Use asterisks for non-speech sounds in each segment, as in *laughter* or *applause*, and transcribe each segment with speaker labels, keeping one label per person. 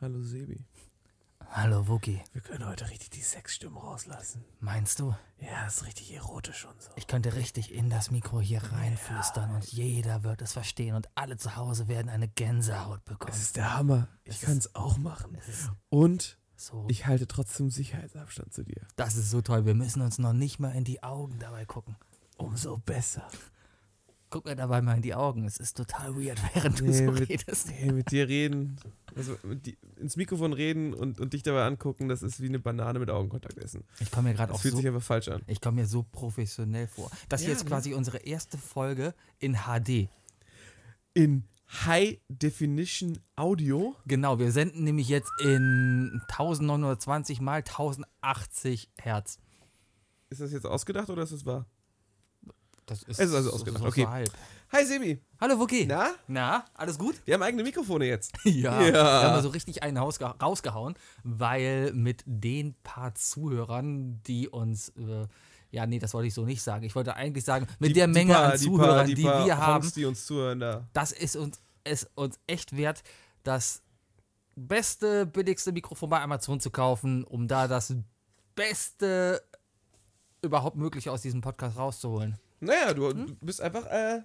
Speaker 1: Hallo Sebi.
Speaker 2: Hallo Wookie,
Speaker 1: Wir können heute richtig die Sexstimmen rauslassen.
Speaker 2: meinst du?
Speaker 1: Ja, ist richtig erotisch und so.
Speaker 2: Ich könnte richtig in das Mikro hier reinflüstern und jeder wird es verstehen und alle zu Hause werden eine Gänsehaut
Speaker 1: Das
Speaker 2: bekommen.
Speaker 1: ist der Hammer. Ich
Speaker 2: Es
Speaker 1: kann es auch machen.
Speaker 2: Es ist
Speaker 1: Und
Speaker 2: so,
Speaker 1: ich halte trotzdem Sicherheitsabstand zu dir.
Speaker 2: das ist so toll. Wir müssen uns noch nicht mal in die Augen dabei gucken.
Speaker 1: Umso besser.
Speaker 2: Guck mir dabei mal in die Augen. Es ist total weird, während du
Speaker 1: Nee,
Speaker 2: so
Speaker 1: mit-
Speaker 2: redest.
Speaker 1: Hey, mit dir reden, also mit die, ins Mikrofon reden und, und dich dabei angucken, das ist wie eine Banane mit Augenkontakt essen.
Speaker 2: Ich komme mir gerade
Speaker 1: Das
Speaker 2: auch
Speaker 1: fühlt
Speaker 2: so
Speaker 1: sich aber falsch an.
Speaker 2: ich komme mir so professionell vor. Das hier
Speaker 1: Ja,
Speaker 2: ist
Speaker 1: ne?
Speaker 2: quasi unsere erste Folge in HD.
Speaker 1: In High Definition Audio.
Speaker 2: Genau, wir senden nämlich jetzt in 1920 mal 1080 Hertz.
Speaker 1: Ist das jetzt ausgedacht oder ist das wahr?
Speaker 2: Das ist,
Speaker 1: Es ist also
Speaker 2: so-
Speaker 1: ausgedacht,
Speaker 2: so
Speaker 1: okay.
Speaker 2: halb.
Speaker 1: Hi Sebi.
Speaker 2: Hallo Wookie.
Speaker 1: Na?
Speaker 2: Na, alles gut?
Speaker 1: Wir haben eigene Mikrofone jetzt.
Speaker 2: Ja.
Speaker 1: *laughs* Ja.
Speaker 2: Wir haben mal so richtig einen rausgeha- rausgehauen, weil mit den paar Zuhörern, die uns. Äh, ja, nee, das wollte ich so nicht sagen. Ich wollte eigentlich sagen, mit der Menge
Speaker 1: paar-
Speaker 2: an
Speaker 1: die
Speaker 2: Zuhörern,
Speaker 1: paar-
Speaker 2: die,
Speaker 1: paar
Speaker 2: wir haben,
Speaker 1: Honks, die uns zuhören da.
Speaker 2: das ist uns, ist uns echt wert, das beste, billigste Mikrofon bei Amazon zu kaufen, um da das Beste überhaupt Mögliche aus diesem Podcast rauszuholen.
Speaker 1: Naja, du, du bist einfach, äh,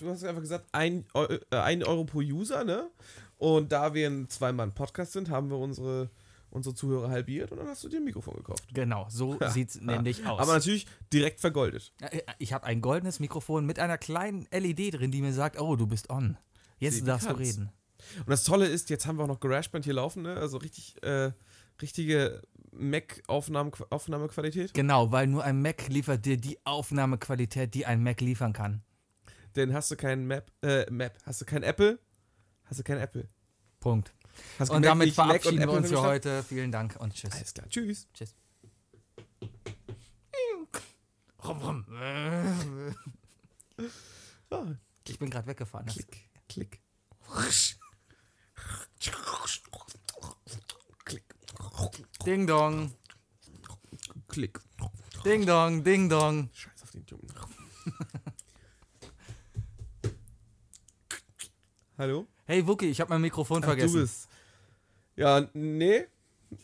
Speaker 1: du hast einfach gesagt, ein, Eu äh, ein Euro pro User, ne? Und da wir ein Zwei-Mann-Podcast sind, haben wir unsere, unsere Zuhörer halbiert und dann hast du dir ein Mikrofon gekauft.
Speaker 2: Genau, so sieht's nämlich aus.
Speaker 1: Aber natürlich direkt vergoldet.
Speaker 2: Äh, Ich habe ein goldenes Mikrofon mit einer kleinen LED drin, die mir sagt, oh, du bist on. Jetzt
Speaker 1: Sie
Speaker 2: darfst du
Speaker 1: kann's.
Speaker 2: reden.
Speaker 1: Und das Tolle ist, jetzt haben wir auch noch GarageBand hier laufen, ne? Also richtig, äh, richtige Mac-Aufnahmequalität.
Speaker 2: Genau, weil nur ein Mac liefert dir die Aufnahmequalität, die ein Mac liefern kann.
Speaker 1: Denn hast du kein Map, äh, Map, hast du kein Apple, hast du kein Apple.
Speaker 2: Punkt.
Speaker 1: Hast
Speaker 2: Und
Speaker 1: gemerkt, wie
Speaker 2: damit
Speaker 1: ich Mac und
Speaker 2: verabschieden wir
Speaker 1: Apple
Speaker 2: uns für
Speaker 1: vermischt hab?
Speaker 2: heute. Vielen Dank und tschüss.
Speaker 1: Alles klar, tschüss.
Speaker 2: Tschüss. Rum, rum.
Speaker 1: Ah,
Speaker 2: *laughs* Ich bin gerade weggefahren. ne? Das-
Speaker 1: klick, klick. Klick,
Speaker 2: Ding dong,
Speaker 1: klick.
Speaker 2: ding dong, ding dong.
Speaker 1: Scheiß auf den Jungen. Hallo?
Speaker 2: Hey Wookie, ich habe mein Mikrofon vergessen.
Speaker 1: Du bist. Ja, nee.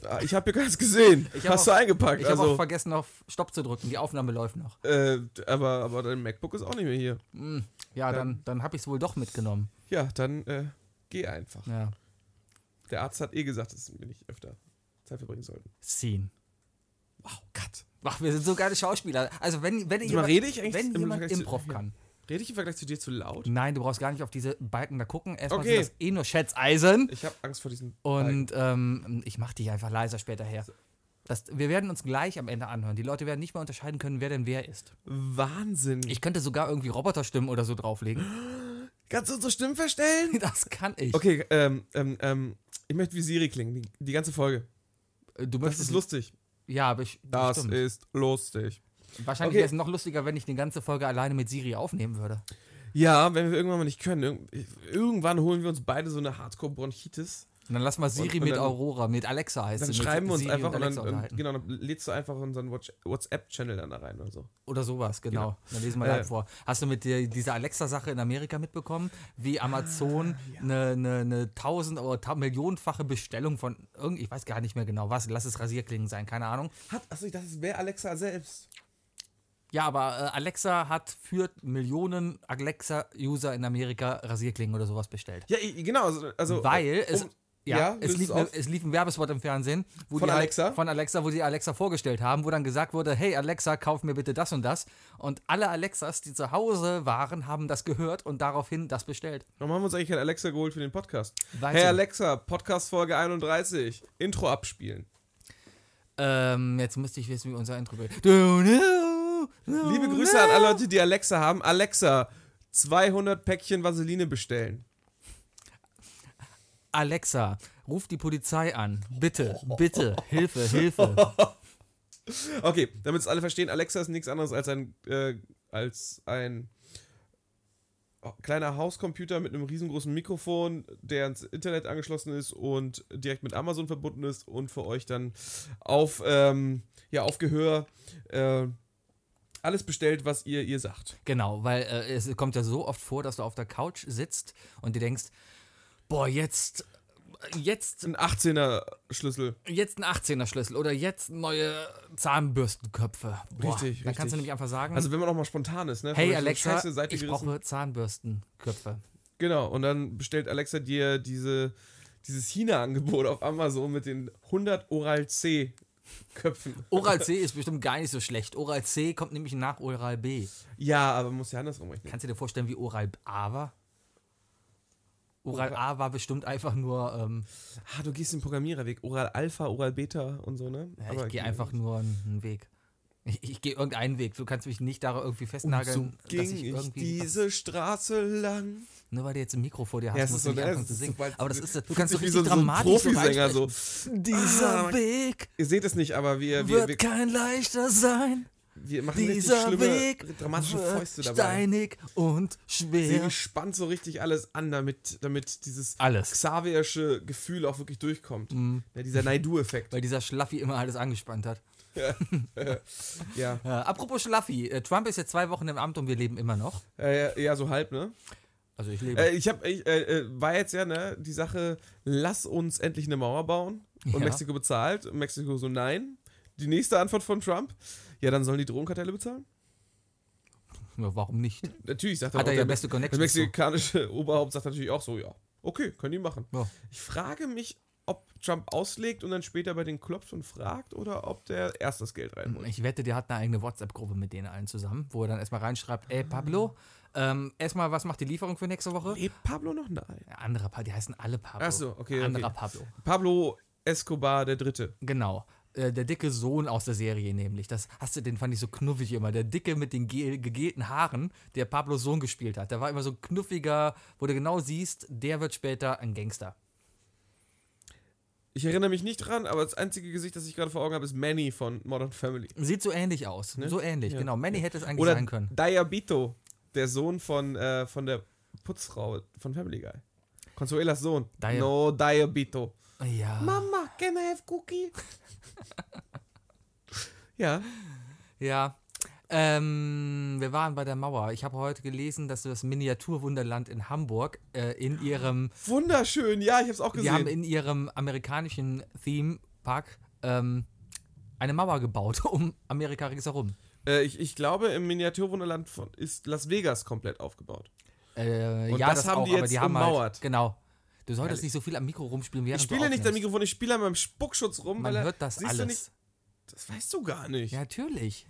Speaker 1: Ah, Ich habe hier gar nichts gesehen.
Speaker 2: Ich hab
Speaker 1: Hast du
Speaker 2: auch-
Speaker 1: eingepackt?
Speaker 2: ich habe auch
Speaker 1: Also,
Speaker 2: vergessen, auf Stopp zu drücken. Die Aufnahme läuft noch.
Speaker 1: äh, aber, aber dein MacBook ist auch nicht mehr hier.
Speaker 2: Hm, Ja, dann, dann habe ich es wohl doch mitgenommen.
Speaker 1: Ja, dann äh, geh einfach.
Speaker 2: Ja.
Speaker 1: Der Arzt hat eh gesagt, dass wir nicht öfter Zeit verbringen sollten.
Speaker 2: Scene.
Speaker 1: Wow, Cut.
Speaker 2: Ach, wir sind so geile Schauspieler. Also, wenn,
Speaker 1: Sag
Speaker 2: wenn,
Speaker 1: mal,
Speaker 2: jemand,
Speaker 1: rede ich eigentlich
Speaker 2: wenn
Speaker 1: im
Speaker 2: jemand
Speaker 1: Vergleich zu-
Speaker 2: Improv
Speaker 1: ja.
Speaker 2: kann.
Speaker 1: Rede ich im Vergleich zu dir zu laut?
Speaker 2: Nein, du brauchst gar nicht auf diese Balken da gucken. Erstmal
Speaker 1: Okay.
Speaker 2: sind das eh nur Schätzeisen.
Speaker 1: Ich habe Angst vor diesen. Balken.
Speaker 2: Und ähm, ich mache dich einfach leiser später her. Das, wir werden uns gleich am Ende anhören. Die Leute werden nicht mehr unterscheiden können, wer denn wer ist.
Speaker 1: Wahnsinn.
Speaker 2: Ich könnte sogar irgendwie Roboterstimmen oder
Speaker 1: *laughs*
Speaker 2: so drauflegen.
Speaker 1: Kannst du unsere Stimmen verstellen?
Speaker 2: Das kann
Speaker 1: *laughs*
Speaker 2: ich.
Speaker 1: Okay, ähm, ähm, ähm, ich möchte wie Siri klingen, die, die ganze Folge.
Speaker 2: Du
Speaker 1: Das
Speaker 2: möchtest
Speaker 1: ist lustig.
Speaker 2: Ja, aber ich,
Speaker 1: Das
Speaker 2: stimmt.
Speaker 1: ist lustig.
Speaker 2: Wahrscheinlich
Speaker 1: okay.
Speaker 2: wäre es noch lustiger, wenn ich die ganze Folge alleine mit Siri aufnehmen würde.
Speaker 1: Ja, wenn wir irgendwann mal nicht können. irg- Irgendwann holen wir uns beide so eine Hardcore-Bronchitis.
Speaker 2: Und dann lass mal Siri
Speaker 1: und
Speaker 2: mit
Speaker 1: dann-
Speaker 2: Aurora, mit Alexa heißt
Speaker 1: Dann
Speaker 2: sie. mit
Speaker 1: schreiben wir uns
Speaker 2: Siri
Speaker 1: einfach und dann,
Speaker 2: Alexa
Speaker 1: ähm,
Speaker 2: unterhalten.
Speaker 1: genau, dann lädst du einfach unseren Watch- WhatsApp-Channel dann da rein oder so.
Speaker 2: Oder sowas, genau. Dann lesen wir
Speaker 1: Äh.
Speaker 2: live vor. Hast du mit dir dieser Alexa-Sache in Amerika mitbekommen, wie Amazon eine ne, ne tausend- oder ta millionenfache Bestellung von irgend, ich weiß gar nicht mehr genau was, lass es Rasierklingen sein, keine Ahnung.
Speaker 1: Hat, achso, ich dachte, es wäre Alexa selbst.
Speaker 2: Ja, aber äh, Alexa hat für Millionen Alexa-User in Amerika Rasierklingen oder sowas bestellt.
Speaker 1: Ja, i- genau. Also, also
Speaker 2: Weil es,
Speaker 1: um-
Speaker 2: ja,
Speaker 1: ja,
Speaker 2: es,
Speaker 1: löst
Speaker 2: lief
Speaker 1: es
Speaker 2: ne,
Speaker 1: auf.
Speaker 2: es lief ein Werbespot im Fernsehen wo
Speaker 1: Von
Speaker 2: die halt,
Speaker 1: Alexa?
Speaker 2: von Alexa, wo die Alexa vorgestellt haben, wo dann gesagt wurde, hey Alexa, kauf mir bitte das und das. Und alle Alexas, die zu Hause waren, haben das gehört und daraufhin das bestellt.
Speaker 1: Warum haben wir uns eigentlich kein Alexa geholt für den Podcast?
Speaker 2: Weiter.
Speaker 1: Hey Alexa, Podcast-Folge 31. Intro abspielen.
Speaker 2: Ähm, jetzt müsste ich wissen, wie unser Intro wird. Du, du, du,
Speaker 1: Liebe Grüße
Speaker 2: du.
Speaker 1: an alle Leute, die Alexa haben. Alexa, 200 Päckchen Vaseline bestellen.
Speaker 2: Alexa, ruf die Polizei an. Bitte, bitte, Hilfe, Hilfe.
Speaker 1: *laughs* Okay, damit es alle verstehen, Alexa ist nichts anderes als ein, äh, als ein oh, kleiner Hauscomputer mit einem riesengroßen Mikrofon, der ans Internet angeschlossen ist und direkt mit Amazon verbunden ist und für euch dann auf, ähm, ja, auf Gehör äh, alles bestellt, was ihr ihr sagt.
Speaker 2: Genau, weil äh, es kommt ja so oft vor, dass du auf der Couch sitzt und dir denkst, boah, jetzt jetzt,
Speaker 1: Ein 18er Schlüssel.
Speaker 2: jetzt ein 18er Schlüssel oder jetzt neue Zahnbürstenköpfe. Boah,
Speaker 1: Richtig,
Speaker 2: Dann kannst
Speaker 1: richtig.
Speaker 2: du nämlich einfach sagen,
Speaker 1: Also wenn man auch mal spontan ist, ne? Von
Speaker 2: hey
Speaker 1: wegen so
Speaker 2: Alexa,
Speaker 1: Scheiße, Seite
Speaker 2: ich
Speaker 1: gerissen.
Speaker 2: brauche Zahnbürstenköpfe.
Speaker 1: Genau, und dann bestellt Alexa dir diese, dieses China-Angebot auf Amazon mit den 100 Oral-C-Köpfen.
Speaker 2: Oral C ist bestimmt gar nicht so schlecht. Oral C kommt nämlich nach Oral B.
Speaker 1: Ja, aber man muss ja andersrum rechnen.
Speaker 2: Kannst du dir vorstellen, wie Oral A war? Oral A war bestimmt einfach nur, ähm,
Speaker 1: Ah, du gehst den Programmiererweg. Oral Alpha, Oral Beta und so, ne?
Speaker 2: ja,
Speaker 1: Aber
Speaker 2: ich gehe einfach nur einen Weg. Ich, ich gehe irgendeinen Weg. Du kannst mich nicht da irgendwie
Speaker 1: Und
Speaker 2: festnageln,
Speaker 1: so ging
Speaker 2: dass ich
Speaker 1: ich,
Speaker 2: irgendwie. was-
Speaker 1: diese Straße lang.
Speaker 2: nur weil du jetzt ein Mikro vor dir hast,
Speaker 1: Ja, es ist
Speaker 2: musst
Speaker 1: so,
Speaker 2: du nicht
Speaker 1: ne,
Speaker 2: anfangen
Speaker 1: es
Speaker 2: zu
Speaker 1: ist
Speaker 2: singen.
Speaker 1: sobald-
Speaker 2: Aber das ist, du
Speaker 1: Fühlt
Speaker 2: kannst so
Speaker 1: sich wie so,
Speaker 2: richtig
Speaker 1: so ein
Speaker 2: dramatisch so
Speaker 1: Profisänger so.
Speaker 2: reinsprechen. Dieser
Speaker 1: Ah,
Speaker 2: Weg
Speaker 1: Ihr seht es nicht, aber wir, wir,
Speaker 2: wird
Speaker 1: wir,
Speaker 2: kein leichter sein.
Speaker 1: wir machen richtig
Speaker 2: Dieser
Speaker 1: schlimme,
Speaker 2: Weg
Speaker 1: dramatische
Speaker 2: wird
Speaker 1: Fäuste dabei.
Speaker 2: steinig und schwer.
Speaker 1: Sie spannt so richtig alles an, damit, damit dieses
Speaker 2: Alles. Mhm.
Speaker 1: xaviersche Gefühl auch wirklich durchkommt. Ja, dieser Naidu-Effekt.
Speaker 2: *laughs* Weil dieser Schlaffi immer alles angespannt hat.
Speaker 1: Ja.
Speaker 2: Äh, apropos Schlaffi, äh, Trump ist jetzt zwei Wochen im Amt und wir leben immer noch.
Speaker 1: Äh, ja, so halb, ne?
Speaker 2: Also ich lebe.
Speaker 1: Äh, ich hab, ich, äh, äh, war jetzt ja, ne, die Sache, lass uns endlich eine Mauer bauen. Und
Speaker 2: Ja.
Speaker 1: Mexiko bezahlt. Und Mexiko so, nein. Die nächste Antwort von Trump, ja, dann sollen die Drogenkartelle bezahlen.
Speaker 2: Ja,
Speaker 1: *laughs*
Speaker 2: warum nicht?
Speaker 1: Natürlich sagt er
Speaker 2: Hat
Speaker 1: auch
Speaker 2: er ja
Speaker 1: der-
Speaker 2: beste
Speaker 1: Das
Speaker 2: Connections. zu.
Speaker 1: mexikanische *laughs* Oberhaupt sagt natürlich auch so, ja, okay, können die machen.
Speaker 2: Ja.
Speaker 1: Ich frage mich, ob Trump auslegt und dann später bei den klopft und fragt oder ob der erst das Geld reinholt.
Speaker 2: Ich wette, der hat eine eigene WhatsApp-Gruppe mit denen allen zusammen, wo er dann erstmal reinschreibt, ey Pablo, ähm, erstmal, was macht die Lieferung für nächste Woche?
Speaker 1: Lebt Pablo noch? Nein.
Speaker 2: Ja, Anderer Pablo, die heißen alle Pablo.
Speaker 1: Ach so, okay,
Speaker 2: Anderer
Speaker 1: okay.
Speaker 2: Pablo.
Speaker 1: Pablo Escobar der Dritte.
Speaker 2: Genau. Äh, Der dicke Sohn aus der Serie nämlich. Das hast du, den fand ich so knuffig immer. Der dicke mit den gel- gegelten Haaren, der Pablos Sohn gespielt hat. Der war immer so ein knuffiger, wo du genau siehst, der wird später ein Gangster.
Speaker 1: Ich erinnere mich nicht dran, aber das einzige Gesicht, das ich gerade vor Augen habe, ist Manny von Modern Family.
Speaker 2: Sieht so ähnlich aus. So ähnlich,
Speaker 1: Ne? Ja.
Speaker 2: genau. Manny hätte es eigentlich
Speaker 1: Oder
Speaker 2: sein können.
Speaker 1: Diabito, der Sohn von, äh, von der Putzfrau von Family Guy. Consuelas Sohn.
Speaker 2: Dia-
Speaker 1: no, Diabito.
Speaker 2: Ja.
Speaker 1: Mama, can I have
Speaker 2: *laughs*
Speaker 1: cookie? ja.
Speaker 2: Ja. Ähm, wir waren bei der Mauer. Ich habe heute gelesen, dass das Miniaturwunderland in Hamburg äh, in ihrem,
Speaker 1: Wunderschön, ja, ich habe es auch
Speaker 2: die haben
Speaker 1: gesehen.
Speaker 2: in ihrem amerikanischen Theme Park ähm, eine Mauer gebaut *laughs* um Amerika ringsherum.
Speaker 1: Äh, ich, ich glaube, im Miniaturwunderland von, ist Las Vegas komplett aufgebaut.
Speaker 2: Äh,
Speaker 1: Und
Speaker 2: ja,
Speaker 1: das
Speaker 2: das
Speaker 1: haben
Speaker 2: auch,
Speaker 1: die
Speaker 2: aber
Speaker 1: jetzt
Speaker 2: die haben
Speaker 1: ummauert.
Speaker 2: Halt, genau. Du solltest
Speaker 1: Ehrlich.
Speaker 2: nicht so viel am Mikro rumspielen,
Speaker 1: Ich
Speaker 2: während
Speaker 1: spiele
Speaker 2: du
Speaker 1: nicht am
Speaker 2: aufnimmst.
Speaker 1: Mikrofon, ich spiele an meinem Spuckschutz rum. weil
Speaker 2: Man
Speaker 1: er-
Speaker 2: hört das
Speaker 1: siehst du
Speaker 2: alles.
Speaker 1: nicht- das weißt du gar nicht.
Speaker 2: Ja, natürlich.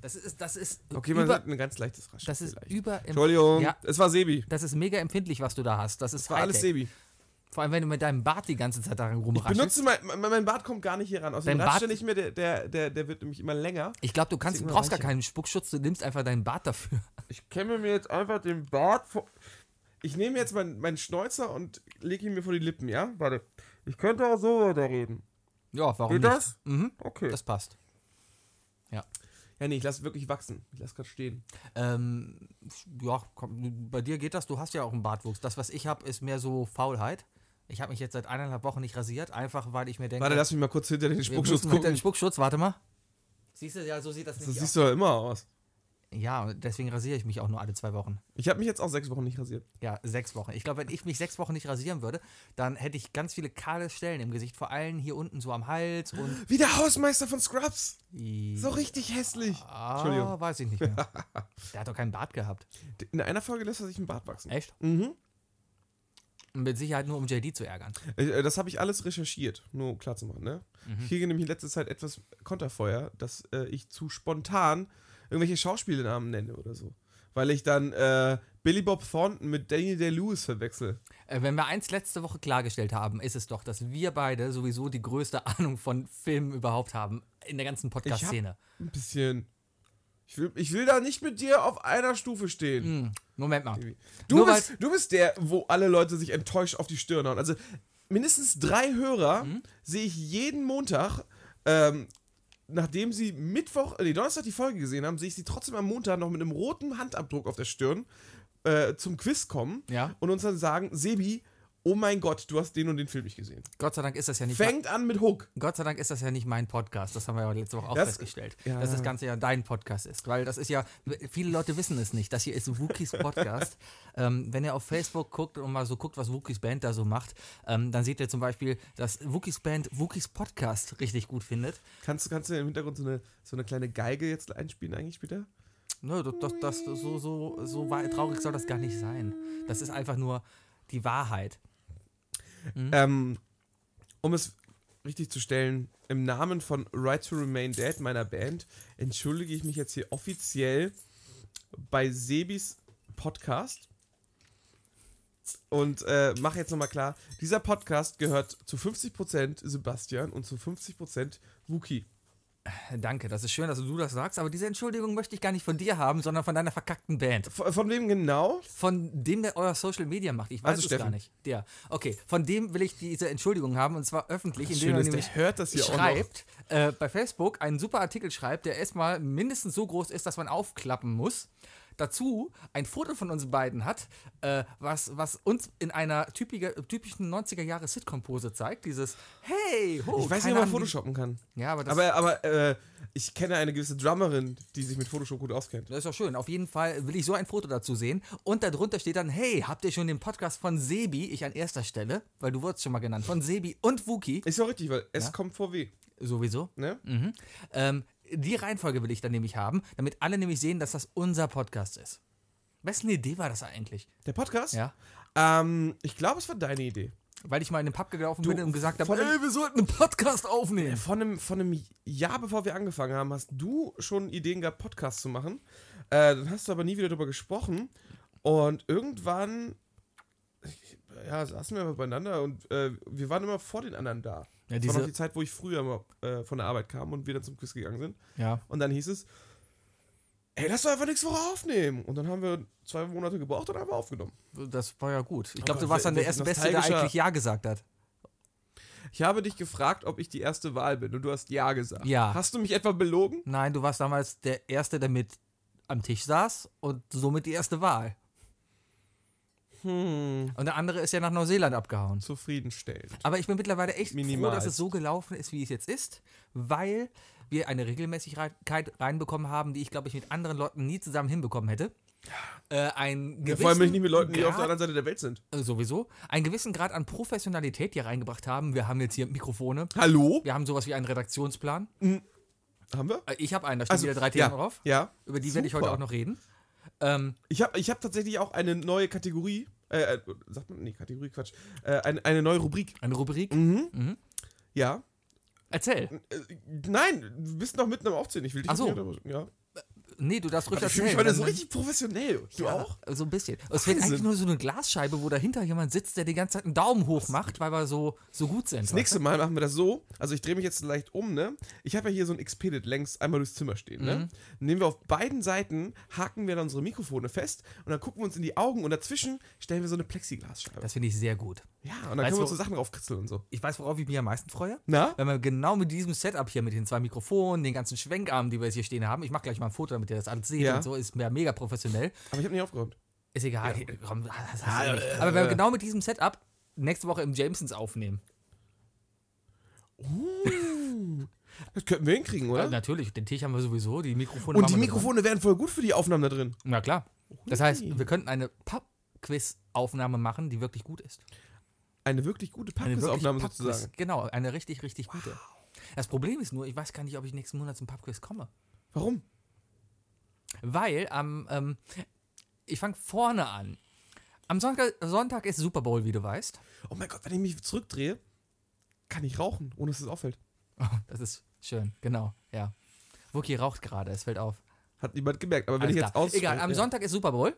Speaker 2: Das ist, das ist
Speaker 1: okay, man
Speaker 2: über,
Speaker 1: hat ein ganz leichtes Rascheln.
Speaker 2: das ist
Speaker 1: vielleicht.
Speaker 2: über,
Speaker 1: Entschuldigung,
Speaker 2: Ja.
Speaker 1: es war Sebi.
Speaker 2: das ist mega empfindlich, was du da hast. Das ist
Speaker 1: Es war alles Sebi.
Speaker 2: Hightech. Vor allem, wenn du mit deinem Bart die ganze Zeit daran rumraschelst.
Speaker 1: Benutze mein, mein, mein Bart kommt gar nicht hier ran. Außerdem
Speaker 2: Dein
Speaker 1: ratscht er
Speaker 2: Bart-
Speaker 1: nicht mehr, der, der, der, der wird nämlich immer länger.
Speaker 2: Ich glaube, du kannst, du
Speaker 1: Deswegen
Speaker 2: brauchst gar
Speaker 1: reicher.
Speaker 2: keinen Spuckschutz, du nimmst einfach deinen Bart dafür. *laughs*
Speaker 1: Ich kämme mir jetzt einfach den Bart vor. Ich nehme jetzt meinen meinen Schnäuzer und lege ihn mir vor die Lippen, ja? Warte. Ich könnte auch so weiterreden.
Speaker 2: Ja, warum
Speaker 1: Geht
Speaker 2: nicht?
Speaker 1: das?
Speaker 2: Mhm,
Speaker 1: Okay.
Speaker 2: das passt.
Speaker 1: ja, nee, ich lasse wirklich wachsen. Ich lasse gerade stehen.
Speaker 2: Ähm, ja, komm, bei dir geht das, du hast ja auch einen Bartwuchs. Das, was ich habe, ist mehr so Faulheit. Ich habe mich jetzt seit eineinhalb Wochen nicht rasiert, einfach weil ich mir denke,
Speaker 1: Warte, lass mich mal kurz hinter den
Speaker 2: wir
Speaker 1: Spuckschutz
Speaker 2: müssen mit dem
Speaker 1: gucken.
Speaker 2: Spuckschutz, warte mal. Siehst du, ja, so sieht das
Speaker 1: So
Speaker 2: nicht
Speaker 1: siehst du ja immer aus.
Speaker 2: aus. Ja, deswegen rasiere ich mich auch nur alle zwei Wochen.
Speaker 1: Ich habe mich jetzt auch sechs Wochen nicht rasiert.
Speaker 2: Ja, sechs Wochen. Ich glaube, wenn ich mich sechs Wochen nicht rasieren würde, dann hätte ich ganz viele kahle Stellen im Gesicht, vor allem hier unten so am Hals und...
Speaker 1: Wie der Hausmeister von Scrubs. So richtig hässlich.
Speaker 2: Ah,
Speaker 1: Entschuldigung.
Speaker 2: weiß ich
Speaker 1: *laughs*
Speaker 2: nicht mehr. Der hat doch keinen Bart gehabt.
Speaker 1: In einer Folge lässt er sich einen Bart wachsen.
Speaker 2: Echt?
Speaker 1: Mhm.
Speaker 2: Mit Sicherheit nur, um JD zu ärgern.
Speaker 1: Äh, Das habe ich alles recherchiert, nur um klar zu machen. Ne?
Speaker 2: Mhm.
Speaker 1: Ich kriege nämlich in letzter Zeit etwas Konterfeuer, dass äh, ich zu spontan irgendwelche Schauspielnamen nenne oder so. Weil ich dann äh, Billy Bob Thornton mit Daniel Day-Lewis verwechsel.
Speaker 2: Äh, wenn wir eins letzte Woche klargestellt haben, ist es doch, dass wir beide sowieso die größte *laughs* Ahnung von Filmen überhaupt haben in der ganzen Podcast-Szene.
Speaker 1: Ein bisschen. Ich will, ich will da nicht mit dir auf einer Stufe stehen.
Speaker 2: Hm, Moment mal.
Speaker 1: Du,
Speaker 2: Nur
Speaker 1: bist, du bist der, wo alle Leute sich enttäuscht auf die Stirn hauen. Also mindestens drei Hörer
Speaker 2: Mhm.
Speaker 1: sehe ich jeden Montag, ähm, nachdem sie Mittwoch, äh, nee, Donnerstag die Folge gesehen haben, sehe ich sie trotzdem am Montag noch mit einem roten Handabdruck auf der Stirn äh, zum Quiz kommen
Speaker 2: Ja.
Speaker 1: und uns dann sagen, Sebi, oh mein Gott, du hast den und den Film nicht gesehen.
Speaker 2: Gott sei Dank ist das ja nicht.
Speaker 1: Fängt an mit Hook.
Speaker 2: Gott sei Dank ist das ja nicht mein Podcast. Das haben wir ja letzte Woche auch
Speaker 1: Das-
Speaker 2: festgestellt.
Speaker 1: ja.
Speaker 2: Dass das Ganze ja dein Podcast ist. Weil das ist ja, viele Leute wissen es nicht. Das hier ist Wookies Podcast.
Speaker 1: *laughs*
Speaker 2: ähm, wenn ihr auf Facebook guckt und mal so guckt, was Wookies Band da so macht, ähm, dann seht ihr zum Beispiel, dass Wookies Band Wookies Podcast richtig gut findet.
Speaker 1: Kannst, du- kannst du im Hintergrund so eine, so eine kleine Geige jetzt einspielen eigentlich später?
Speaker 2: Ne, das, das, das, so, so, so wa- traurig soll das gar nicht sein. Das ist einfach nur die Wahrheit.
Speaker 1: Ähm, um es richtig zu stellen, im Namen von Right to Remain Dead, meiner Band, entschuldige ich mich jetzt hier offiziell bei Sebis Podcast. Und äh, mache jetzt nochmal klar, dieser Podcast gehört zu 50% Sebastian und zu 50% Wookie.
Speaker 2: Danke, das ist schön, dass du das sagst, aber diese Entschuldigung möchte ich gar nicht von dir haben, sondern von deiner verkackten Band.
Speaker 1: Von, von wem genau?
Speaker 2: Von dem, der euer Social Media macht. Ich weiß
Speaker 1: Also
Speaker 2: es
Speaker 1: Steffen.
Speaker 2: gar nicht. Der. Okay, von dem will ich diese Entschuldigung haben und zwar öffentlich, indem er
Speaker 1: Schön,
Speaker 2: nämlich
Speaker 1: der hört das hier auch noch.
Speaker 2: schreibt, äh, bei Facebook einen super Artikel schreibt, der erstmal mindestens so groß ist, dass man aufklappen muss. Dazu ein Foto von uns beiden hat, äh, was, was uns in einer typische, typischen 90er-Jahre-Sitcom-Pose zeigt. Dieses Hey, ho,
Speaker 1: Ich weiß nicht,
Speaker 2: Oh, keine
Speaker 1: ob man
Speaker 2: Ahnung, wie-
Speaker 1: Photoshoppen kann.
Speaker 2: Ja, aber das
Speaker 1: Aber, aber äh, ich kenne eine gewisse Drummerin, die sich mit Photoshop gut auskennt.
Speaker 2: Das ist doch schön. Auf jeden Fall will ich so ein Foto dazu sehen. Und darunter steht dann, hey, habt ihr schon den Podcast von Sebi, ich an erster Stelle, weil du wurdest schon mal genannt, von Sebi und Wuki,
Speaker 1: Ist ja auch richtig, weil es
Speaker 2: Ja.
Speaker 1: kommt vor weh.
Speaker 2: sowieso.
Speaker 1: Ne?
Speaker 2: Mhm. Ähm, die Reihenfolge will ich dann nämlich haben, damit alle nämlich sehen, dass das unser Podcast ist. Wessen Idee war das eigentlich?
Speaker 1: Der Podcast?
Speaker 2: Ja.
Speaker 1: Ähm, ich glaube, es war deine Idee.
Speaker 2: Weil ich mal in den Pub gelaufen
Speaker 1: Du,
Speaker 2: bin und gesagt habe,
Speaker 1: von dem-
Speaker 2: ey, wir sollten einen Podcast aufnehmen.
Speaker 1: Von einem, von einem Jahr, bevor wir angefangen haben, hast du schon Ideen gehabt, Podcasts zu machen. Äh, dann hast du aber nie wieder darüber gesprochen. Und irgendwann ja, saßen wir mal beieinander und äh, wir waren immer vor den anderen da. das
Speaker 2: Ja,
Speaker 1: war
Speaker 2: diese-
Speaker 1: noch die Zeit, wo ich früher immer äh, von der Arbeit kam und wir dann zum Quiz gegangen sind.
Speaker 2: Ja.
Speaker 1: Und dann hieß es, ey, lass doch einfach nächste Woche aufnehmen. Und dann haben wir zwei Monate gebraucht und haben wir aufgenommen.
Speaker 2: Das war ja gut. Ich glaube,
Speaker 1: Aber
Speaker 2: du warst dann der
Speaker 1: welch
Speaker 2: erste Beste, der
Speaker 1: nostalgischer-
Speaker 2: eigentlich Ja gesagt hat.
Speaker 1: Ich habe dich gefragt, ob ich die erste Wahl bin und du hast Ja gesagt.
Speaker 2: Ja.
Speaker 1: Hast du mich etwa belogen?
Speaker 2: Nein, du warst damals der Erste, der mit am Tisch saß und somit die erste Wahl.
Speaker 1: Hm,
Speaker 2: Und der andere ist ja nach Neuseeland abgehauen.
Speaker 1: zufriedenstellend.
Speaker 2: Aber ich bin mittlerweile echt
Speaker 1: Minimal.
Speaker 2: froh, dass es so gelaufen ist, wie es jetzt ist, weil wir eine Regelmäßigkeit reinbekommen haben, die ich, glaube ich, mit anderen Leuten nie zusammen hinbekommen hätte. Äh, ein
Speaker 1: Ja, vor allem
Speaker 2: gewissen
Speaker 1: nicht mit Leuten, die auf der
Speaker 2: Grad-
Speaker 1: anderen Seite der Welt sind.
Speaker 2: äh, sowieso einen gewissen Grad an Professionalität hier reingebracht haben. Wir haben jetzt hier Mikrofone,
Speaker 1: Hallo?
Speaker 2: wir haben sowas wie einen Redaktionsplan.
Speaker 1: Haben wir? Also,
Speaker 2: Äh, Ich habe einen, da stehen wieder drei Themen
Speaker 1: ja,
Speaker 2: drauf,
Speaker 1: Ja.
Speaker 2: über die werde ich
Speaker 1: Super.
Speaker 2: heute auch noch reden. Ähm,
Speaker 1: Ich habe ich hab tatsächlich auch eine neue Kategorie. Äh, äh, sagt man? Nee, Kategorie, Quatsch. Äh, eine, eine neue Rubrik.
Speaker 2: eine Rubrik.
Speaker 1: Mhm.
Speaker 2: Mhm.
Speaker 1: Ja.
Speaker 2: Erzähl.
Speaker 1: Äh, nein, du bist noch mitten am Aufzählen. Ich will dich
Speaker 2: Ach so.
Speaker 1: nicht unterbrechen. Ja.
Speaker 2: Nee, du darfst ruhig
Speaker 1: Ich fühle mich
Speaker 2: erzählen.
Speaker 1: heute
Speaker 2: Dann-
Speaker 1: so richtig professionell. Du
Speaker 2: Ja,
Speaker 1: auch?
Speaker 2: So ein bisschen. Es wird
Speaker 1: Wahnsinn.
Speaker 2: eigentlich nur so eine Glasscheibe, wo dahinter jemand sitzt, der die ganze Zeit einen Daumen hoch macht, weil wir so, so gut sind.
Speaker 1: Das nächste Mal machen wir das so. Also ich drehe mich jetzt leicht um, ne? Ich habe ja hier so ein Expedit längs einmal durchs Zimmer stehen, ne?
Speaker 2: Mhm.
Speaker 1: Nehmen wir auf beiden Seiten, haken wir dann unsere Mikrofone fest und dann gucken wir uns in die Augen und dazwischen stellen wir so eine Plexiglasscheibe.
Speaker 2: Das finde ich sehr gut.
Speaker 1: Ja, und dann
Speaker 2: Weißt
Speaker 1: können wir
Speaker 2: du-
Speaker 1: uns so Sachen raufkritzeln und so.
Speaker 2: Ich weiß, worauf ich mich am meisten freue.
Speaker 1: Na?
Speaker 2: Wenn wir genau mit diesem Setup hier, mit den zwei Mikrofonen, den ganzen Schwenkarmen, die wir jetzt hier stehen haben, ich mache gleich mal ein Foto, damit ihr das alles seht
Speaker 1: Ja.
Speaker 2: und so, ist mir mega professionell.
Speaker 1: Aber ich habe nicht aufgeräumt.
Speaker 2: Ist egal. Komm, das hast du ja,
Speaker 1: Ja,
Speaker 2: nicht.
Speaker 1: äh,
Speaker 2: Aber wenn wir
Speaker 1: äh.
Speaker 2: genau mit diesem Setup nächste Woche im Jamesons aufnehmen.
Speaker 1: Das könnten wir hinkriegen,
Speaker 2: Äh,
Speaker 1: oder?
Speaker 2: Natürlich, den Tisch haben wir sowieso, die Mikrofone
Speaker 1: und
Speaker 2: machen
Speaker 1: die
Speaker 2: wir dran.
Speaker 1: Mikrofone wären voll gut für die Aufnahmen da drin.
Speaker 2: Na klar. Das heißt,
Speaker 1: Ui.
Speaker 2: wir könnten eine Pub-Quiz-Aufnahme machen, die wirklich gut ist.
Speaker 1: Eine wirklich gute
Speaker 2: Eine wirklich
Speaker 1: Packungsaufnahme
Speaker 2: Pubquiz,
Speaker 1: sozusagen.
Speaker 2: Genau, eine richtig, richtig gute. Das Problem ist nur, ich weiß gar nicht, ob ich nächsten Monat zum Pubquiz komme.
Speaker 1: Warum?
Speaker 2: Weil am, ähm, ich fange vorne an. Am Sonntag, Sonntag ist Super Bowl, wie du weißt.
Speaker 1: Oh mein Gott, wenn ich mich zurückdrehe, kann ich rauchen, ohne dass es auffällt.
Speaker 2: Das ist schön, genau, ja. Wookie raucht gerade, es fällt auf.
Speaker 1: Hat niemand gemerkt. Aber wenn
Speaker 2: Alles
Speaker 1: ich
Speaker 2: klar.
Speaker 1: jetzt aus.
Speaker 2: Egal, am
Speaker 1: ja.
Speaker 2: Sonntag ist Super Bowl.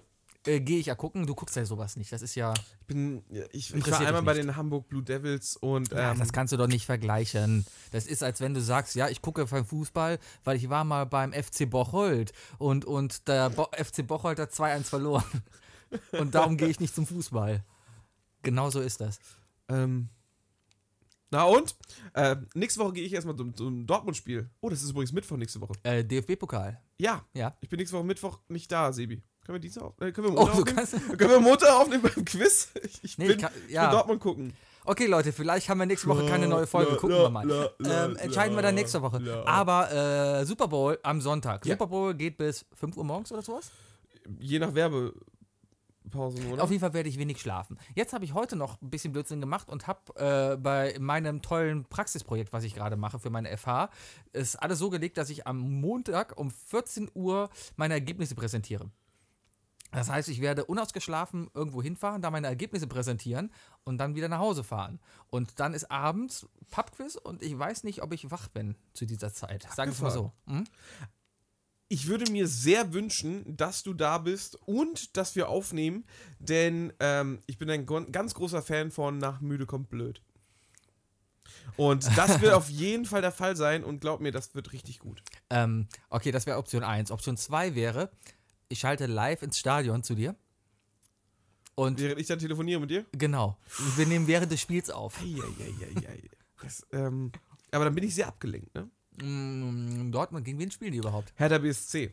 Speaker 2: Äh, Gehe ich ja gucken, du guckst ja sowas nicht. Das ist ja.
Speaker 1: Ich, bin, ja, ich, ich war
Speaker 2: Interessiert
Speaker 1: einmal
Speaker 2: dich
Speaker 1: bei
Speaker 2: nicht.
Speaker 1: den Hamburg Blue Devils und.
Speaker 2: Ja,
Speaker 1: Ähm,
Speaker 2: das kannst du doch nicht vergleichen. Das ist, als wenn du sagst, ja, ich gucke beim Fußball, weil ich war mal beim FC Bocholt und, und der Bo FC Bocholt hat 2-1 verloren. *laughs* Und darum gehe ich nicht zum Fußball. Genau so ist das.
Speaker 1: ähm, na und? Äh, nächste Woche gehe ich erstmal zum, zum Dortmund-Spiel. Oh, das ist übrigens Mittwoch nächste Woche.
Speaker 2: Äh, DFB-Pokal.
Speaker 1: Ja.
Speaker 2: Ja.
Speaker 1: Ich bin nächste Woche Mittwoch nicht da, Sebi. Können Können wir Dienstag auf, äh, können wir
Speaker 2: Oh,
Speaker 1: Montag
Speaker 2: du
Speaker 1: aufnehmen?
Speaker 2: kannst.
Speaker 1: Können wir Montag aufnehmen beim Quiz? Ich, ich
Speaker 2: Nee,
Speaker 1: bin,
Speaker 2: ich kann,
Speaker 1: ich will
Speaker 2: ja.
Speaker 1: Dortmund gucken.
Speaker 2: Okay, Leute, vielleicht haben wir nächste Woche keine neue Folge.
Speaker 1: La,
Speaker 2: Gucken
Speaker 1: la,
Speaker 2: wir mal.
Speaker 1: la, la,
Speaker 2: ähm, entscheiden wir
Speaker 1: la,
Speaker 2: dann nächste Woche.
Speaker 1: la.
Speaker 2: Aber äh, Super Bowl am Sonntag.
Speaker 1: Ja.
Speaker 2: Super Bowl geht bis 5 Uhr morgens oder sowas.
Speaker 1: Je nach Werbepause, ne? oder?
Speaker 2: Auf jeden Fall werde ich wenig schlafen. Jetzt habe ich heute noch ein bisschen Blödsinn gemacht und habe äh, bei meinem tollen Praxisprojekt, was ich gerade mache für meine FH, ist alles so gelegt, dass ich am Montag um 14 Uhr meine Ergebnisse präsentiere. Das heißt, ich werde unausgeschlafen irgendwo hinfahren, da meine Ergebnisse präsentieren und dann wieder nach Hause fahren. Und dann ist abends Pubquiz und ich weiß nicht, ob ich wach bin zu dieser Zeit. Sagen wir mal so. Hm?
Speaker 1: ich würde mir sehr wünschen, dass du da bist und dass wir aufnehmen, denn ähm, ich bin ein gon- ganz großer Fan von Nach müde kommt blöd. Und das
Speaker 2: *laughs*
Speaker 1: wird auf jeden Fall der Fall sein und glaub mir, das wird richtig gut.
Speaker 2: Ähm, okay, das wäre Option 1. Option 2 wäre, ich schalte live ins Stadion zu dir. Und
Speaker 1: Während ich dann telefoniere mit dir.
Speaker 2: genau, wir nehmen während des Spiels auf.
Speaker 1: Eieieiei. Das, ähm, aber dann bin ich sehr abgelenkt, ne?
Speaker 2: Mm, Dortmund, gegen wen spielen die überhaupt?
Speaker 1: Hertha BSC.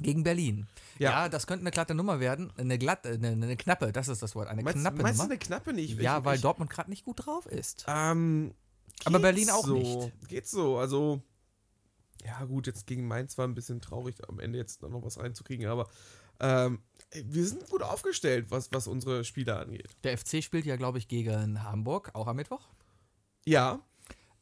Speaker 2: Gegen Berlin. Ja,
Speaker 1: Ja.
Speaker 2: das könnte eine glatte Nummer werden. Eine glatte, eine, eine knappe, das ist das Wort. Eine
Speaker 1: Meinst,
Speaker 2: knappe
Speaker 1: meinst du
Speaker 2: Nummer.
Speaker 1: eine knappe nicht?
Speaker 2: ja,
Speaker 1: Ich-
Speaker 2: weil
Speaker 1: ich-
Speaker 2: Dortmund gerade nicht gut drauf ist.
Speaker 1: Ähm,
Speaker 2: Aber
Speaker 1: geht's
Speaker 2: Berlin auch
Speaker 1: so.
Speaker 2: nicht.
Speaker 1: Geht so, also. Ja, gut, jetzt gegen Mainz war ein bisschen traurig, am Ende jetzt dann noch was reinzukriegen, aber ähm, wir sind gut aufgestellt, was, was unsere Spieler angeht.
Speaker 2: Der FC spielt ja, glaube ich, gegen Hamburg, auch am Mittwoch.
Speaker 1: Ja.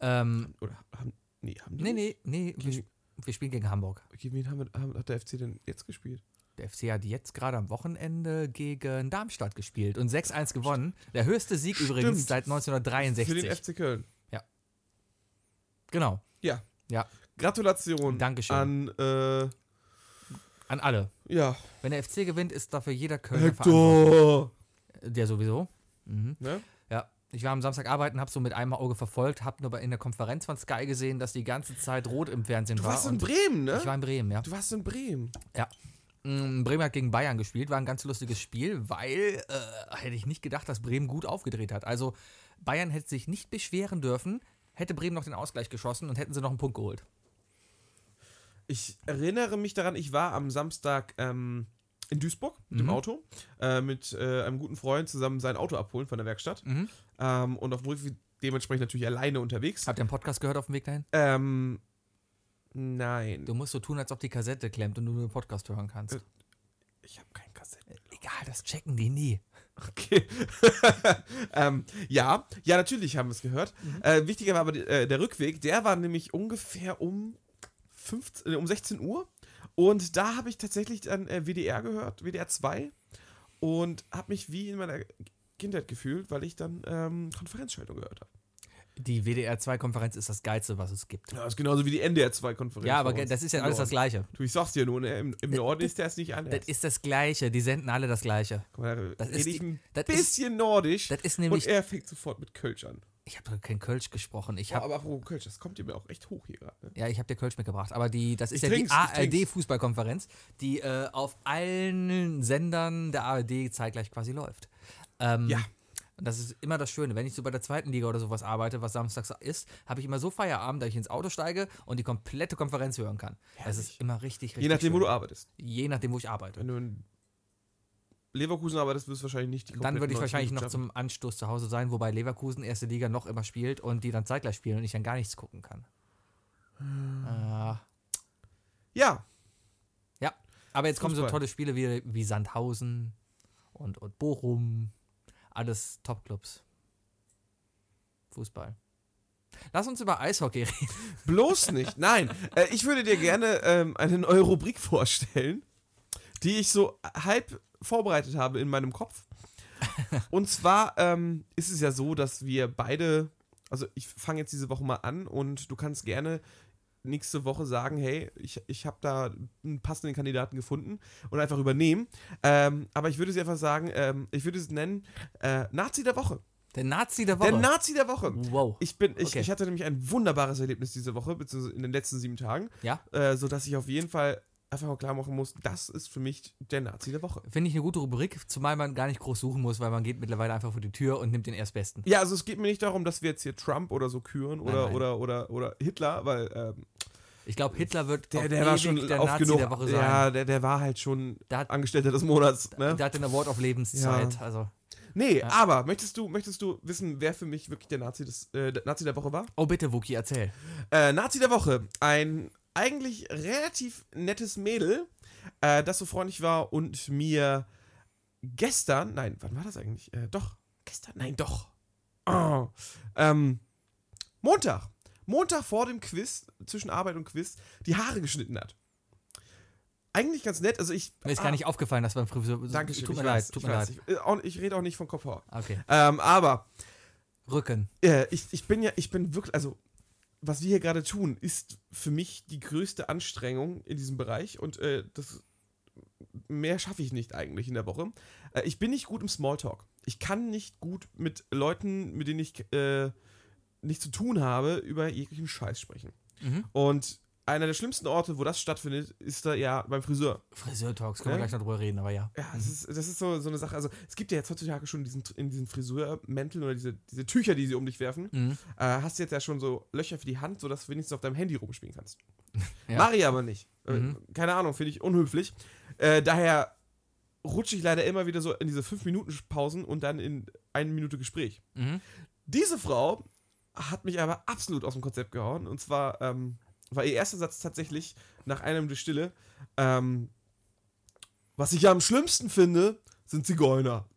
Speaker 2: Ähm,
Speaker 1: Oder haben. Nee, haben die.
Speaker 2: nee, nee, nee, wir,
Speaker 1: Gegen-
Speaker 2: sp- wir spielen gegen Hamburg.
Speaker 1: Gegen wen haben, wir- haben, hat der FC denn jetzt gespielt?
Speaker 2: Der FC hat jetzt gerade am Wochenende gegen Darmstadt gespielt und 6-1 gewonnen. Der höchste Sieg übrigens
Speaker 1: Stimmt.
Speaker 2: seit
Speaker 1: Für
Speaker 2: 1963.
Speaker 1: den FC Köln.
Speaker 2: genau.
Speaker 1: Ja.
Speaker 2: Ja.
Speaker 1: Gratulation.
Speaker 2: Dankeschön.
Speaker 1: An, äh,
Speaker 2: An alle.
Speaker 1: ja.
Speaker 2: Wenn der FC gewinnt, ist dafür jeder Kölner verantwortlich.
Speaker 1: Hector.
Speaker 2: Der sowieso. Mhm.
Speaker 1: Ne?
Speaker 2: Ja. Ich war am Samstag arbeiten, habe so mit einem Auge verfolgt, habe nur bei- in der Konferenz von Sky gesehen, dass die ganze Zeit rot im Fernsehen
Speaker 1: Du
Speaker 2: war.
Speaker 1: warst in
Speaker 2: und
Speaker 1: Bremen, ne?
Speaker 2: ich war in Bremen, ja.
Speaker 1: Du warst in Bremen.
Speaker 2: Mm, Bremen hat gegen Bayern gespielt, war ein ganz lustiges Spiel, weil äh, hätte ich nicht gedacht, dass Bremen gut aufgedreht hat. Also Bayern hätte sich nicht beschweren dürfen, hätte Bremen noch den Ausgleich geschossen und hätten sie noch einen Punkt geholt.
Speaker 1: Ich erinnere mich daran, ich war am Samstag ähm, in Duisburg mit
Speaker 2: Mhm.
Speaker 1: dem Auto, äh, mit äh, einem guten Freund zusammen sein Auto abholen von der Werkstatt.
Speaker 2: Mhm.
Speaker 1: Ähm, und auf dem Rückweg dementsprechend natürlich alleine unterwegs.
Speaker 2: Habt ihr einen Podcast gehört auf dem Weg dahin?
Speaker 1: Ähm, nein.
Speaker 2: Du musst so tun, als ob die Kassette klemmt und du nur den Podcast hören kannst.
Speaker 1: Äh. Ich habe kein Kassette.
Speaker 2: Egal, das checken die nie.
Speaker 1: Okay. *laughs* ähm, ja, ja, natürlich haben wir es gehört. Äh, wichtiger war aber die, äh, der Rückweg, der war nämlich ungefähr um, 15, äh, um 16 Uhr. Und da habe ich tatsächlich dann äh, WDR gehört, WDR 2. Und habe mich wie in meiner Kindheit gefühlt, weil ich dann ähm, Konferenzschaltung gehört habe.
Speaker 2: Die WDR-2-Konferenz ist das Geilste, was es gibt.
Speaker 1: Ja, das ist genauso wie die NDR 2-Konferenz.
Speaker 2: Ja, aber ge- das ist ja alles das Gleiche.
Speaker 1: Du, ich sag's dir nur, ne? im, im Norden ist der es nicht anders.
Speaker 2: Das ist das Gleiche, die senden alle das Gleiche.
Speaker 1: Guck mal, da
Speaker 2: das ist
Speaker 1: rede ich
Speaker 2: die-
Speaker 1: ein
Speaker 2: das ist-
Speaker 1: bisschen nordisch.
Speaker 2: Das ist
Speaker 1: Und
Speaker 2: nämlich.
Speaker 1: er fängt sofort mit Kölsch an.
Speaker 2: Ich habe kein Kölsch gesprochen. Ich
Speaker 1: Ja,
Speaker 2: habe
Speaker 1: aber apropos Kölsch, das kommt dir mir auch echt hoch hier gerade. Ne?
Speaker 2: Ja, ich habe dir Kölsch mitgebracht, aber die, das ist
Speaker 1: Ich
Speaker 2: ja die
Speaker 1: trink's, ich trink's.
Speaker 2: ARD-Fußballkonferenz, die äh, auf allen Sendern der ARD zeitgleich quasi läuft. Ähm,
Speaker 1: Ja.
Speaker 2: Und das ist immer das Schöne. Wenn ich so bei der zweiten Liga oder sowas arbeite, was samstags ist, habe ich immer so Feierabend, dass ich ins Auto steige und die komplette Konferenz hören kann. Das ist
Speaker 1: Herrlich.
Speaker 2: immer richtig, richtig.
Speaker 1: Je nachdem, wo
Speaker 2: schön.
Speaker 1: du arbeitest.
Speaker 2: Je nachdem, wo ich arbeite.
Speaker 1: Wenn du in Leverkusen arbeitest, wirst du wahrscheinlich nicht die
Speaker 2: Dann
Speaker 1: kompletten
Speaker 2: würde ich
Speaker 1: 90
Speaker 2: wahrscheinlich noch
Speaker 1: Minuten schaffen.
Speaker 2: zum Anstoß zu Hause sein, wobei Leverkusen erste Liga noch immer spielt und die dann zeitgleich spielen und ich dann gar nichts gucken kann. Ah.
Speaker 1: Ja,
Speaker 2: Aber jetzt kommen so
Speaker 1: Fußball.
Speaker 2: tolle Spiele wie, wie Sandhausen und, und Bochum. Alles Top-Clubs. Fußball. Lass uns über Eishockey reden. *laughs*
Speaker 1: bloß nicht. Nein, äh, ich würde dir gerne ähm, eine neue Rubrik vorstellen, die ich so halb vorbereitet habe in meinem Kopf. Und zwar ähm, ist es ja so, dass wir beide, also ich fange jetzt diese Woche mal an und du kannst gerne nächste Woche sagen, hey, ich, ich habe da einen passenden Kandidaten gefunden und einfach übernehmen. Ähm, aber ich würde es einfach sagen, ähm, ich würde es nennen äh, Nazi der Woche.
Speaker 2: Der Nazi der Woche.
Speaker 1: Der Nazi der Woche.
Speaker 2: wow.
Speaker 1: Ich bin, ich,
Speaker 2: Okay.
Speaker 1: ich hatte nämlich ein wunderbares Erlebnis diese Woche, beziehungsweise in den letzten sieben Tagen,
Speaker 2: Ja,
Speaker 1: äh, sodass ich auf jeden Fall einfach mal klar machen muss, das ist für mich der Nazi der Woche.
Speaker 2: finde ich eine gute Rubrik, zumal man gar nicht groß suchen muss, weil man geht mittlerweile einfach vor die Tür und nimmt den Erstbesten.
Speaker 1: Ja, also es geht mir nicht darum, dass wir jetzt hier Trump oder so küren oder,
Speaker 2: nein.
Speaker 1: oder, oder, oder Hitler, weil ähm,
Speaker 2: Ich glaube, Hitler wird
Speaker 1: Der,
Speaker 2: auf
Speaker 1: der war
Speaker 2: ewig
Speaker 1: schon
Speaker 2: der
Speaker 1: oft
Speaker 2: Nazi
Speaker 1: genug.
Speaker 2: der Woche sein.
Speaker 1: Ja, der, der war halt schon
Speaker 2: Der hat-
Speaker 1: Angestellter des Monats. Ne?
Speaker 2: Der hat den Award auf Lebenszeit.
Speaker 1: Ja.
Speaker 2: Also.
Speaker 1: nee, aber möchtest du, möchtest du wissen, wer für mich wirklich der Nazi, des, äh, der Nazi der Woche war?
Speaker 2: Oh, bitte, Wookie, erzähl.
Speaker 1: Äh, Nazi der Woche. Ein eigentlich relativ nettes Mädel, äh, das so freundlich war und mir gestern, nein, wann war das eigentlich? Äh, doch, gestern, nein, doch. Oh. Ähm, Montag. Montag vor dem Quiz, zwischen Arbeit und Quiz, die Haare geschnitten hat. Eigentlich ganz nett, also ich.
Speaker 2: Mir ist gar nicht aufgefallen, dass beim Friseur.
Speaker 1: Dankeschön,
Speaker 2: Tut mir
Speaker 1: ich
Speaker 2: leid,
Speaker 1: weiß,
Speaker 2: tut
Speaker 1: ich
Speaker 2: mir
Speaker 1: weiß,
Speaker 2: leid.
Speaker 1: Ich, äh, auch- ich rede auch nicht von Kopfhaar.
Speaker 2: Okay.
Speaker 1: Ähm, aber
Speaker 2: Rücken.
Speaker 1: äh, ich, ich bin ja, ich bin wirklich, also was wir hier gerade tun, ist für mich die größte Anstrengung in diesem Bereich und äh, das mehr schaffe ich nicht eigentlich in der Woche. Äh, ich bin nicht gut im Smalltalk. Ich kann nicht gut mit Leuten, mit denen ich äh, nichts zu tun habe, über jeglichen Scheiß sprechen.
Speaker 2: Mhm.
Speaker 1: Und einer der schlimmsten Orte, wo das stattfindet, ist da ja beim Friseur.
Speaker 2: Friseur-Talks, können wir
Speaker 1: Ja.
Speaker 2: gleich noch drüber reden, aber ja.
Speaker 1: Ja, das ist, das ist so, so eine Sache. Also, es gibt ja jetzt heutzutage schon diesen, in diesen Friseurmänteln oder diese, diese Tücher, die sie um dich werfen.
Speaker 2: Mhm.
Speaker 1: äh, hast jetzt ja schon so Löcher für die Hand, sodass du wenigstens auf deinem Handy rumspielen kannst.
Speaker 2: *laughs* Ja.
Speaker 1: Mach ich aber nicht. Äh,
Speaker 2: Mhm.
Speaker 1: Keine Ahnung, finde ich unhöflich. Äh, daher rutsche ich leider immer wieder so in diese 5-Minuten-Pausen und dann in eine Minute Gespräch.
Speaker 2: Mhm.
Speaker 1: Diese Frau hat mich aber absolut aus dem Konzept gehauen. Und zwar ähm, war ihr erster Satz tatsächlich nach einer Minute Stille: ähm, Was ich ja am schlimmsten finde, sind Zigeuner.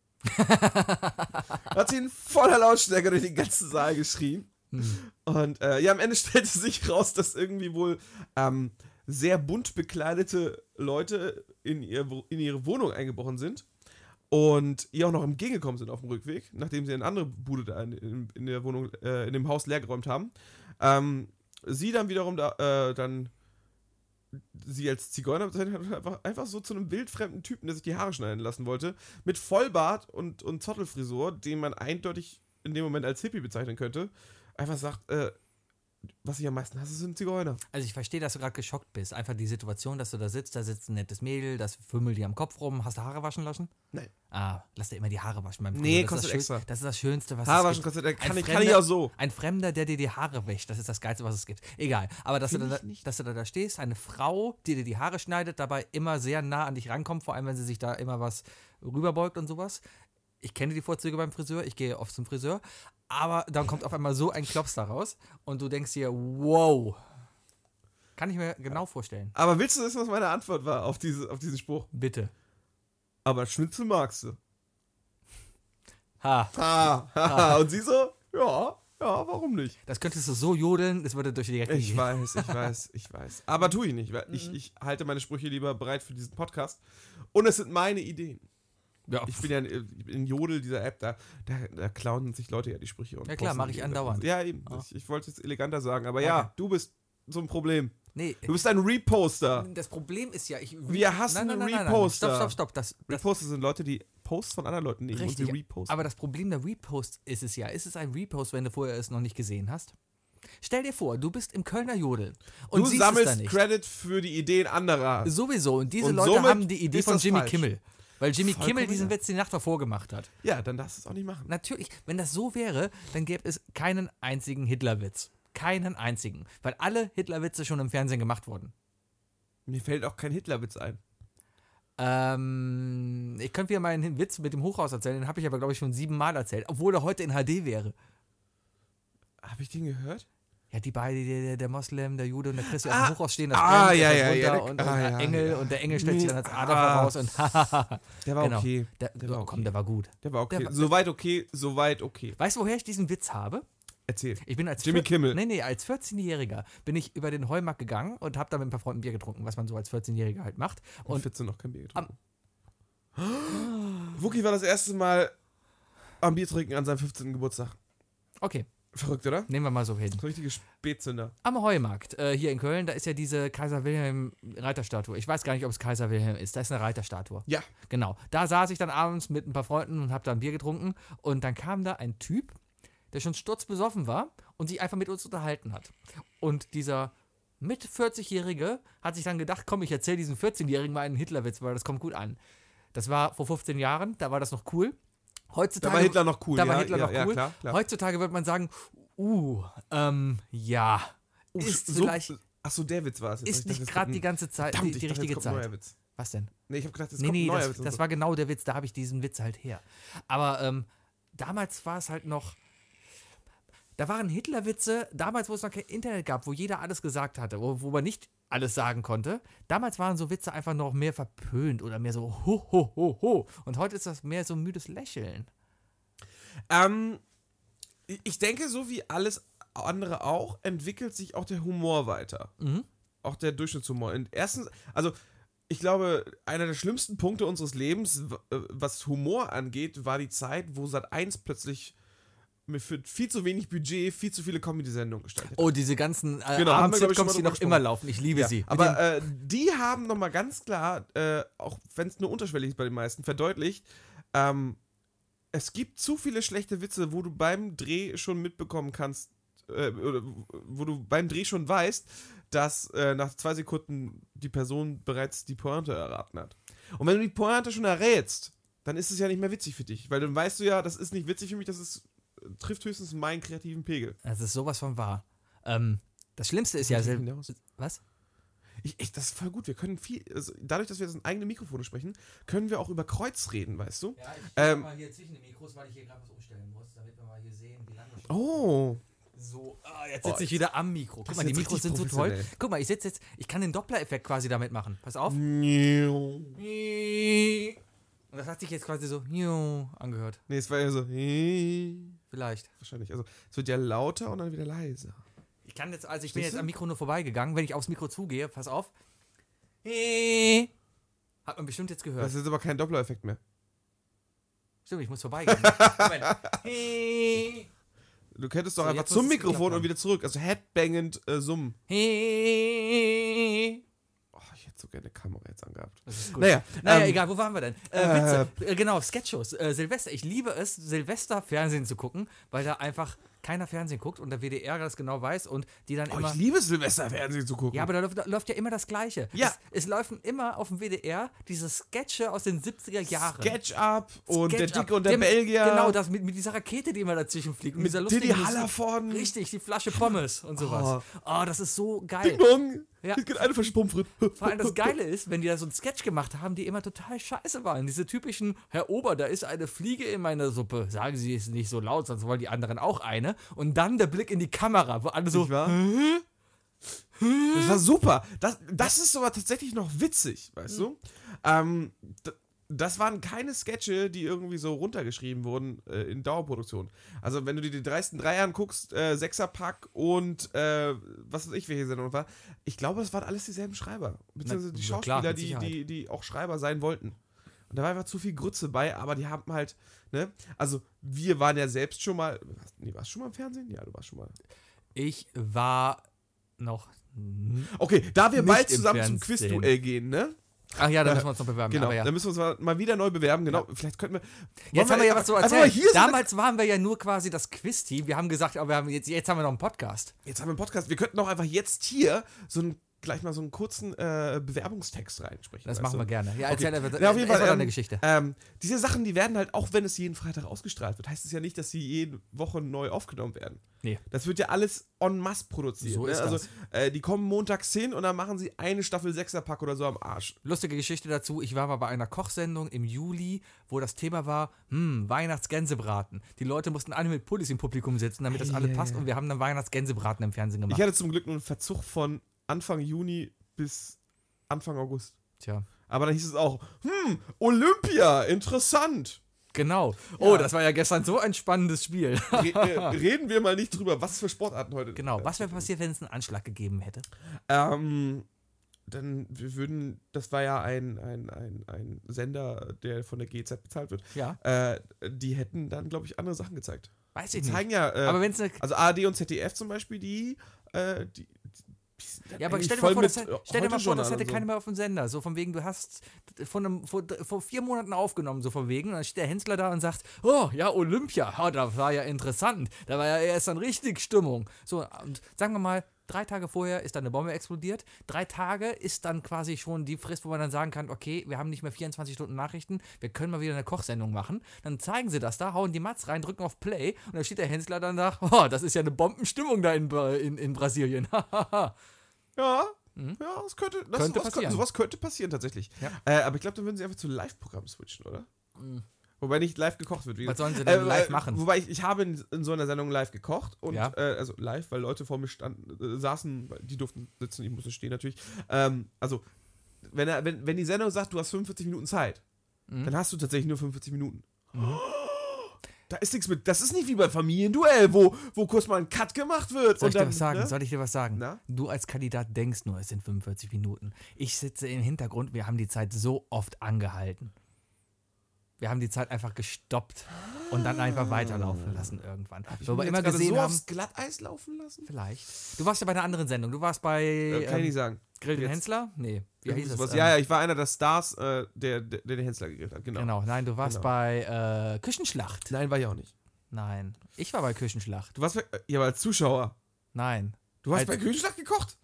Speaker 1: hat sie in voller Lautstärke durch den ganzen Saal geschrien.
Speaker 2: Mhm.
Speaker 1: Und äh, ja, am Ende *laughs* stellte sich raus, dass irgendwie wohl ähm, sehr bunt bekleidete Leute in, ihr, Wo- in ihre Wohnung eingebrochen sind und ihr auch noch entgegengekommen sind auf dem Rückweg, nachdem sie eine andere Bude da in, in, in der Wohnung, äh, in dem Haus leergeräumt haben. Ähm, sie dann wiederum da, äh, dann sie als Zigeuner bezeichnet hat und einfach, einfach so zu einem wildfremden Typen, der sich die Haare schneiden lassen wollte, mit Vollbart und, und Zottelfrisur, den man eindeutig in dem Moment als Hippie bezeichnen könnte, einfach sagt, äh, was ich am meisten hasse, sind Zigeuner.
Speaker 2: Also ich verstehe, dass du gerade geschockt bist. Einfach die Situation, dass du da sitzt, da sitzt ein nettes Mädel, das fümmelt dir am Kopf rum. Hast du Haare waschen lassen?
Speaker 1: Nein.
Speaker 2: Ah, lass dir immer die Haare waschen beim Friseur.
Speaker 1: Nee,
Speaker 2: das ist
Speaker 1: kostet
Speaker 2: das Schönste-
Speaker 1: extra.
Speaker 2: Das ist das Schönste, was
Speaker 1: Haare
Speaker 2: es
Speaker 1: waschen
Speaker 2: gibt.
Speaker 1: kostet, äh, kann,
Speaker 2: Ein
Speaker 1: ich, kann ich
Speaker 2: Fremder-
Speaker 1: auch so.
Speaker 2: Ein Fremder, der dir die Haare wäscht, das ist das Geilste, was es gibt. Egal. Aber dass, du
Speaker 1: Find
Speaker 2: da,
Speaker 1: ich nicht.
Speaker 2: dass du da, da stehst, eine Frau, die dir die Haare schneidet, dabei immer sehr nah an dich rankommt, vor allem wenn sie sich da immer was rüberbeugt und sowas. Ich kenne die Vorzüge beim Friseur, ich gehe oft zum Friseur, aber dann kommt auf einmal so ein Klops da raus und du denkst dir, wow. Kann ich mir genau vorstellen.
Speaker 1: Aber willst du wissen, was meine Antwort war auf, diese, auf diesen Spruch?
Speaker 2: Bitte.
Speaker 1: Aber Schnitzel magst du.
Speaker 2: Ha,
Speaker 1: Ha, ha. *laughs* Und sie so, ja, ja, warum nicht?
Speaker 2: das könntest du so jodeln, das würde durch die Decke
Speaker 1: Ich Mhm.
Speaker 2: gehen.
Speaker 1: weiß, ich weiß, ich weiß. Aber tue ich nicht, weil ich, ich halte meine Sprüche lieber bereit für diesen Podcast. Und es sind meine Ideen.
Speaker 2: Ja,
Speaker 1: Ich bin ja in, in Jodel, dieser App, da, da, da klauen sich Leute ja die Sprüche. Und
Speaker 2: Ja, klar,
Speaker 1: posten
Speaker 2: mach ich
Speaker 1: die.
Speaker 2: andauernd.
Speaker 1: Ja, eben.
Speaker 2: Ah.
Speaker 1: Ich, ich wollte es jetzt eleganter sagen, aber
Speaker 2: Danke.
Speaker 1: ja, du bist so ein Problem.
Speaker 2: nee,
Speaker 1: Du bist ein Reposter.
Speaker 2: das Problem ist ja, ich.
Speaker 1: Wir hassen Reposter.
Speaker 2: Stopp, stopp, stopp. Das, das
Speaker 1: Reposter sind Leute, die Posts von anderen Leuten nehmen und sie
Speaker 2: Richtig.
Speaker 1: reposten.
Speaker 2: Aber das Problem der Reposts ist es ja. Ist es ein Repost, wenn du vorher es noch nicht gesehen hast? Stell dir vor, du bist im Kölner Jodel und
Speaker 1: du
Speaker 2: siehst es da
Speaker 1: sammelst
Speaker 2: nicht.
Speaker 1: Credit für die Ideen anderer.
Speaker 2: Sowieso. Und diese
Speaker 1: Und
Speaker 2: Leute
Speaker 1: somit
Speaker 2: haben die Idee
Speaker 1: ist
Speaker 2: von
Speaker 1: das
Speaker 2: Jimmy
Speaker 1: falsch.
Speaker 2: Kimmel. Weil Jimmy
Speaker 1: Vollkommen
Speaker 2: Kimmel diesen
Speaker 1: ja.
Speaker 2: Witz die Nacht davor gemacht hat.
Speaker 1: Ja, dann darfst du es auch nicht machen.
Speaker 2: Natürlich, wenn das so wäre, dann gäbe es keinen einzigen Hitlerwitz. Keinen einzigen. Weil alle Hitlerwitze schon im Fernsehen gemacht wurden.
Speaker 1: Mir fällt auch kein Hitlerwitz ein.
Speaker 2: Ähm, ich könnte wieder meinen Witz mit dem Hochhaus erzählen, den habe ich aber, glaube ich, schon siebenmal erzählt, obwohl er heute in HD wäre.
Speaker 1: Habe ich den gehört?
Speaker 2: Ja, die beiden, der, der, der Moslem, der Jude und der Christ, die auf
Speaker 1: Ah,
Speaker 2: dem Hochhaus stehen, das
Speaker 1: ah,
Speaker 2: brennt,
Speaker 1: ja,
Speaker 2: das
Speaker 1: ja, ja,
Speaker 2: runter
Speaker 1: der-
Speaker 2: und, und
Speaker 1: ah,
Speaker 2: der
Speaker 1: ja,
Speaker 2: Engel
Speaker 1: ja.
Speaker 2: und der Engel stellt sich dann als Adam
Speaker 1: Ah.
Speaker 2: heraus und *laughs* hahaha.
Speaker 1: Der war
Speaker 2: Genau.
Speaker 1: okay.
Speaker 2: Der,
Speaker 1: Der war
Speaker 2: oh, komm,
Speaker 1: okay.
Speaker 2: der war gut.
Speaker 1: Der war okay.
Speaker 2: Der war-
Speaker 1: Soweit okay, soweit okay.
Speaker 2: Weißt du, woher ich diesen Witz habe?
Speaker 1: Erzähl.
Speaker 2: Ich bin als
Speaker 1: Jimmy
Speaker 2: vier-
Speaker 1: Kimmel.
Speaker 2: Nee, nee, als 14-Jähriger bin ich über den Heumarkt gegangen und habe da mit ein paar Freunden Bier getrunken, was man so als 14-Jähriger halt macht.
Speaker 1: Und
Speaker 2: Und
Speaker 1: 14 noch kein Bier getrunken. Um, *gasps* Wookie war das erste Mal am Bier trinken an seinem 15. Geburtstag.
Speaker 2: okay,
Speaker 1: Verrückt, oder?
Speaker 2: nehmen wir mal so hin.
Speaker 1: So richtige Spätzünder.
Speaker 2: Am Heumarkt, äh, hier in Köln, da ist ja diese Kaiser Wilhelm Reiterstatue. Ich weiß gar nicht, ob es Kaiser Wilhelm ist. Da ist eine Reiterstatue.
Speaker 1: Ja.
Speaker 2: Genau. Da saß ich dann abends mit ein paar Freunden und hab da ein Bier getrunken. Und dann kam da ein Typ, der schon sturzbesoffen war und sich einfach mit uns unterhalten hat. Und dieser mit 40-Jährige hat sich dann gedacht, komm, ich erzähle diesem 14-Jährigen mal einen Hitlerwitz, weil das kommt gut an. Das war vor 15 Jahren, da war das noch cool.
Speaker 1: Da
Speaker 2: Heutzutage,
Speaker 1: war Hitler noch cool.
Speaker 2: da war
Speaker 1: ja,
Speaker 2: Hitler
Speaker 1: ja,
Speaker 2: noch
Speaker 1: Ja,
Speaker 2: cool.
Speaker 1: klar, klar.
Speaker 2: Heutzutage wird man sagen, uh, ähm, ja,
Speaker 1: Oh,
Speaker 2: ist
Speaker 1: so-
Speaker 2: vielleicht...
Speaker 1: Achso, der Witz war es. jetzt.
Speaker 2: Ist
Speaker 1: Ich dachte,
Speaker 2: nicht
Speaker 1: es
Speaker 2: gerade
Speaker 1: kommt
Speaker 2: die
Speaker 1: ein-
Speaker 2: ganze Zeit,
Speaker 1: Verdammt,
Speaker 2: die,
Speaker 1: ich
Speaker 2: die
Speaker 1: dachte, es
Speaker 2: richtige
Speaker 1: kommt ein
Speaker 2: Zeit.
Speaker 1: Neuer Witz.
Speaker 2: Was denn?
Speaker 1: Nee, ich habe gedacht, es
Speaker 2: Nee,
Speaker 1: kommt ein
Speaker 2: nee,
Speaker 1: neuer
Speaker 2: das,
Speaker 1: Witz. und
Speaker 2: das
Speaker 1: so.
Speaker 2: war genau der Witz, da habe ich diesen Witz halt her. Aber ähm, damals war es halt noch. Da waren Hitlerwitze, damals, wo es noch kein Internet gab, wo jeder alles gesagt hatte, wo, wo man nicht alles sagen konnte. Damals waren so Witze einfach noch mehr verpönt oder mehr so ho, ho, ho, ho. Und heute ist das mehr so ein müdes Lächeln.
Speaker 1: Ähm, ich denke, so wie alles andere auch, entwickelt sich auch der Humor weiter.
Speaker 2: Mhm.
Speaker 1: Auch der Durchschnittshumor. Und erstens, also ich glaube, einer der schlimmsten Punkte unseres Lebens, w- äh, was Humor angeht, war die Zeit, wo Sat 1 plötzlich mit für viel zu wenig Budget viel zu viele Comedy-Sendungen gestaltet hat.
Speaker 2: Oh, diese ganzen äh,
Speaker 1: Genau, haben wir, glaub ich, schon mal
Speaker 2: Abend-Sitcoms, die
Speaker 1: drüber
Speaker 2: noch immer
Speaker 1: gesprochen.
Speaker 2: laufen. Ich liebe sie. Mit
Speaker 1: aber äh,
Speaker 2: den-
Speaker 1: die haben nochmal ganz klar, äh, auch wenn es nur unterschwellig ist bei den meisten, verdeutlicht, ähm, es gibt zu viele schlechte Witze, wo du beim Dreh schon mitbekommen kannst, äh, oder wo du beim Dreh schon weißt, dass äh, nach zwei Sekunden die Person bereits die Pointe erraten hat. Und wenn du die Pointe schon errätst, dann ist es ja nicht mehr witzig für dich, weil dann weißt du ja, das ist nicht witzig für mich, das ist, äh, trifft höchstens meinen kreativen Pegel.
Speaker 2: das ist sowas von wahr. Ähm, das Schlimmste ist ja
Speaker 1: Ich
Speaker 2: selber.
Speaker 1: hinaus.
Speaker 2: Was?
Speaker 1: Ich, ich, das ist voll gut. Wir können viel. Also dadurch, dass wir jetzt in eigene Mikrofone sprechen, können wir auch über Kreuz reden, weißt du?
Speaker 2: Ja, ich
Speaker 1: Ähm.
Speaker 2: mal hier zwischen den Mikros, weil ich hier gerade was umstellen muss, damit wir mal hier sehen, wie lange ich
Speaker 1: Oh.
Speaker 2: so. Ah, jetzt
Speaker 1: Oh,
Speaker 2: sitze ich wieder am Mikro. Guck
Speaker 1: ist
Speaker 2: mal, die
Speaker 1: jetzt
Speaker 2: Mikros
Speaker 1: richtig
Speaker 2: sind so toll.
Speaker 1: professionell. Mhm.
Speaker 2: Guck mal, ich sitze jetzt, ich kann den Doppler-Effekt quasi damit machen. Pass auf. Und
Speaker 1: Nee,
Speaker 2: das hat sich jetzt quasi so angehört.
Speaker 1: es war ja so.
Speaker 2: Vielleicht.
Speaker 1: Wahrscheinlich. Also, es wird ja lauter und dann wieder leiser.
Speaker 2: Ich kann jetzt, also ich bin
Speaker 1: Siehst
Speaker 2: jetzt
Speaker 1: du?
Speaker 2: am Mikro nur vorbeigegangen, wenn ich aufs Mikro zugehe, pass auf. Hat man bestimmt jetzt gehört.
Speaker 1: Das ist jetzt aber kein Doppler-Effekt mehr.
Speaker 2: Stimmt, ich muss vorbeigehen.
Speaker 1: *laughs*
Speaker 2: Moment.
Speaker 1: Du könntest doch
Speaker 2: So,
Speaker 1: einfach
Speaker 2: jetzt
Speaker 1: zum
Speaker 2: muss es geklappt
Speaker 1: Mikrofon
Speaker 2: haben.
Speaker 1: und wieder zurück. Also, headbangend äh, summen.
Speaker 2: Hey.
Speaker 1: Oh, ich hätte so gerne eine Kamera jetzt angehabt.
Speaker 2: Das ist gut.
Speaker 1: Naja,
Speaker 2: Naja,
Speaker 1: ähm,
Speaker 2: egal, wo waren wir denn? Äh, Witze. Äh, genau, Sketchshows. Äh, Silvester. Ich liebe es, Silvester Fernsehen zu gucken, weil da einfach keiner Fernsehen guckt und der WDR das genau weiß und die dann
Speaker 1: Oh,
Speaker 2: immer.
Speaker 1: ich liebe es, Silvester-Fernsehen zu gucken.
Speaker 2: Ja, aber da läuft, da läuft ja immer das Gleiche.
Speaker 1: Ja.
Speaker 2: Es, es laufen immer auf dem WDR diese Sketche aus den 70er Jahren.
Speaker 1: Sketchup und der
Speaker 2: Sketch
Speaker 1: Dicke
Speaker 2: ab.
Speaker 1: und der
Speaker 2: Dem-
Speaker 1: Belgier.
Speaker 2: Genau, das mit, mit dieser Rakete, die immer dazwischen fliegt.
Speaker 1: Mit
Speaker 2: dieser
Speaker 1: Didi
Speaker 2: lustigen-
Speaker 1: Hallervorden.
Speaker 2: Richtig, die Flasche Pommes und sowas. Oh, das ist so geil.
Speaker 1: Ding Dong.
Speaker 2: Ja.
Speaker 1: Es geht eine verspumpft.
Speaker 2: Vor allem
Speaker 1: *laughs*
Speaker 2: das Geile ist, wenn die da so einen Sketch gemacht haben, die immer total scheiße waren. Diese typischen, Herr Ober, da ist eine Fliege in meiner Suppe. Sagen Sie es nicht so laut, sonst wollen die anderen auch eine. Und dann der Blick in die Kamera, wo alle so.
Speaker 1: Nicht wahr? Das war super. Das, das ist sogar tatsächlich noch witzig, weißt
Speaker 2: Mhm.
Speaker 1: du? Ähm, d- das waren keine Sketche, die irgendwie so runtergeschrieben wurden äh, in Dauerproduktion. Also, wenn du dir die dreisten Dreier anguckst, äh, Sechserpack und äh, was weiß ich, welche Sendung war, ich glaube, das waren alles dieselben Schreiber. Beziehungsweise die
Speaker 2: na klar,
Speaker 1: Schauspieler,
Speaker 2: mit
Speaker 1: die,
Speaker 2: Sicherheit.
Speaker 1: die, die auch Schreiber sein wollten. Und da war einfach zu viel Grütze bei, aber die haben halt, ne? Also, wir waren ja selbst schon mal. Nee, warst du schon mal im Fernsehen? Ja, du warst schon mal.
Speaker 2: Ich war noch. n-
Speaker 1: Okay, da wir
Speaker 2: Nicht
Speaker 1: bald
Speaker 2: im
Speaker 1: zusammen zum
Speaker 2: Fernsehen.
Speaker 1: Quiz-Duell gehen, ne?
Speaker 2: Ach ja, da müssen wir uns noch bewerben.
Speaker 1: Genau,
Speaker 2: aber ja.
Speaker 1: da müssen wir uns mal, mal wieder neu bewerben. Genau, vielleicht könnten wir.
Speaker 2: Jetzt haben wir ja was zu
Speaker 1: Einfach
Speaker 2: erzählen.
Speaker 1: mal hier so eine-
Speaker 2: Damals waren wir ja nur quasi das Quiz-Team. Wir haben gesagt, aber wir haben jetzt, jetzt haben wir noch einen Podcast.
Speaker 1: jetzt haben wir einen Podcast. Wir könnten auch einfach jetzt hier so einen, gleich mal so einen kurzen äh, Bewerbungstext reinsprechen.
Speaker 2: Das
Speaker 1: weißt
Speaker 2: machen
Speaker 1: du?
Speaker 2: wir gerne. Ja, erzähl einfach,
Speaker 1: Ja, auf jeden Fall.
Speaker 2: erstmal
Speaker 1: Ähm,
Speaker 2: deine Geschichte.
Speaker 1: Ähm, diese Sachen, die werden halt, auch wenn es jeden Freitag ausgestrahlt wird, heißt es ja nicht, dass sie jede Woche neu aufgenommen werden.
Speaker 2: Nee.
Speaker 1: Das wird ja alles en masse produziert.
Speaker 2: So
Speaker 1: ne?
Speaker 2: ist
Speaker 1: also,
Speaker 2: das.
Speaker 1: Äh, die kommen montags hin und dann machen sie eine Staffel Sechserpack oder so am Arsch.
Speaker 2: Lustige Geschichte dazu, ich war mal bei einer Kochsendung im Juli, wo das Thema war, hm, Weihnachtsgänsebraten. Die Leute mussten alle mit Pullis im Publikum sitzen, damit das alle
Speaker 1: Eieiei.
Speaker 2: passt und wir haben dann Weihnachtsgänsebraten im Fernsehen
Speaker 1: Ich
Speaker 2: gemacht.
Speaker 1: hatte zum Glück nur einen Verzug von Anfang Juni bis Anfang August.
Speaker 2: Tja.
Speaker 1: Aber dann hieß es auch, hm, Olympia, interessant.
Speaker 2: Genau. Oh, das war ja gestern so ein spannendes Spiel. *laughs*
Speaker 1: Re äh, reden wir mal nicht drüber, was für Sportarten heute.
Speaker 2: genau. Was wäre passiert, wenn es einen Anschlag gegeben hätte?
Speaker 1: Ähm, dann wir würden, das war ja ein, ein, ein, ein Sender, der von der GZ bezahlt wird.
Speaker 2: Ja.
Speaker 1: Äh, die hätten dann, glaube ich, andere Sachen gezeigt.
Speaker 2: Weiß
Speaker 1: Die
Speaker 2: ich nicht.
Speaker 1: zeigen ja, äh,
Speaker 2: Aber ne- wenn es eine
Speaker 1: also ARD und ZDF zum Beispiel, die, äh, die, die sind dann
Speaker 2: Ja, aber
Speaker 1: eigentlich
Speaker 2: stell dir
Speaker 1: voll
Speaker 2: mal vor,
Speaker 1: mit,
Speaker 2: das, hätte-
Speaker 1: äh,
Speaker 2: stell dir mal vor, das
Speaker 1: Heute-Journal
Speaker 2: hätte
Speaker 1: und so.
Speaker 2: keiner mehr auf dem Sender. So von wegen, du hast äh, von einem, vor, vor vier Monaten aufgenommen, so von wegen. Und dann steht der Hensler da und sagt, oh, ja, Olympia, ja, da war ja interessant. Da war ja erst dann richtig Stimmung. So, und sagen wir mal, drei Tage vorher ist dann eine Bombe explodiert. Drei Tage ist dann quasi schon die Frist, wo man dann sagen kann, okay, wir haben nicht mehr 24 Stunden Nachrichten, wir können mal wieder eine Kochsendung machen. Dann zeigen sie das da, hauen die Mats rein, drücken auf Play und *laughs* dann steht der Hensler dann da, oh, das ist ja eine Bombenstimmung da in, Bra- in, in Brasilien.
Speaker 1: Ja. Ja, das könnte, das
Speaker 2: Könnte
Speaker 1: sowas,
Speaker 2: passieren.
Speaker 1: Könnte, sowas könnte passieren tatsächlich.
Speaker 2: Ja. Mhm.
Speaker 1: Äh, aber ich glaube, dann würden sie einfach zu Live-Programmen switchen, oder? Wobei nicht live gekocht wird. Wie
Speaker 2: Was
Speaker 1: gesagt.
Speaker 2: sollen sie denn
Speaker 1: Äh,
Speaker 2: live
Speaker 1: äh,
Speaker 2: machen?
Speaker 1: Wobei ich, ich habe in, in so einer Sendung live gekocht und
Speaker 2: Ja.
Speaker 1: äh, also live, weil Leute vor mir standen, äh, saßen, weil die durften sitzen, ich musste stehen natürlich. Ähm, also wenn, er, wenn, wenn die Sendung sagt, du hast 45 Minuten Zeit,
Speaker 2: Mhm.
Speaker 1: dann hast du tatsächlich nur 45 Minuten. Da ist nichts mit. Das ist nicht wie beim Familienduell, wo, wo kurz mal ein Cut gemacht wird.
Speaker 2: Soll
Speaker 1: und
Speaker 2: ich dir
Speaker 1: dann,
Speaker 2: was sagen?
Speaker 1: ne?
Speaker 2: Soll ich dir was sagen?
Speaker 1: Na?
Speaker 2: Du als Kandidat denkst nur, es sind 45 Minuten. Ich sitze im Hintergrund, wir haben die Zeit so oft angehalten. Wir haben die Zeit einfach gestoppt und dann einfach weiterlaufen lassen irgendwann.
Speaker 1: Ah. Ich
Speaker 2: Wo
Speaker 1: bin
Speaker 2: wir
Speaker 1: jetzt
Speaker 2: immer
Speaker 1: gerade
Speaker 2: gesehen
Speaker 1: so
Speaker 2: haben,
Speaker 1: aufs Glatteis laufen lassen?
Speaker 2: vielleicht. Du warst ja bei einer anderen Sendung. Du warst bei
Speaker 1: Äh, kann ich
Speaker 2: ähm,
Speaker 1: nicht sagen.
Speaker 2: Grill den
Speaker 1: jetzt.
Speaker 2: Hensler? Nee, wie hieß
Speaker 1: Irgendwas-
Speaker 2: es?
Speaker 1: ja, ja, ich war einer der Stars, äh, der, der, der den Hensler gegrillt hat. Genau.
Speaker 2: Genau, nein, du warst
Speaker 1: Genau.
Speaker 2: bei äh, Küchenschlacht.
Speaker 1: Nein, war ich auch nicht.
Speaker 2: Nein, ich war bei Küchenschlacht.
Speaker 1: Du warst bei, äh, ja, aber als Zuschauer.
Speaker 2: Nein.
Speaker 1: Du hast
Speaker 2: Als-
Speaker 1: bei Kühlschlag gekocht?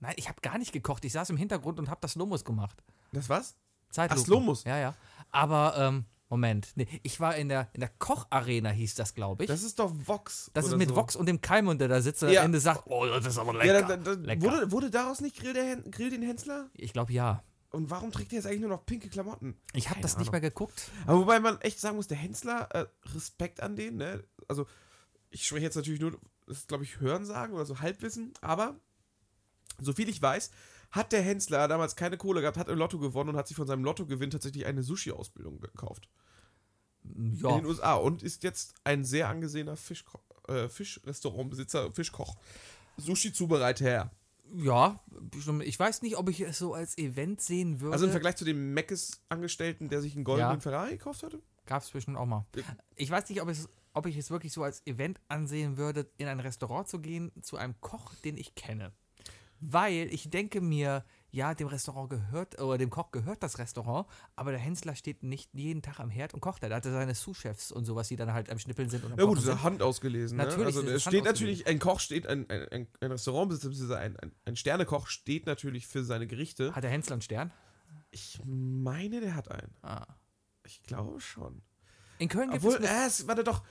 Speaker 2: Nein, ich habe gar nicht gekocht. Ich saß im Hintergrund und habe das Lomus gemacht.
Speaker 1: Das was?
Speaker 2: Zeitlupe.
Speaker 1: Ach, Slow-Mos.
Speaker 2: Ja, ja. Aber, ähm, Moment. Nee, ich war in der, in der Kocharena, hieß das, glaube ich. Das,
Speaker 1: Das ist doch Vox.
Speaker 2: ist
Speaker 1: oder
Speaker 2: mit
Speaker 1: so.
Speaker 2: Vox und dem Keimund, der da sitzt und
Speaker 1: Ja.
Speaker 2: am Ende sagt, oh, das ist aber lecker.
Speaker 1: Ja, dann, dann, dann
Speaker 2: lecker.
Speaker 1: wurde, wurde daraus nicht Grill, der, Hen- Grill den Hensler?
Speaker 2: ich glaube, ja.
Speaker 1: Und warum trägt er jetzt eigentlich nur noch pinke Klamotten?
Speaker 2: Ich habe
Speaker 1: Keine
Speaker 2: das nicht
Speaker 1: Ahnung.
Speaker 2: mehr geguckt.
Speaker 1: Aber wobei man echt sagen muss, der Hensler, äh, Respekt an den, ne? Also, ich spreche jetzt natürlich nur, das ist, glaube ich, Hörensagen oder so Halbwissen, aber soviel ich weiß, hat der Hensler damals keine Kohle gehabt, hat im Lotto gewonnen und hat sich von seinem Lottogewinn tatsächlich eine Sushi-Ausbildung gekauft. In
Speaker 2: Ja.
Speaker 1: den USA und ist jetzt ein sehr angesehener Fischko äh, Fischrestaurantbesitzer, Fischkoch. Sushi-Zubereiter.
Speaker 2: ja, bestimmt. ich weiß nicht, ob ich es so als Event sehen würde.
Speaker 1: Also im Vergleich zu dem Meckes-Angestellten, der sich einen goldenen
Speaker 2: Ja.
Speaker 1: Ferrari gekauft hatte?
Speaker 2: Gab es bestimmt auch mal. Ich weiß nicht, ob, es, ob ich es wirklich so als Event ansehen würde, in ein Restaurant zu gehen zu einem Koch, den ich kenne. Weil ich denke mir, ja, dem Restaurant gehört, oder dem Koch gehört das Restaurant, aber der Hensler steht nicht jeden Tag am Herd und kocht da. Da hat er seine Sous-Chefs und sowas, die dann halt am Schnippeln sind. Und am
Speaker 1: Ja gut,
Speaker 2: Kochen
Speaker 1: das ist
Speaker 2: sind.
Speaker 1: Hand ausgelesen.
Speaker 2: Natürlich
Speaker 1: ne? also,
Speaker 2: ist
Speaker 1: es
Speaker 2: es
Speaker 1: steht
Speaker 2: handausgelesen.
Speaker 1: natürlich, ein Koch steht, ein, ein, ein, ein Restaurantbesitzer, beziehungsweise ein, ein, ein Sternekoch steht natürlich für seine Gerichte.
Speaker 2: Hat der Hensler einen Stern?
Speaker 1: Ich meine, der hat einen.
Speaker 2: Ah.
Speaker 1: Ich glaube schon.
Speaker 2: In Köln gibt
Speaker 1: Obwohl,
Speaker 2: es eine,
Speaker 1: äh, es, warte doch.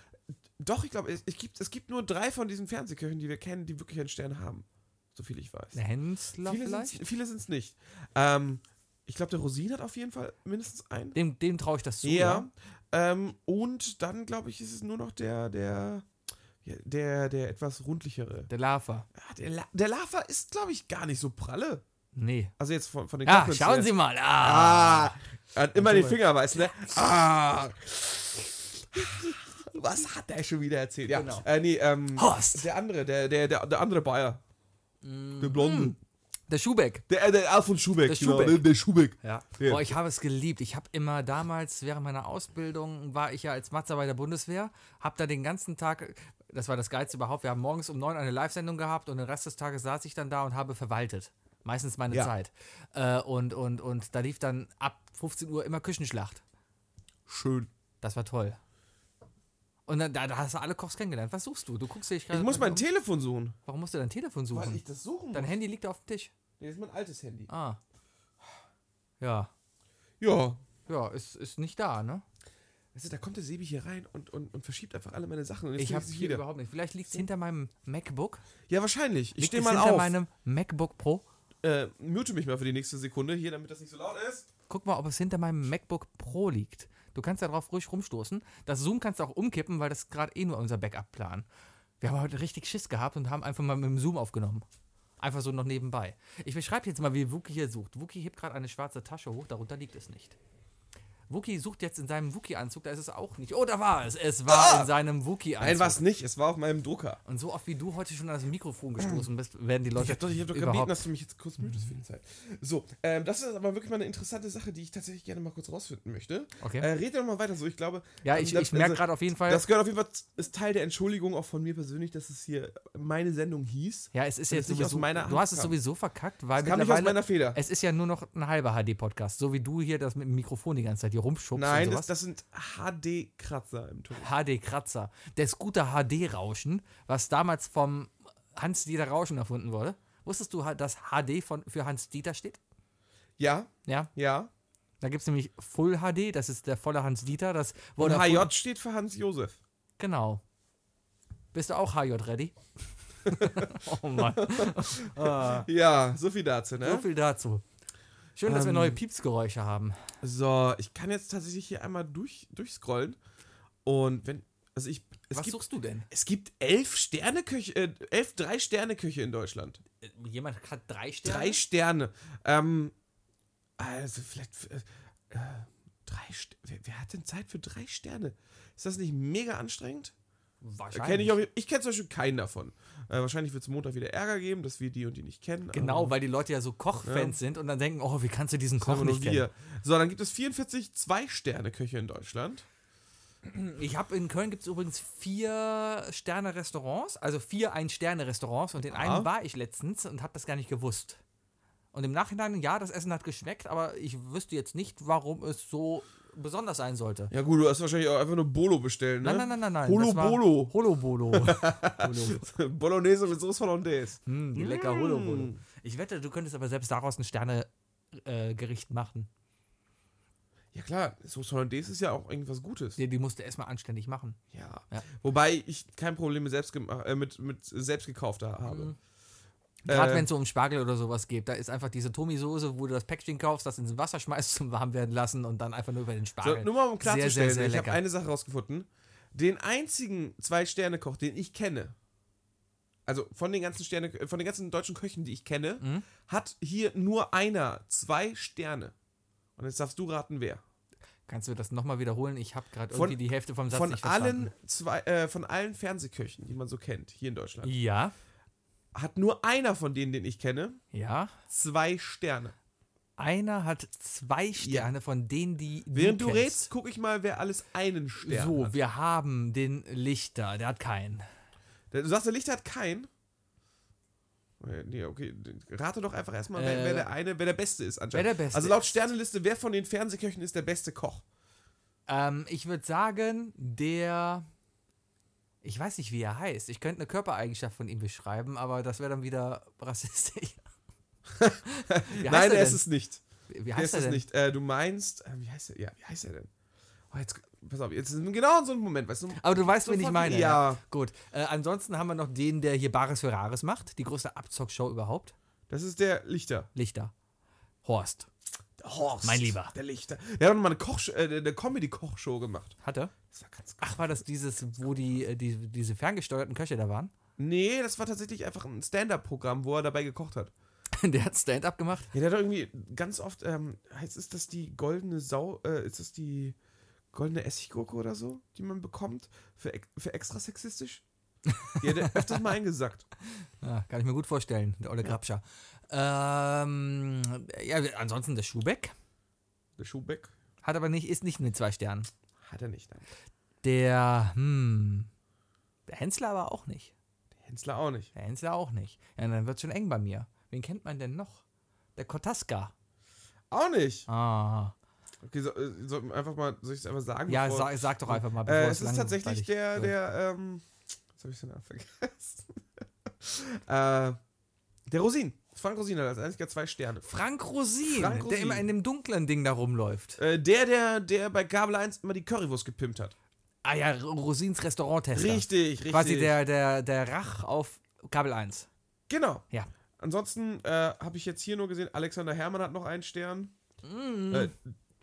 Speaker 1: Doch, ich glaube, es, es, gibt, es gibt nur drei von diesen Fernsehköchen, die wir kennen, die wirklich einen Stern haben. Soviel ich weiß.
Speaker 2: eine Hensler
Speaker 1: Viele
Speaker 2: vielleicht?
Speaker 1: sind's- Viele sind es nicht. Ähm, ich glaube, der Rosin hat auf jeden Fall mindestens einen.
Speaker 2: Dem, dem traue ich das zu.
Speaker 1: ja. Ähm, und dann, glaube ich, ist es nur noch der, der, ja, der, der etwas rundlichere.
Speaker 2: Der Lava.
Speaker 1: Ah, Der, La der Lava ist, glaube ich, gar nicht so pralle.
Speaker 2: Nee.
Speaker 1: Also jetzt von, von den
Speaker 2: Ah,
Speaker 1: Kumpels
Speaker 2: schauen
Speaker 1: her.
Speaker 2: Sie mal.
Speaker 1: Ah,
Speaker 2: Ah.
Speaker 1: er hat immer
Speaker 2: Und
Speaker 1: den
Speaker 2: so
Speaker 1: Finger weiß, ne? Ah. Was hat der schon wieder erzählt? Ja,
Speaker 2: Genau.
Speaker 1: äh, nee, ähm,
Speaker 2: Horst.
Speaker 1: der andere, der, der, der, der andere Bayer. Der Blonde.
Speaker 2: Der Schubeck.
Speaker 1: Der, äh, der Alfons Schubeck.
Speaker 2: Der
Speaker 1: genau,
Speaker 2: Schubeck.
Speaker 1: Der, der Schubeck.
Speaker 2: Ja.
Speaker 1: Ja.
Speaker 2: Boah, ich habe es geliebt. Ich habe immer damals, während meiner Ausbildung, war ich ja als Matzer bei der Bundeswehr, habe da den ganzen Tag, das war das Geilste überhaupt, wir haben morgens um neun eine Live-Sendung gehabt und den Rest des Tages saß ich dann da und habe verwaltet. Meistens meine
Speaker 1: Ja.
Speaker 2: Zeit. Äh, und, und, und da lief dann ab 15 Uhr immer Küchenschlacht.
Speaker 1: Schön.
Speaker 2: Das war toll. Und dann, da, da hast du alle Kochs kennengelernt. Was suchst du? Du guckst dich
Speaker 1: Ich
Speaker 2: gerade.
Speaker 1: muss mein Telefon suchen.
Speaker 2: Warum musst du dein Telefon
Speaker 1: Weil
Speaker 2: suchen?
Speaker 1: ich das suchen
Speaker 2: Dein
Speaker 1: muss.
Speaker 2: Handy liegt auf dem Tisch.
Speaker 1: Nee, das ist mein altes Handy.
Speaker 2: Ah. Ja.
Speaker 1: Ja.
Speaker 2: Ja, ist, ist nicht da, ne?
Speaker 1: Weißt du, da kommt der Sebi hier rein und, und, und verschiebt einfach alle meine Sachen. Und jetzt
Speaker 2: Ich
Speaker 1: sehe
Speaker 2: habe
Speaker 1: sie
Speaker 2: es hier überhaupt nicht. Vielleicht liegt es hinter meinem MacBook.
Speaker 1: Ja, wahrscheinlich. Ich
Speaker 2: Liegt
Speaker 1: stehe
Speaker 2: es
Speaker 1: mal
Speaker 2: hinter
Speaker 1: auf.
Speaker 2: meinem MacBook Pro.
Speaker 1: äh, mute mich mal für die nächste Sekunde hier, damit das nicht so laut ist.
Speaker 2: Guck mal, ob es hinter meinem MacBook Pro liegt. Du kannst da drauf ruhig rumstoßen. Das Zoom kannst du auch umkippen, weil das ist gerade eh nur unser Backup-Plan. Wir haben heute richtig Schiss gehabt und haben einfach mal mit dem Zoom aufgenommen. Einfach so noch nebenbei. Ich beschreibe jetzt mal, wie Wookie hier sucht. Wookie hebt gerade eine schwarze Tasche hoch, darunter liegt es nicht. Wookie sucht jetzt in seinem Wookie-Anzug, da ist es auch nicht. Oh, da war es. Es war
Speaker 1: Ah!
Speaker 2: in seinem Wookie-Anzug.
Speaker 1: Nein, war es nicht. Es war auf meinem Drucker.
Speaker 2: Und so oft wie du heute schon an das Mikrofon
Speaker 1: *clears throat*
Speaker 2: gestoßen bist, werden die Leute.
Speaker 1: Ich habe doch, ich hab doch gebeten,
Speaker 2: überhaupt.
Speaker 1: dass du mich jetzt kurz mutest für die Zeit. So, ähm, das ist aber wirklich mal eine interessante Sache, die ich tatsächlich gerne mal kurz rausfinden möchte.
Speaker 2: Okay.
Speaker 1: Äh, red doch mal weiter so. Ich glaube,
Speaker 2: Ja,
Speaker 1: ähm,
Speaker 2: ich,
Speaker 1: das-
Speaker 2: ich merke
Speaker 1: also,
Speaker 2: gerade auf jeden Fall.
Speaker 1: Das gehört auf jeden Fall, ist Teil der Entschuldigung auch von mir persönlich, dass es hier meine Sendung hieß.
Speaker 2: ja, es ist
Speaker 1: wenn
Speaker 2: jetzt
Speaker 1: es nicht aus
Speaker 2: sowieso.
Speaker 1: meiner
Speaker 2: Du
Speaker 1: Hand
Speaker 2: hast es
Speaker 1: kam.
Speaker 2: sowieso verkackt, weil
Speaker 1: Das kam nicht aus
Speaker 2: mittlerweile.
Speaker 1: meiner Feder.
Speaker 2: Es ist ja nur noch ein halber HD-Podcast, so wie du hier das mit dem Mikrofon die ganze Zeit hier rumschubst
Speaker 1: Nein,
Speaker 2: und
Speaker 1: das,
Speaker 2: sowas.
Speaker 1: das sind HD-Kratzer im Ton.
Speaker 2: HD-Kratzer. Das gute HD-Rauschen, was damals vom Hans-Dieter Rauschen erfunden wurde. Wusstest du, dass HD von, für Hans-Dieter steht?
Speaker 1: Ja,
Speaker 2: Ja,
Speaker 1: ja.
Speaker 2: da gibt es nämlich Full HD, das ist der volle Hans-Dieter. Das
Speaker 1: Und
Speaker 2: wurde erfunden-
Speaker 1: HJ steht für Hans Josef. *laughs*
Speaker 2: Genau. Bist du auch HJ ready? Oh Mann. Ah,
Speaker 1: Ja, so viel dazu,
Speaker 2: so
Speaker 1: ne?
Speaker 2: viel dazu. Schön, dass wir
Speaker 1: Ähm,
Speaker 2: neue Piepsgeräusche haben.
Speaker 1: So, ich kann jetzt tatsächlich hier einmal durch, durchscrollen. Und wenn. Also ich. Es
Speaker 2: Was
Speaker 1: gibt,
Speaker 2: suchst du denn?
Speaker 1: es gibt elf Sterneköche, äh, elf Drei-Sterne-Köche in Deutschland.
Speaker 2: Äh, Jemand hat drei Sterne?
Speaker 1: Drei Sterne. Ähm, also vielleicht. Äh, drei St wer, wer hat denn Zeit für drei Sterne? Ist das nicht mega anstrengend?
Speaker 2: Wahrscheinlich.
Speaker 1: Kenn ich auch, ich kenne zum Beispiel keinen davon. Äh, wahrscheinlich wird es Montag wieder Ärger geben, dass wir die und die nicht kennen.
Speaker 2: Genau,
Speaker 1: aber
Speaker 2: weil die Leute ja so Kochfans sind und dann denken, oh, wie kannst du diesen
Speaker 1: das haben
Speaker 2: Koch
Speaker 1: wir
Speaker 2: nicht
Speaker 1: nur
Speaker 2: kennen?
Speaker 1: wir. So, dann gibt es 44 Zwei-Sterne-Köche in Deutschland.
Speaker 2: Ich habe in Köln gibt es übrigens vier Sterne-Restaurants, also vier Ein-Sterne-Restaurants und den einen war ich letztens und habe das gar nicht gewusst. Und im Nachhinein, ja, das Essen hat geschmeckt, aber ich wüsste jetzt nicht, warum es so besonders sein sollte.
Speaker 1: Ja, gut, du hast wahrscheinlich auch einfach nur Bolo bestellen, ne?
Speaker 2: Nein, nein, nein, nein, nein.
Speaker 1: Holo
Speaker 2: das war-
Speaker 1: Bolo. *laughs*
Speaker 2: Holo Bolo. Holo.
Speaker 1: Bolognese mit Soße Hollandaise.
Speaker 2: Mm, die lecker Holo Bolo.
Speaker 1: Mm.
Speaker 2: Ich wette, du könntest aber selbst daraus ein Sterne-Gericht machen.
Speaker 1: Ja, klar, Soße Hollandaise ist ja auch irgendwas Gutes.
Speaker 2: Die, die musst du erstmal anständig machen.
Speaker 1: Ja.
Speaker 2: Ja.
Speaker 1: Wobei ich kein Problem mit selbst, gema- äh, mit, mit selbst gekaufter habe.
Speaker 2: Mhm. Gerade
Speaker 1: Äh,
Speaker 2: wenn es so um Spargel oder sowas geht, da ist einfach diese Tomi-Soße, wo du das Päckchen kaufst, das ins Wasser schmeißt *laughs* zum warm werden lassen und dann einfach nur über den
Speaker 1: So,
Speaker 2: Spargel.
Speaker 1: nur mal um klarzustellen,
Speaker 2: sehr, sehr
Speaker 1: ich habe
Speaker 2: lecker.
Speaker 1: eine Sache rausgefunden. Den einzigen Zwei-Sterne-Koch, den ich kenne, also von den ganzen Sterne, äh, von den ganzen deutschen Köchen, die ich kenne,
Speaker 2: Mhm.
Speaker 1: hat hier nur einer zwei Sterne. Und jetzt darfst du raten, wer.
Speaker 2: Kannst du das nochmal wiederholen? Ich habe gerade
Speaker 1: Von-
Speaker 2: irgendwie die Hälfte vom Satz
Speaker 1: Von
Speaker 2: nicht
Speaker 1: allen,
Speaker 2: verstanden.
Speaker 1: zwei, äh, von allen Fernsehköchen, die man so kennt, hier in Deutschland,
Speaker 2: Ja,
Speaker 1: hat nur einer von denen, den ich kenne,
Speaker 2: ja.
Speaker 1: zwei Sterne.
Speaker 2: Einer hat zwei Sterne von denen, die.
Speaker 1: Während du, also.
Speaker 2: kennst.
Speaker 1: rätst, gucke ich mal, wer alles einen Stern
Speaker 2: So,
Speaker 1: hat.
Speaker 2: wir haben den Lichter, der hat keinen.
Speaker 1: Du sagst, der Lichter hat keinen. Äh, Nee, okay. Rate doch einfach erstmal, wer,
Speaker 2: Äh,
Speaker 1: wer der eine, wer der Beste ist anscheinend.
Speaker 2: wer der Beste
Speaker 1: also laut Sternenliste, wer von den Fernsehköchen ist der beste Koch?
Speaker 2: Ähm, ich würde sagen, der. Ich weiß nicht, wie er heißt. Ich könnte eine Körpereigenschaft von ihm beschreiben, aber das wäre dann wieder *laughs* rassistisch. Wie heißt
Speaker 1: Nein,
Speaker 2: er
Speaker 1: er ist
Speaker 2: denn?
Speaker 1: es nicht.
Speaker 2: Wie
Speaker 1: Er ist
Speaker 2: heißt er
Speaker 1: es
Speaker 2: denn?
Speaker 1: nicht. Äh, du meinst, äh, wie heißt er? Ja, wie heißt er denn? Oh, jetzt, pass auf, jetzt ist genau in so einem Moment, weißt du?
Speaker 2: Aber du weißt, wen ich
Speaker 1: Sofort-
Speaker 2: meine.
Speaker 1: Ja.
Speaker 2: Gut. Äh, ansonsten haben wir noch den, der hier Bares für Rares macht. Die größte Abzockshow überhaupt.
Speaker 1: Das ist der Lichter.
Speaker 2: Lichter. Horst.
Speaker 1: Horst.
Speaker 2: Mein Lieber.
Speaker 1: Der Lichter. Der hat noch mal eine, Koch äh, eine Comedy-Kochshow gemacht.
Speaker 2: Hatte?
Speaker 1: Das war ganz
Speaker 2: Ach, war das dieses, wo die, äh, die diese ferngesteuerten Köche da waren? *laughs*
Speaker 1: Nee, das war tatsächlich einfach ein Stand-Up-Programm, wo er dabei gekocht hat.
Speaker 2: der hat Stand-up gemacht.
Speaker 1: Ja, der hat doch irgendwie ganz oft, ähm, heißt ist das die goldene Sau, äh, ist das die goldene Essiggurke oder so, die man bekommt für, ex- für extra sexistisch? Die hat *laughs* er öfters mal eingesackt.
Speaker 2: Ja, Ah, kann ich mir gut vorstellen, der Olle Grabscher. Ähm, ja, ansonsten der Schubeck.
Speaker 1: Der Schubeck
Speaker 2: Hat aber nicht, ist nicht mit zwei Sternen.
Speaker 1: hat er nicht. Nein.
Speaker 2: Der, hm, der Hensler aber auch nicht.
Speaker 1: Der Hensler auch nicht.
Speaker 2: Der Hensler auch nicht. Ja, dann wird schon eng bei mir. Wen kennt man denn noch? Der Kotaska.
Speaker 1: Auch nicht.
Speaker 2: Ah.
Speaker 1: Okay, so, äh, sollten wir einfach mal, soll ich es einfach sagen?
Speaker 2: Ja,
Speaker 1: bevor-
Speaker 2: sag, sag doch einfach mal,
Speaker 1: äh,
Speaker 2: bevor
Speaker 1: es ist tatsächlich
Speaker 2: langweilig
Speaker 1: der,
Speaker 2: wird.
Speaker 1: der, ähm, jetzt habe ich den Namen vergessen. *laughs* äh, der Rosin. Frank Rosin hat als einziger zwei Sterne.
Speaker 2: Frank Rosin,
Speaker 1: Frank
Speaker 2: der
Speaker 1: Rosin.
Speaker 2: immer in dem dunklen Ding da rumläuft.
Speaker 1: Äh, der, der, der bei Kabel 1 immer die Currywurst gepimpt hat.
Speaker 2: Ah ja, R- Rosins Restauranttester.
Speaker 1: Richtig, richtig.
Speaker 2: Quasi der, der, der Rach auf Kabel 1.
Speaker 1: Genau.
Speaker 2: Ja.
Speaker 1: Ansonsten äh, habe ich jetzt hier nur gesehen, Alexander Hermann hat noch einen Stern. Äh,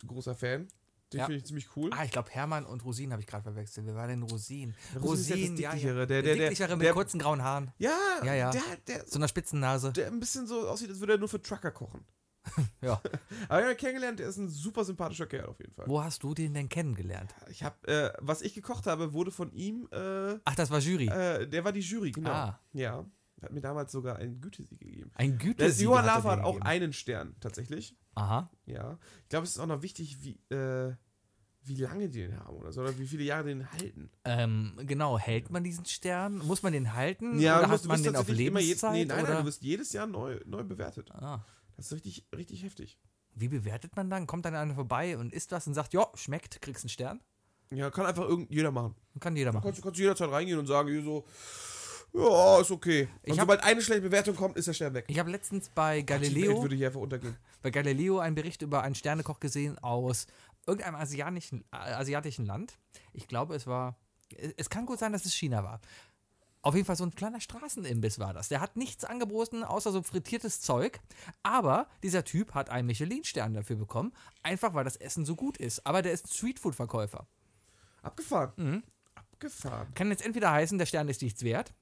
Speaker 1: großer Fan. Den
Speaker 2: Mm. Ja.
Speaker 1: finde ich ziemlich cool.
Speaker 2: Ah, ich glaube, Hermann und Rosin habe ich gerade verwechselt. Wer war denn Rosin?
Speaker 1: Rosin ist ja das Dicklichere, der- der- der-
Speaker 2: Dicklichere mit
Speaker 1: der-
Speaker 2: kurzen grauen Haaren.
Speaker 1: Ja,
Speaker 2: Ja, ja.
Speaker 1: Der, der,
Speaker 2: So einer spitzen Nase.
Speaker 1: der ein bisschen so aussieht, als würde er nur für Trucker kochen.
Speaker 2: *laughs* Ja.
Speaker 1: *laughs* Aber ich habe ihn kennengelernt, der ist ein super sympathischer Kerl auf jeden Fall.
Speaker 2: Wo hast du den denn kennengelernt?
Speaker 1: Ich habe, äh, was ich gekocht habe, wurde von ihm, äh,
Speaker 2: Ach, das war Jury.
Speaker 1: äh, der war die Jury, genau.
Speaker 2: Ah.
Speaker 1: Ja. Hat mir damals sogar einen Gütesieg gegeben.
Speaker 2: Ein
Speaker 1: Der
Speaker 2: Gütesiegel.
Speaker 1: Johann
Speaker 2: er
Speaker 1: Lava hat
Speaker 2: denen
Speaker 1: auch
Speaker 2: gegeben.
Speaker 1: einen Stern, tatsächlich.
Speaker 2: Aha.
Speaker 1: Ja. Ich glaube, es ist auch noch wichtig, wie, äh, wie lange die den haben oder so, oder wie viele Jahre die den halten.
Speaker 2: Ähm, genau, hält man diesen Stern? Muss man den
Speaker 1: du
Speaker 2: halten? oder
Speaker 1: musst-
Speaker 2: hat
Speaker 1: du
Speaker 2: man
Speaker 1: bist
Speaker 2: den auf
Speaker 1: tatsächlich immer je-
Speaker 2: Lebenszeit?
Speaker 1: nee, nein,
Speaker 2: oder?
Speaker 1: nein, du wirst jedes Jahr neu, neu bewertet.
Speaker 2: ah.
Speaker 1: Das ist richtig, richtig heftig.
Speaker 2: Wie bewertet man dann? Kommt dann einer vorbei und isst was und sagt, ja, schmeckt, kriegst einen Stern?
Speaker 1: Ja, kann einfach irgend jeder machen.
Speaker 2: Kann jeder machen.
Speaker 1: Kannst, du- kannst du jederzeit reingehen und sagen, hier so, ja, ist okay. Und
Speaker 2: Ich hab-
Speaker 1: sobald eine schlechte Bewertung kommt, ist der Stern weg.
Speaker 2: Ich habe letztens bei
Speaker 1: Die Welt
Speaker 2: Galileo,
Speaker 1: würde hier einfach untergehen.
Speaker 2: bei Galileo einen Bericht über einen Sternekoch gesehen aus irgendeinem äh, asiatischen, asiatischen Land. Ich glaube, es war. Es kann gut sein, dass es China war. Auf jeden Fall so ein kleiner Straßenimbiss war das. Der hat nichts angeboten, außer so frittiertes Zeug. Aber dieser Typ hat einen Michelin-Stern dafür bekommen, einfach weil das Essen so gut ist. Aber der ist ein Streetfood-Verkäufer.
Speaker 1: Abgefahren.
Speaker 2: Mhm.
Speaker 1: Abgefahren.
Speaker 2: Kann jetzt entweder heißen, der Stern ist nichts wert,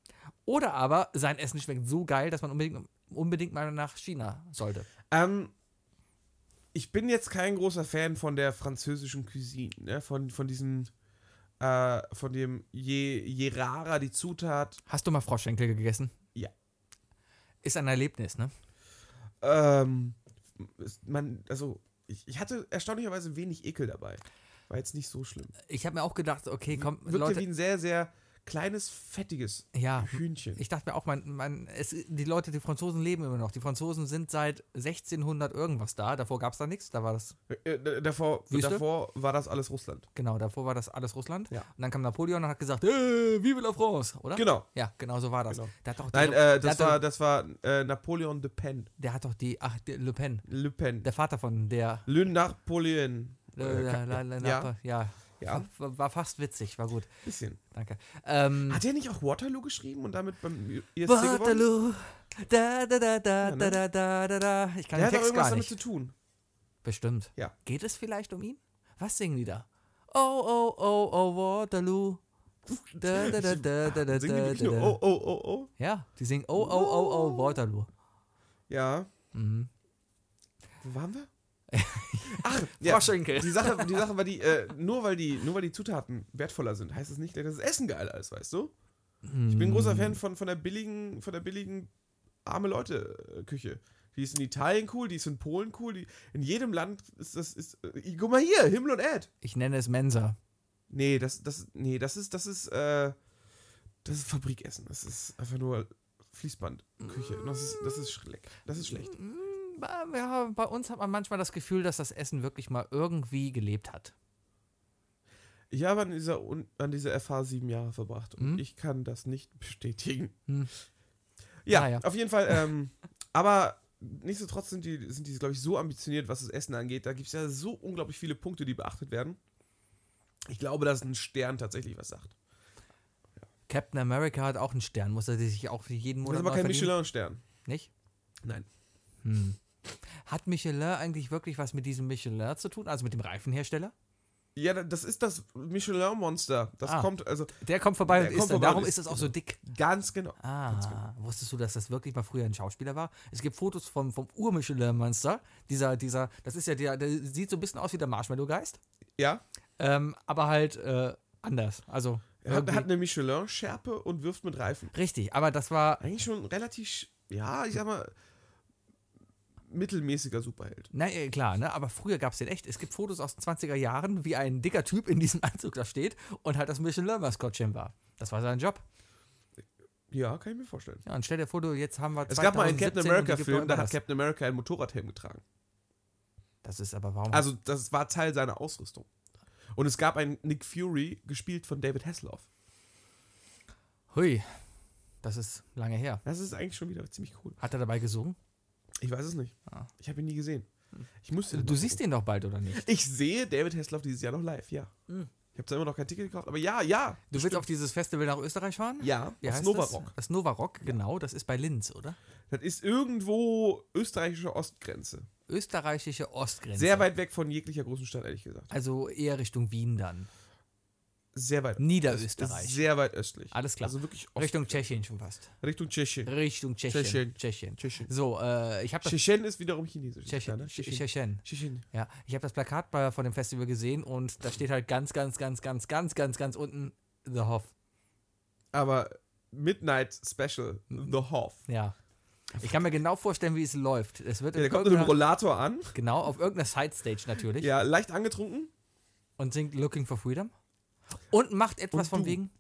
Speaker 2: oder aber sein Essen schmeckt so geil, dass man unbedingt, unbedingt mal nach China sollte.
Speaker 1: Ähm, ich bin jetzt kein großer Fan von der französischen Cuisine, ne? von, von diesen, äh, von dem, je, je rarer die Zutat,
Speaker 2: Hast du mal Froschschenkel gegessen?
Speaker 1: Ja.
Speaker 2: Ist ein Erlebnis, ne?
Speaker 1: ähm, ist- man, also, ich, ich hatte erstaunlicherweise wenig Ekel dabei. War jetzt nicht so schlimm.
Speaker 2: Ich habe mir auch gedacht, okay, komm,
Speaker 1: Wirkte
Speaker 2: Ähm, Leute.
Speaker 1: wie ein sehr, sehr kleines, fettiges
Speaker 2: ja,
Speaker 1: Hühnchen.
Speaker 2: ich dachte mir auch, man, man, es, die Leute, die Franzosen leben immer noch. Die Franzosen sind seit 1600 irgendwas da. Davor gab es da nichts. Da war das,
Speaker 1: Äh, d- davor,
Speaker 2: Wüste?
Speaker 1: davor war das alles Russland.
Speaker 2: genau, davor war das alles Russland.
Speaker 1: Ja.
Speaker 2: Und dann kam Napoleon und hat gesagt, äh, vive la France, oder?
Speaker 1: Genau.
Speaker 2: Ja, genau so war das.
Speaker 1: Genau.
Speaker 2: Der, hat doch die,
Speaker 1: Nein, äh,
Speaker 2: der,
Speaker 1: das
Speaker 2: hat doch,
Speaker 1: war, das war äh, Napoleon de Pen.
Speaker 2: der hat doch die, ach, der, Le Pen,
Speaker 1: Le Pen.
Speaker 2: der Vater von der,
Speaker 1: Le Napoleon.
Speaker 2: Le,
Speaker 1: Äh,
Speaker 2: la, la,
Speaker 1: ja.
Speaker 2: la, ja,
Speaker 1: Ja,
Speaker 2: War, war fast witzig, war gut,
Speaker 1: bisschen.
Speaker 2: danke. Ähm,
Speaker 1: Hat er nicht auch Waterloo geschrieben und damit beim ISC gewonnen?
Speaker 2: Waterloo. Da, da, da, da,
Speaker 1: Ja, ne?
Speaker 2: da, da, da, da. Ich kann
Speaker 1: Der hat
Speaker 2: den
Speaker 1: doch
Speaker 2: Text
Speaker 1: irgendwas
Speaker 2: gar
Speaker 1: damit
Speaker 2: nicht.
Speaker 1: zu tun.
Speaker 2: Bestimmt.
Speaker 1: Ja.
Speaker 2: Geht es vielleicht um ihn? Was singen die da? Oh, oh, oh, oh, Waterloo. Da, da, da, da, da, da,
Speaker 1: Singen die
Speaker 2: da,
Speaker 1: wirklich nur
Speaker 2: da.
Speaker 1: Oh, Uh. oh, oh, oh?
Speaker 2: Ja, die singen oh, oh, oh, oh, Waterloo.
Speaker 1: Ja.
Speaker 2: Mhm.
Speaker 1: Wo waren
Speaker 2: *laughs*
Speaker 1: wir? Ach, ja.
Speaker 2: Froschenkel.
Speaker 1: Die Sache, die Sache war die, äh, nur, weil die, nur weil die Zutaten wertvoller sind, heißt es nicht gleich, dass das Essen geiler ist, weißt du? Ich
Speaker 2: Hm,
Speaker 1: bin ein großer Fan von, von der billigen, von der billigen arme Leute-Küche. Die ist in Italien cool, die ist in Polen cool, die, in jedem Land ist das, ist, äh, guck mal hier, Himmel und Erd.
Speaker 2: Ich nenne es Mensa.
Speaker 1: Nee, das, das, nee, das ist, das ist, äh, das ist Fabrikessen. Das ist einfach nur Fließbandküche. Das ist, das ist schlecht. Das ist schlecht.
Speaker 2: Mm, Ja, bei uns hat man manchmal das Gefühl, dass das Essen wirklich mal irgendwie gelebt hat.
Speaker 1: Ich habe an dieser, Un- an dieser FH sieben Jahre verbracht und
Speaker 2: Hm?
Speaker 1: ich kann das nicht bestätigen.
Speaker 2: Hm.
Speaker 1: Ja,
Speaker 2: Naja.
Speaker 1: auf jeden Fall. Ähm, aber nichtsdestotrotz sind die, sind die glaube ich, so ambitioniert, was das Essen angeht. Da gibt es ja so unglaublich viele Punkte, die beachtet werden. Ich glaube, dass ein Stern tatsächlich was sagt.
Speaker 2: Captain America hat auch einen Stern, muss er sich auch für jeden
Speaker 1: Das ist
Speaker 2: Monat
Speaker 1: aber
Speaker 2: neu
Speaker 1: kein
Speaker 2: verdienen?
Speaker 1: Michelin-Stern.
Speaker 2: Nicht?
Speaker 1: Nein.
Speaker 2: Hm. Hat Michelin eigentlich wirklich was mit diesem Michelin zu tun, also mit dem Reifenhersteller?
Speaker 1: Ja, da- das ist das Michelin-Monster. Das
Speaker 2: Ah.
Speaker 1: kommt, also
Speaker 2: Der kommt vorbei Der und
Speaker 1: kommt
Speaker 2: isst dann.
Speaker 1: vorbei und
Speaker 2: Darum
Speaker 1: isst,
Speaker 2: ist es auch so dick.
Speaker 1: ganz genau.
Speaker 2: Ah, wusstest du, dass das wirklich mal früher ein Schauspieler war? Es gibt Fotos vom, vom Ur-Michelin-Monster. Dieser, dieser, das ist ja der, der sieht so ein bisschen aus wie der Marshmallow-Geist,
Speaker 1: Ja.
Speaker 2: ähm, aber halt äh, anders. Also,
Speaker 1: Er hat,
Speaker 2: irgendwie-
Speaker 1: hat eine Michelin-Schärpe und wirft mit Reifen.
Speaker 2: richtig, aber das war,
Speaker 1: Eigentlich schon relativ, sch- ja, ich sag mal, mittelmäßiger Superheld.
Speaker 2: na äh, klar, ne? aber früher gab es den echt. Es gibt Fotos aus den 20er Jahren, wie ein dicker Typ in diesem *laughs* Anzug da steht und halt das Michelin-Maskottchen war. Das war sein Job.
Speaker 1: Ja, kann ich mir vorstellen.
Speaker 2: Ja, und stell dir vor, du, jetzt haben wir
Speaker 1: Es gab mal einen
Speaker 2: 2017
Speaker 1: Captain
Speaker 2: und die gibt noch
Speaker 1: America-Film,
Speaker 2: immer
Speaker 1: da hat
Speaker 2: das.
Speaker 1: Captain America einen Motorradhelm getragen.
Speaker 2: Das ist aber, warum
Speaker 1: Also, das war Teil seiner Ausrüstung. Und es gab einen Nick Fury, gespielt von David Hasselhoff.
Speaker 2: Hui, das ist lange her.
Speaker 1: Das ist eigentlich schon wieder ziemlich cool.
Speaker 2: Hat er dabei gesungen?
Speaker 1: Ich weiß es nicht.
Speaker 2: Ah.
Speaker 1: Ich habe ihn nie gesehen. Ich musste.
Speaker 2: Hm. Also, Du siehst den doch bald, oder nicht?
Speaker 1: Ich sehe David Hasselhoff dieses Jahr noch live, ja.
Speaker 2: Mhm.
Speaker 1: Ich habe zwar immer noch kein Ticket gekauft, aber ja, ja.
Speaker 2: Du willst auf dieses Festival nach Österreich fahren?
Speaker 1: Ja,
Speaker 2: Wie
Speaker 1: aus
Speaker 2: heißt
Speaker 1: Novarock.
Speaker 2: Das, das Novarock, genau. Das ist bei Linz, oder?
Speaker 1: Das ist irgendwo österreichische Ostgrenze.
Speaker 2: Österreichische Ostgrenze.
Speaker 1: Sehr weit weg von jeglicher großen Stadt, ehrlich gesagt.
Speaker 2: Also eher Richtung Wien dann.
Speaker 1: Sehr weit.
Speaker 2: Niederösterreich.
Speaker 1: Das ist Sehr weit östlich.
Speaker 2: Alles klar.
Speaker 1: Also wirklich Ost
Speaker 2: Richtung Tschechien schon fast.
Speaker 1: Richtung Tschechien.
Speaker 2: Richtung Tschechien.
Speaker 1: Tschechien.
Speaker 2: Tschechien.
Speaker 1: Tschechien.
Speaker 2: So, äh, ich habe das.
Speaker 1: Tschechien ist wiederum chinesisch. ist klar,
Speaker 2: Tschechien.
Speaker 1: ne?
Speaker 2: Tschechien. Tschechien.
Speaker 1: Tschechien.
Speaker 2: Ja, ich habe das Plakat bei, von dem Festival gesehen und da steht halt ganz, ganz, ganz, ganz, ganz, ganz, ganz unten The Hoff.
Speaker 1: Aber Midnight Special, The Hoff.
Speaker 2: Ja. Ich kann mir genau vorstellen, wie es läuft. Es wird
Speaker 1: Ja,
Speaker 2: in
Speaker 1: der kommt mit einem
Speaker 2: irgendeiner-
Speaker 1: Rollator an.
Speaker 2: genau auf irgendeiner Sidestage natürlich
Speaker 1: Ja, leicht angetrunken.
Speaker 2: und singt Looking for Freedom und macht etwas
Speaker 1: Und
Speaker 2: von
Speaker 1: du.
Speaker 2: wegen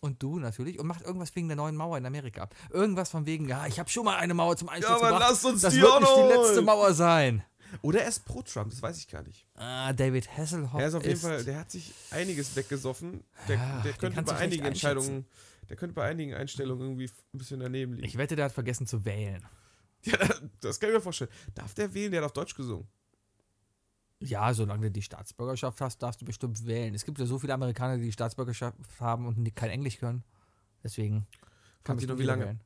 Speaker 2: und du natürlich und macht irgendwas wegen der neuen Mauer in Amerika. Irgendwas von wegen, ja, ich habe schon mal eine Mauer zum Einsturz
Speaker 1: aber
Speaker 2: gebracht.
Speaker 1: lasst uns
Speaker 2: das
Speaker 1: die
Speaker 2: wird
Speaker 1: auch
Speaker 2: nicht
Speaker 1: noch
Speaker 2: die letzte
Speaker 1: holen."
Speaker 2: Mauer sein.
Speaker 1: Oder er ist pro Trump, das weiß ich gar nicht.
Speaker 2: Ah, David Hasselhoff
Speaker 1: Er ist auf jeden Fall, der hat sich einiges weggesoffen. Der,
Speaker 2: Ja,
Speaker 1: der
Speaker 2: den
Speaker 1: könnte
Speaker 2: kannst du
Speaker 1: bei
Speaker 2: schlecht
Speaker 1: einigen Entscheidungen, der könnte bei einigen Einstellungen irgendwie f- ein bisschen daneben liegen.
Speaker 2: Ich wette, der hat vergessen zu wählen.
Speaker 1: Ja, das kann ich mir vorstellen. Darf der wählen? Der hat auf Deutsch gesungen.
Speaker 2: Ja, solange du die Staatsbürgerschaft hast, darfst du bestimmt wählen. Es gibt ja so viele Amerikaner, die die Staatsbürgerschaft haben und nie- kein Englisch können. Deswegen
Speaker 1: Fragt
Speaker 2: ich
Speaker 1: ihr noch,
Speaker 2: gut
Speaker 1: wie lange?
Speaker 2: wiederholen.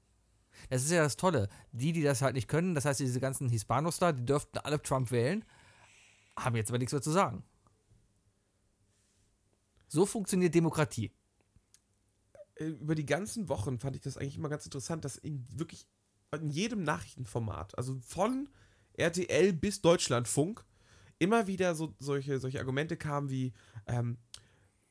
Speaker 2: Das ist ja das Tolle. Die, die das halt nicht können, das heißt, diese ganzen Hispanos da, die dürften alle Trump wählen, haben jetzt aber nichts mehr zu sagen. So funktioniert Demokratie.
Speaker 1: äh, über die ganzen Wochen fand ich das eigentlich immer ganz interessant, dass in wirklich in jedem Nachrichtenformat, also von RTL bis Deutschlandfunk, immer wieder so solche, solche Argumente kamen wie, ähm,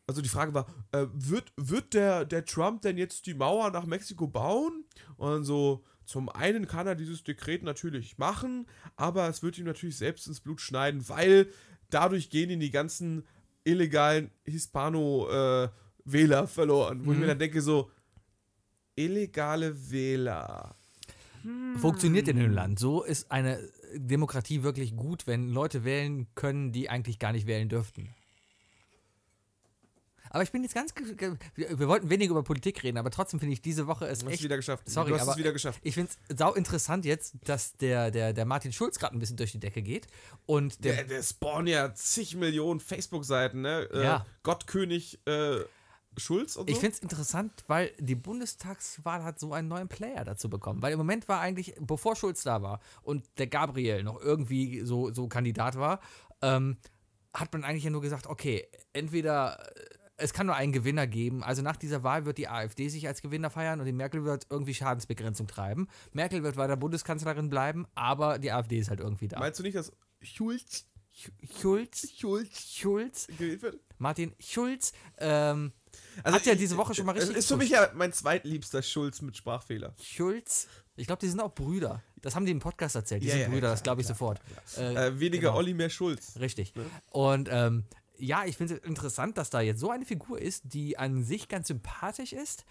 Speaker 1: also die Frage war, äh, wird, wird der, der Trump denn jetzt die Mauer nach Mexiko bauen? Und dann so, zum einen kann er dieses Dekret natürlich machen, aber es wird ihm natürlich selbst ins Blut schneiden, weil dadurch gehen ihm die ganzen illegalen Hispano-Wähler verloren. Wo ich
Speaker 2: Mhm.
Speaker 1: mir dann denke, so, illegale Wähler.
Speaker 2: Funktioniert
Speaker 1: Hm.
Speaker 2: in dem Land. So ist eine äh, Demokratie wirklich gut, wenn Leute wählen können, die eigentlich gar nicht wählen dürften. Aber ich bin jetzt ganz. ge- ge- Wir wir wollten weniger über Politik reden, aber trotzdem finde ich diese Woche ist
Speaker 1: Du hast es
Speaker 2: echt
Speaker 1: wieder geschafft.
Speaker 2: sorry,
Speaker 1: du hast es
Speaker 2: aber-
Speaker 1: wieder geschafft.
Speaker 2: Ich finde es sau interessant jetzt, dass der, der, der Martin Schulz gerade ein bisschen durch die Decke geht. Und äh, der,
Speaker 1: Der, der spawnt ja zig Millionen Facebook-Seiten, ne? Äh,
Speaker 2: Ja.
Speaker 1: Gottkönig äh, Schulz und so.
Speaker 2: ich finde es interessant, weil die Bundestagswahl hat so einen neuen Player dazu bekommen. Weil im Moment war eigentlich, bevor Schulz da war und der Gabriel noch irgendwie so, so Kandidat war, ähm, hat man eigentlich ja nur gesagt, okay, entweder äh, es kann nur einen Gewinner geben. Also nach dieser Wahl wird die AfD sich als Gewinner feiern und die Merkel wird irgendwie Schadensbegrenzung treiben. Merkel wird weiter Bundeskanzlerin bleiben, aber die AfD ist halt irgendwie da.
Speaker 1: Meinst du nicht, dass Schulz,
Speaker 2: Schulz,
Speaker 1: Schulz
Speaker 2: Schulz
Speaker 1: gewählt wird?
Speaker 2: Martin Schulz ähm, hat ja diese Woche schon mal richtig.
Speaker 1: Es also ist für mich ja mein zweitliebster Schulz mit Sprachfehler.
Speaker 2: Schulz. Ich glaube, die sind auch Brüder. Das haben die im Podcast erzählt. Die
Speaker 1: Ja,
Speaker 2: sind
Speaker 1: ja,
Speaker 2: Brüder,
Speaker 1: klar,
Speaker 2: das glaube ich sofort. Äh,
Speaker 1: Äh, weniger
Speaker 2: genau.
Speaker 1: Olli, mehr Schulz.
Speaker 2: richtig.
Speaker 1: Ne?
Speaker 2: Und ähm, ja, ich finde es interessant, dass da jetzt so eine Figur ist, die an sich ganz sympathisch ist,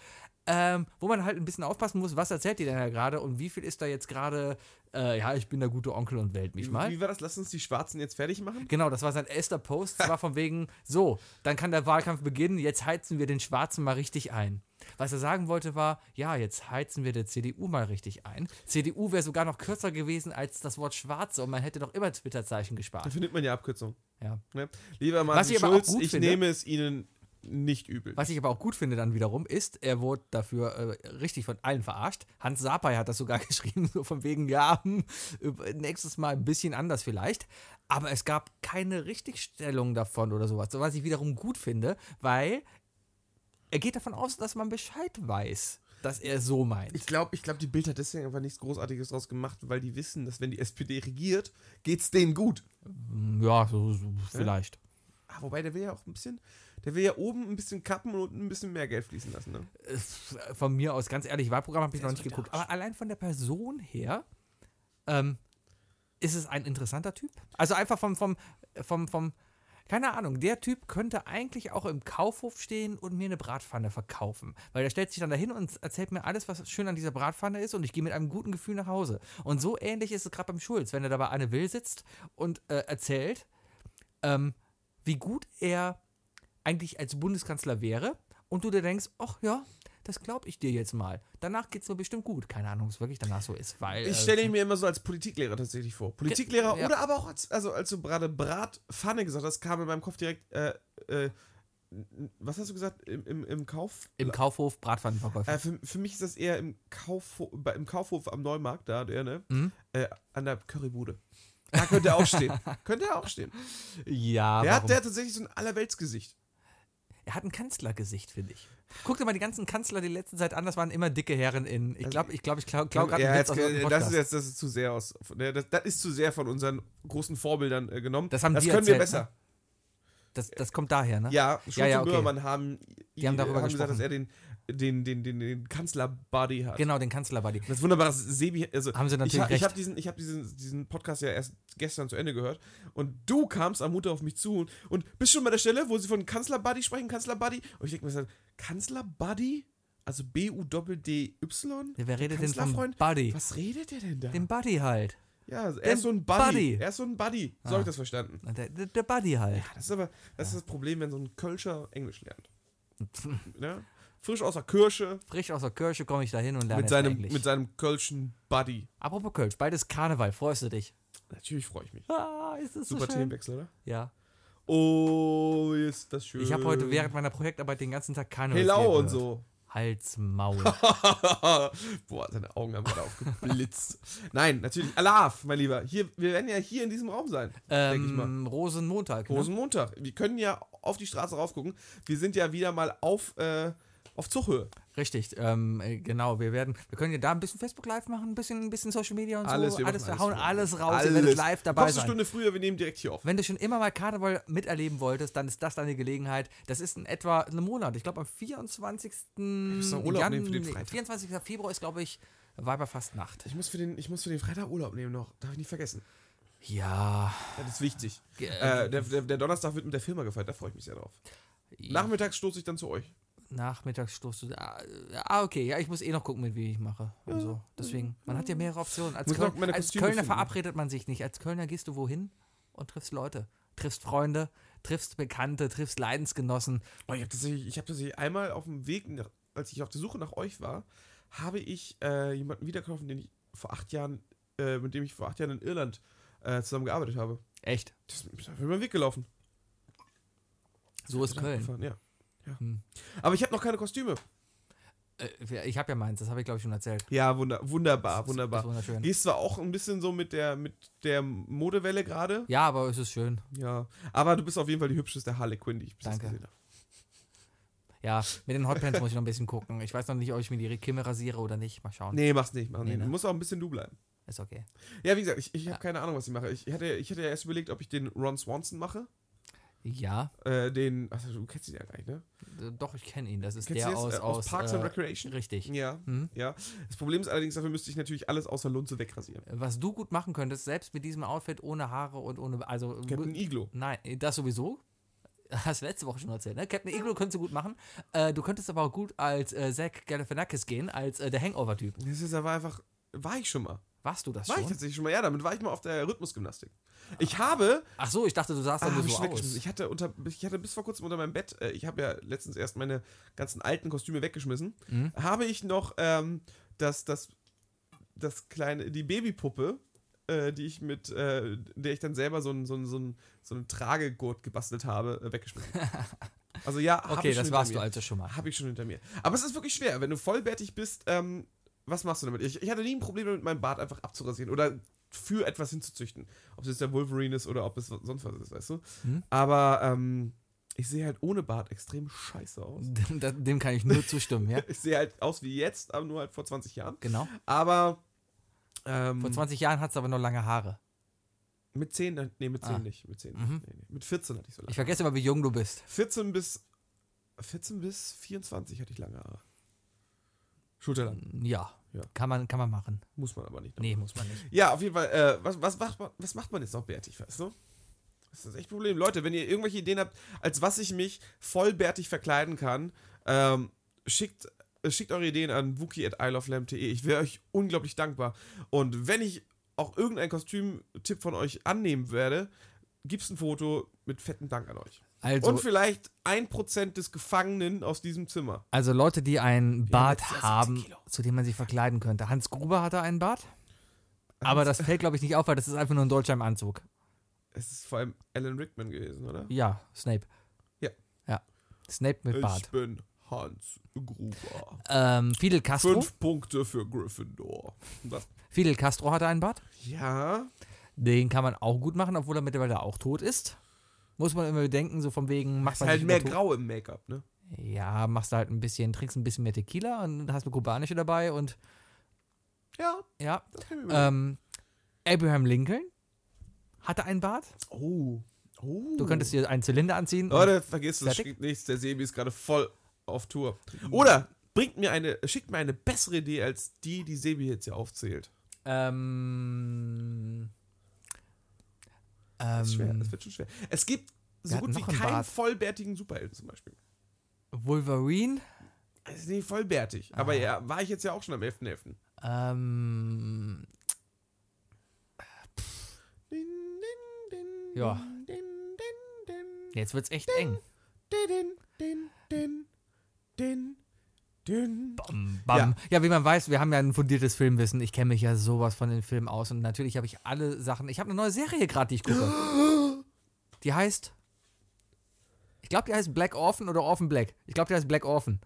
Speaker 2: ähm, wo man halt ein bisschen aufpassen muss, was erzählt die denn da gerade und wie viel ist da jetzt gerade, äh, ja, ich bin der gute Onkel und wählt mich mal.
Speaker 1: Wie war das? Lass uns die Schwarzen jetzt fertig machen?
Speaker 2: Genau, das war sein erster Post. Das war von wegen, so, dann kann der Wahlkampf beginnen, jetzt heizen wir den Schwarzen mal richtig ein. Was er sagen wollte war, ja, jetzt heizen wir der CDU mal richtig ein. CDU wäre sogar noch kürzer gewesen als das Wort Schwarze und man hätte noch immer Twitter-Zeichen
Speaker 1: Da
Speaker 2: gespart.
Speaker 1: findet man ja Abkürzung.
Speaker 2: Ja.
Speaker 1: Ne? Lieber
Speaker 2: Was
Speaker 1: Martin
Speaker 2: ich aber auch
Speaker 1: Schulz,
Speaker 2: gut
Speaker 1: ich
Speaker 2: finde-
Speaker 1: nehme es Ihnen nicht übel.
Speaker 2: Was ich aber auch gut finde dann wiederum ist, er wurde dafür äh, richtig von allen verarscht. Hans Sapai hat das sogar *laughs* geschrieben, so von wegen, ja, hm, über- nächstes Mal ein bisschen anders vielleicht. Aber es gab keine Richtigstellung davon oder sowas, was ich wiederum gut finde, weil er geht davon aus, dass man Bescheid weiß, dass er es so meint.
Speaker 1: Ich glaube, ich glaub, die Bild hat deswegen einfach nichts Großartiges draus gemacht, weil die wissen, dass wenn die SPD regiert, geht's denen gut.
Speaker 2: Ja, so, so, vielleicht.
Speaker 1: Ah, wobei, der will ja auch ein bisschen, der will ja oben ein bisschen kappen und unten ein bisschen mehr Geld fließen lassen. Ne?
Speaker 2: Äh, Von mir aus, ganz ehrlich, Wahlprogramm habe ich
Speaker 1: Der
Speaker 2: noch
Speaker 1: ist
Speaker 2: nicht
Speaker 1: doch der
Speaker 2: geguckt. Aber allein von der Person her ähm, ist es ein interessanter Typ. Also einfach vom, vom, vom, vom, keine Ahnung, der Typ könnte eigentlich auch im Kaufhof stehen und mir eine Bratpfanne verkaufen. Weil der stellt sich dann dahin und erzählt mir alles, was schön an dieser Bratpfanne ist und ich gehe mit einem guten Gefühl nach Hause. Und so ähnlich ist es gerade beim Schulz, wenn er da bei Anne Will sitzt und äh, erzählt, ähm, wie gut er eigentlich als Bundeskanzler wäre und du dir denkst, ach ja, das glaube ich dir jetzt mal. Danach geht's mir bestimmt gut. Keine Ahnung, ob es wirklich danach so ist, weil
Speaker 1: Ich
Speaker 2: äh,
Speaker 1: stelle ihn mir immer so als Politiklehrer tatsächlich vor. Politiklehrer
Speaker 2: ja.
Speaker 1: oder aber auch als, also als du gerade Bratpfanne gesagt hast, kam in meinem Kopf direkt, äh, äh, was hast du gesagt, im, im, im Kauf?
Speaker 2: im Kaufhof Bratpfannenverkäufer.
Speaker 1: Äh, für, für mich ist das eher im, Kaufho bei, im Kaufhof am Neumarkt da, der, ne?
Speaker 2: Mhm.
Speaker 1: Äh, an der Currybude. Da könnte er auch
Speaker 2: *laughs*
Speaker 1: stehen. könnte er auch stehen.
Speaker 2: ja,
Speaker 1: Der
Speaker 2: warum?
Speaker 1: hat, der hat tatsächlich so ein Allerweltsgesicht.
Speaker 2: er hat ein Kanzlergesicht, finde ich. Guck dir mal die ganzen Kanzler die letzte Zeit an, das waren immer dicke Herren in. Ich glaube, ich glaube, ich glaube glaub gerade
Speaker 1: Also ja,
Speaker 2: einen Witz
Speaker 1: jetzt,
Speaker 2: aus irgendeinem
Speaker 1: das ist
Speaker 2: Podcast.
Speaker 1: jetzt das ist zu sehr aus. ne, Das, das ist zu sehr von unseren großen Vorbildern äh, genommen.
Speaker 2: Das haben die
Speaker 1: können wir
Speaker 2: erzählt,
Speaker 1: besser.
Speaker 2: das, das kommt daher, ne?
Speaker 1: Ja, Schulz
Speaker 2: Ja, ja,
Speaker 1: und
Speaker 2: okay.
Speaker 1: Böhmermann haben,
Speaker 2: Die haben darüber
Speaker 1: gesagt, dass
Speaker 2: gesprochen.
Speaker 1: er den, den, den, den, den Kanzler-Buddy hat.
Speaker 2: Genau, den Kanzler-Buddy.
Speaker 1: Das ist wunderbar, dass Sebi. Also,
Speaker 2: Haben sie
Speaker 1: ich,
Speaker 2: natürlich
Speaker 1: ha- ich
Speaker 2: recht.
Speaker 1: habe diesen, ich hab diesen, diesen Podcast ja erst gestern zu Ende gehört und du kamst am Montag auf mich zu und, und bist schon bei der Stelle, wo sie von Kanzler-Buddy sprechen, Kanzler-Buddy. Und ich denke mir, so, Kanzler-Buddy? Also B-U-D-D-Y?
Speaker 2: Wer redet denn vom
Speaker 1: Kanzlerfreund?
Speaker 2: Buddy?
Speaker 1: Was redet der denn da?
Speaker 2: Den Buddy halt.
Speaker 1: ja, also er
Speaker 2: dem
Speaker 1: ist so ein Buddy.
Speaker 2: Buddy. Ah.
Speaker 1: Er ist so ein Buddy. So habe ich das verstanden.
Speaker 2: Der, der, der Buddy halt.
Speaker 1: Das ist aber das, ist das Problem, wenn so ein Kölscher Englisch
Speaker 2: *laughs*
Speaker 1: lernt. ne? Frisch aus der Kirsche
Speaker 2: Frisch aus der Kirche komme ich da hin und lerne
Speaker 1: mit
Speaker 2: jetzt
Speaker 1: seinem,
Speaker 2: Englisch.
Speaker 1: mit seinem Kölschen Buddy.
Speaker 2: Apropos Kölsch, beides Karneval, freust du dich?
Speaker 1: Natürlich freue ich mich.
Speaker 2: Ah, ist das
Speaker 1: Super
Speaker 2: so schön.
Speaker 1: Themenwechsel, oder?
Speaker 2: Ja.
Speaker 1: Oh, ist das schön.
Speaker 2: Ich habe heute während meiner Projektarbeit den ganzen Tag Karneval
Speaker 1: Hello und so. *laughs*
Speaker 2: Hals, Maul.
Speaker 1: Boah, seine Augen haben gerade
Speaker 2: *laughs*
Speaker 1: aufgeblitzt. Nein, natürlich. Alaf, mein Lieber. Hier, wir werden ja hier in diesem Raum sein. ich mal.
Speaker 2: ähm, Rosenmontag. Ne?
Speaker 1: Rosenmontag. Wir können ja auf die Straße raufgucken. Wir sind ja wieder mal auf, äh, auf Zuchhöhe.
Speaker 2: Richtig, ähm, äh, genau. Wir werden, wir können ja da ein bisschen Facebook Live machen, ein bisschen, ein bisschen Social Media und
Speaker 1: Alles,
Speaker 2: so.
Speaker 1: wir
Speaker 2: Alles,
Speaker 1: machen
Speaker 2: wir hauen
Speaker 1: alles.
Speaker 2: alles raus. Ihr werdet live dabei
Speaker 1: Kommst eine
Speaker 2: sein.
Speaker 1: Stunde früher, wir nehmen direkt hier auf.
Speaker 2: Wenn du schon immer mal Karneval miterleben wolltest, dann ist das deine Gelegenheit. Das ist in etwa einem Monat. Ich glaube, am 24.
Speaker 1: noch Urlaub
Speaker 2: Jan-
Speaker 1: nehmen für den Freitag.
Speaker 2: 24. Februar ist, glaube ich, Weiberfastnacht.
Speaker 1: Ich muss, für den, ich muss für den Freitag Urlaub nehmen noch. Darf ich nicht vergessen.
Speaker 2: Ja.
Speaker 1: Das ist wichtig.
Speaker 2: Ge-
Speaker 1: Äh, der, der, der Donnerstag wird mit der Firma gefeiert. Da freue ich mich sehr drauf. Nachmittags stoße ich dann zu euch.
Speaker 2: Nachmittags stoßt du. Ah, ah, okay. Ja, ich muss eh noch gucken, mit wie ich mache. Und so. Deswegen, man hat ja mehrere Optionen. Als,
Speaker 1: Muss
Speaker 2: Köln,
Speaker 1: noch meine
Speaker 2: als
Speaker 1: Kostüme
Speaker 2: Kölner
Speaker 1: finden.
Speaker 2: verabredet man sich nicht. Als Kölner gehst du wohin und triffst Leute. Triffst Freunde, triffst Bekannte, triffst Leidensgenossen.
Speaker 1: Oh, ich habe tatsächlich, ich hab tatsächlich einmal auf dem Weg, nach, als ich auf der Suche nach euch war, habe ich äh, jemanden wiedergetroffen, den ich vor acht Jahren, äh, mit dem ich vor acht Jahren in Irland äh, zusammengearbeitet habe.
Speaker 2: Echt.
Speaker 1: Das ist mir über den Weg gelaufen.
Speaker 2: So ist Köln.
Speaker 1: Abgefahren, Ja. ja.
Speaker 2: Hm.
Speaker 1: Aber ich habe noch keine Kostüme.
Speaker 2: Äh, ich habe ja meins, das habe ich, glaube ich, schon erzählt.
Speaker 1: Ja, wunder, wunderbar,
Speaker 2: Das ist-
Speaker 1: Ah, wunderbar.
Speaker 2: das ist wunderschön.
Speaker 1: Gehst zwar auch ein bisschen so mit der, mit der Modewelle gerade,
Speaker 2: Ja, aber es ist schön.
Speaker 1: ja. Aber du bist auf jeden Fall die hübscheste Harley Quinn, die ich bis jetzt
Speaker 2: Danke.
Speaker 1: gesehen habe.
Speaker 2: Ja, mit den Hotpants muss ich noch ein bisschen gucken. Ich weiß noch nicht, ob ich mir die Kimme rasiere oder nicht. Mal schauen.
Speaker 1: Nee, mach's nicht. Mach
Speaker 2: Nee,
Speaker 1: nicht. Du
Speaker 2: ne?
Speaker 1: musst auch ein bisschen du bleiben.
Speaker 2: Ist okay.
Speaker 1: Ja, wie gesagt, ich, ich habe
Speaker 2: Ja.
Speaker 1: keine Ahnung, was ich mache. Ich hatte, ich hatte ja erst überlegt, ob ich den Ron Swanson mache.
Speaker 2: Ja,
Speaker 1: Äh, den, also du kennst ihn ja gar nicht, ne?
Speaker 2: d- doch, ich kenne ihn. Das ist
Speaker 1: Kennst
Speaker 2: der
Speaker 1: du das?
Speaker 2: aus,
Speaker 1: Äh, aus
Speaker 2: aus,
Speaker 1: Parks and
Speaker 2: äh,
Speaker 1: Recreation?
Speaker 2: Richtig.
Speaker 1: Ja,
Speaker 2: Mhm.
Speaker 1: ja. Das Problem ist allerdings, dafür müsste ich natürlich alles außer Lunze wegrasieren.
Speaker 2: Was du gut machen könntest, selbst mit diesem Outfit ohne Haare und ohne. Also,
Speaker 1: Captain Iglo.
Speaker 2: nein, das sowieso. *laughs* Hast du letzte Woche schon erzählt, ne? Captain Iglo könntest du gut machen. Äh, du könntest aber auch gut als äh, Zach Galifianakis gehen, als äh, der Hangover-Typ.
Speaker 1: Das ist aber einfach, war ich schon mal.
Speaker 2: Warst du das
Speaker 1: War ich
Speaker 2: schon? Ah.
Speaker 1: tatsächlich schon mal, ja, damit war ich mal auf der Rhythmusgymnastik. Ich habe,
Speaker 2: Ach so, ich dachte, du sahst dann
Speaker 1: Ah,
Speaker 2: nur
Speaker 1: hab ich
Speaker 2: so
Speaker 1: schon weggeschmissen.
Speaker 2: aus.
Speaker 1: ich hatte unter, ich hatte bis vor kurzem unter meinem Bett, äh, ich habe ja letztens erst meine ganzen alten Kostüme weggeschmissen,
Speaker 2: Mhm.
Speaker 1: habe ich noch ähm, das, das, das kleine, die Babypuppe, äh, die ich mit, äh, der ich dann selber so einen so einen- so einen- so einen Tragegurt gebastelt habe, äh, weggeschmissen.
Speaker 2: *laughs*
Speaker 1: Also ja, hab
Speaker 2: Okay,
Speaker 1: ich schon
Speaker 2: das
Speaker 1: hinter
Speaker 2: warst du
Speaker 1: mir.
Speaker 2: also schon mal. *laughs*
Speaker 1: Habe ich schon hinter mir. Aber es ist wirklich schwer, wenn du vollbärtig bist, ähm, was machst du damit? Ich, ich hatte nie ein Problem damit, meinen Bart einfach abzurasieren oder für etwas hinzuzüchten. Ob es jetzt der Wolverine ist oder ob es sonst was ist, weißt du?
Speaker 2: Hm.
Speaker 1: Aber ähm, ich sehe halt ohne Bart extrem scheiße aus.
Speaker 2: Dem, dem kann ich nur zustimmen, ja?
Speaker 1: *laughs* Ich sehe halt aus wie jetzt, aber nur halt vor 20 Jahren.
Speaker 2: Genau.
Speaker 1: Aber ähm,
Speaker 2: Vor 20 Jahren hattest du aber noch lange Haare.
Speaker 1: mit 10, nee, mit 10
Speaker 2: Ah.
Speaker 1: nicht. Mit 10
Speaker 2: Mhm.
Speaker 1: nicht. Nee, nee. Mit 14 hatte ich so lange.
Speaker 2: Ich vergesse immer, wie jung du bist.
Speaker 1: 14 bis 14 bis 24 hatte ich lange Haare. Schulterlang.
Speaker 2: Ja,
Speaker 1: Ja.
Speaker 2: Kann, man, kann man machen.
Speaker 1: Muss man aber nicht.
Speaker 2: Nee, muss man nicht.
Speaker 1: Ja, auf jeden Fall. Äh, was, was, macht man, was macht man jetzt noch bärtig, weißt du? Das ist echt ein Problem. Leute, wenn ihr irgendwelche Ideen habt, als was ich mich voll bärtig verkleiden kann, ähm, schickt, äh, schickt eure Ideen an wookie at Ich wäre euch unglaublich dankbar. Und wenn ich auch irgendein Kostümtipp von euch annehmen werde, gibt's ein Foto mit fetten Dank an euch. Und
Speaker 2: Also,
Speaker 1: vielleicht 1% des Gefangenen aus diesem Zimmer.
Speaker 2: also Leute, die einen Bart
Speaker 1: letztes Jahr 70
Speaker 2: haben,
Speaker 1: Kilo.
Speaker 2: zu dem man sich verkleiden könnte. Hans Gruber hatte einen Bart. Aber
Speaker 1: Also
Speaker 2: das fällt, glaube ich, nicht auf, weil das ist einfach nur ein Deutscher im Anzug.
Speaker 1: Es ist vor allem Alan Rickman gewesen, oder?
Speaker 2: Ja, Snape.
Speaker 1: Ja.
Speaker 2: Ja. Snape mit
Speaker 1: Ich
Speaker 2: Bart.
Speaker 1: bin Hans Gruber.
Speaker 2: Ähm, Fidel Castro.
Speaker 1: Fünf Punkte für Gryffindor. Was?
Speaker 2: Fidel Castro hatte einen Bart.
Speaker 1: Ja.
Speaker 2: Den kann man auch gut machen, obwohl er mittlerweile auch tot ist. Muss man immer bedenken, so von wegen, macht
Speaker 1: Ist
Speaker 2: man
Speaker 1: halt
Speaker 2: sich
Speaker 1: mehr
Speaker 2: über-
Speaker 1: grau im Make-up, ne?
Speaker 2: Ja, machst halt ein bisschen, trinkst ein bisschen mehr Tequila und hast eine kubanische dabei und
Speaker 1: Ja.
Speaker 2: ja,
Speaker 1: Das kann ich mir überlegen.
Speaker 2: Ähm, Abraham Lincoln hatte einen Bart.
Speaker 1: oh. Oh.
Speaker 2: Du könntest dir einen Zylinder anziehen. und-
Speaker 1: Leute, vergiss das.
Speaker 2: Fertig?
Speaker 1: Schickt nichts. Der Sebi ist gerade voll auf Tour. Oder bringt mir eine, schickt mir eine bessere Idee als die, die Sebi jetzt hier aufzählt.
Speaker 2: Ähm,
Speaker 1: Das, ist schwer.
Speaker 2: ähm,
Speaker 1: das wird schon schwer. Es gibt so
Speaker 2: Wir
Speaker 1: gut
Speaker 2: hatten
Speaker 1: wie
Speaker 2: noch einen
Speaker 1: keinen
Speaker 2: Bart.
Speaker 1: vollbärtigen Superhelden zum Beispiel.
Speaker 2: Wolverine.
Speaker 1: Also, nee, vollbärtig.
Speaker 2: Ah.
Speaker 1: Aber ja, war ich jetzt ja auch schon am 11.11.
Speaker 2: Ähm,
Speaker 1: Din, din, din,
Speaker 2: Ja.
Speaker 1: din, din, din,
Speaker 2: jetzt wird's echt eng.
Speaker 1: Din, din, din, din, din.
Speaker 2: Bam, bam. Ja. wie man weiß, wir haben ja ein fundiertes Filmwissen. Ich kenne mich ja sowas von den Filmen aus und natürlich habe ich alle Sachen. Ich habe eine neue Serie gerade, die ich gucke.
Speaker 1: *gasps*
Speaker 2: Die heißt. Ich glaube, die heißt Black Orphan oder Orphan Black. Ich glaube, die heißt Black Orphan.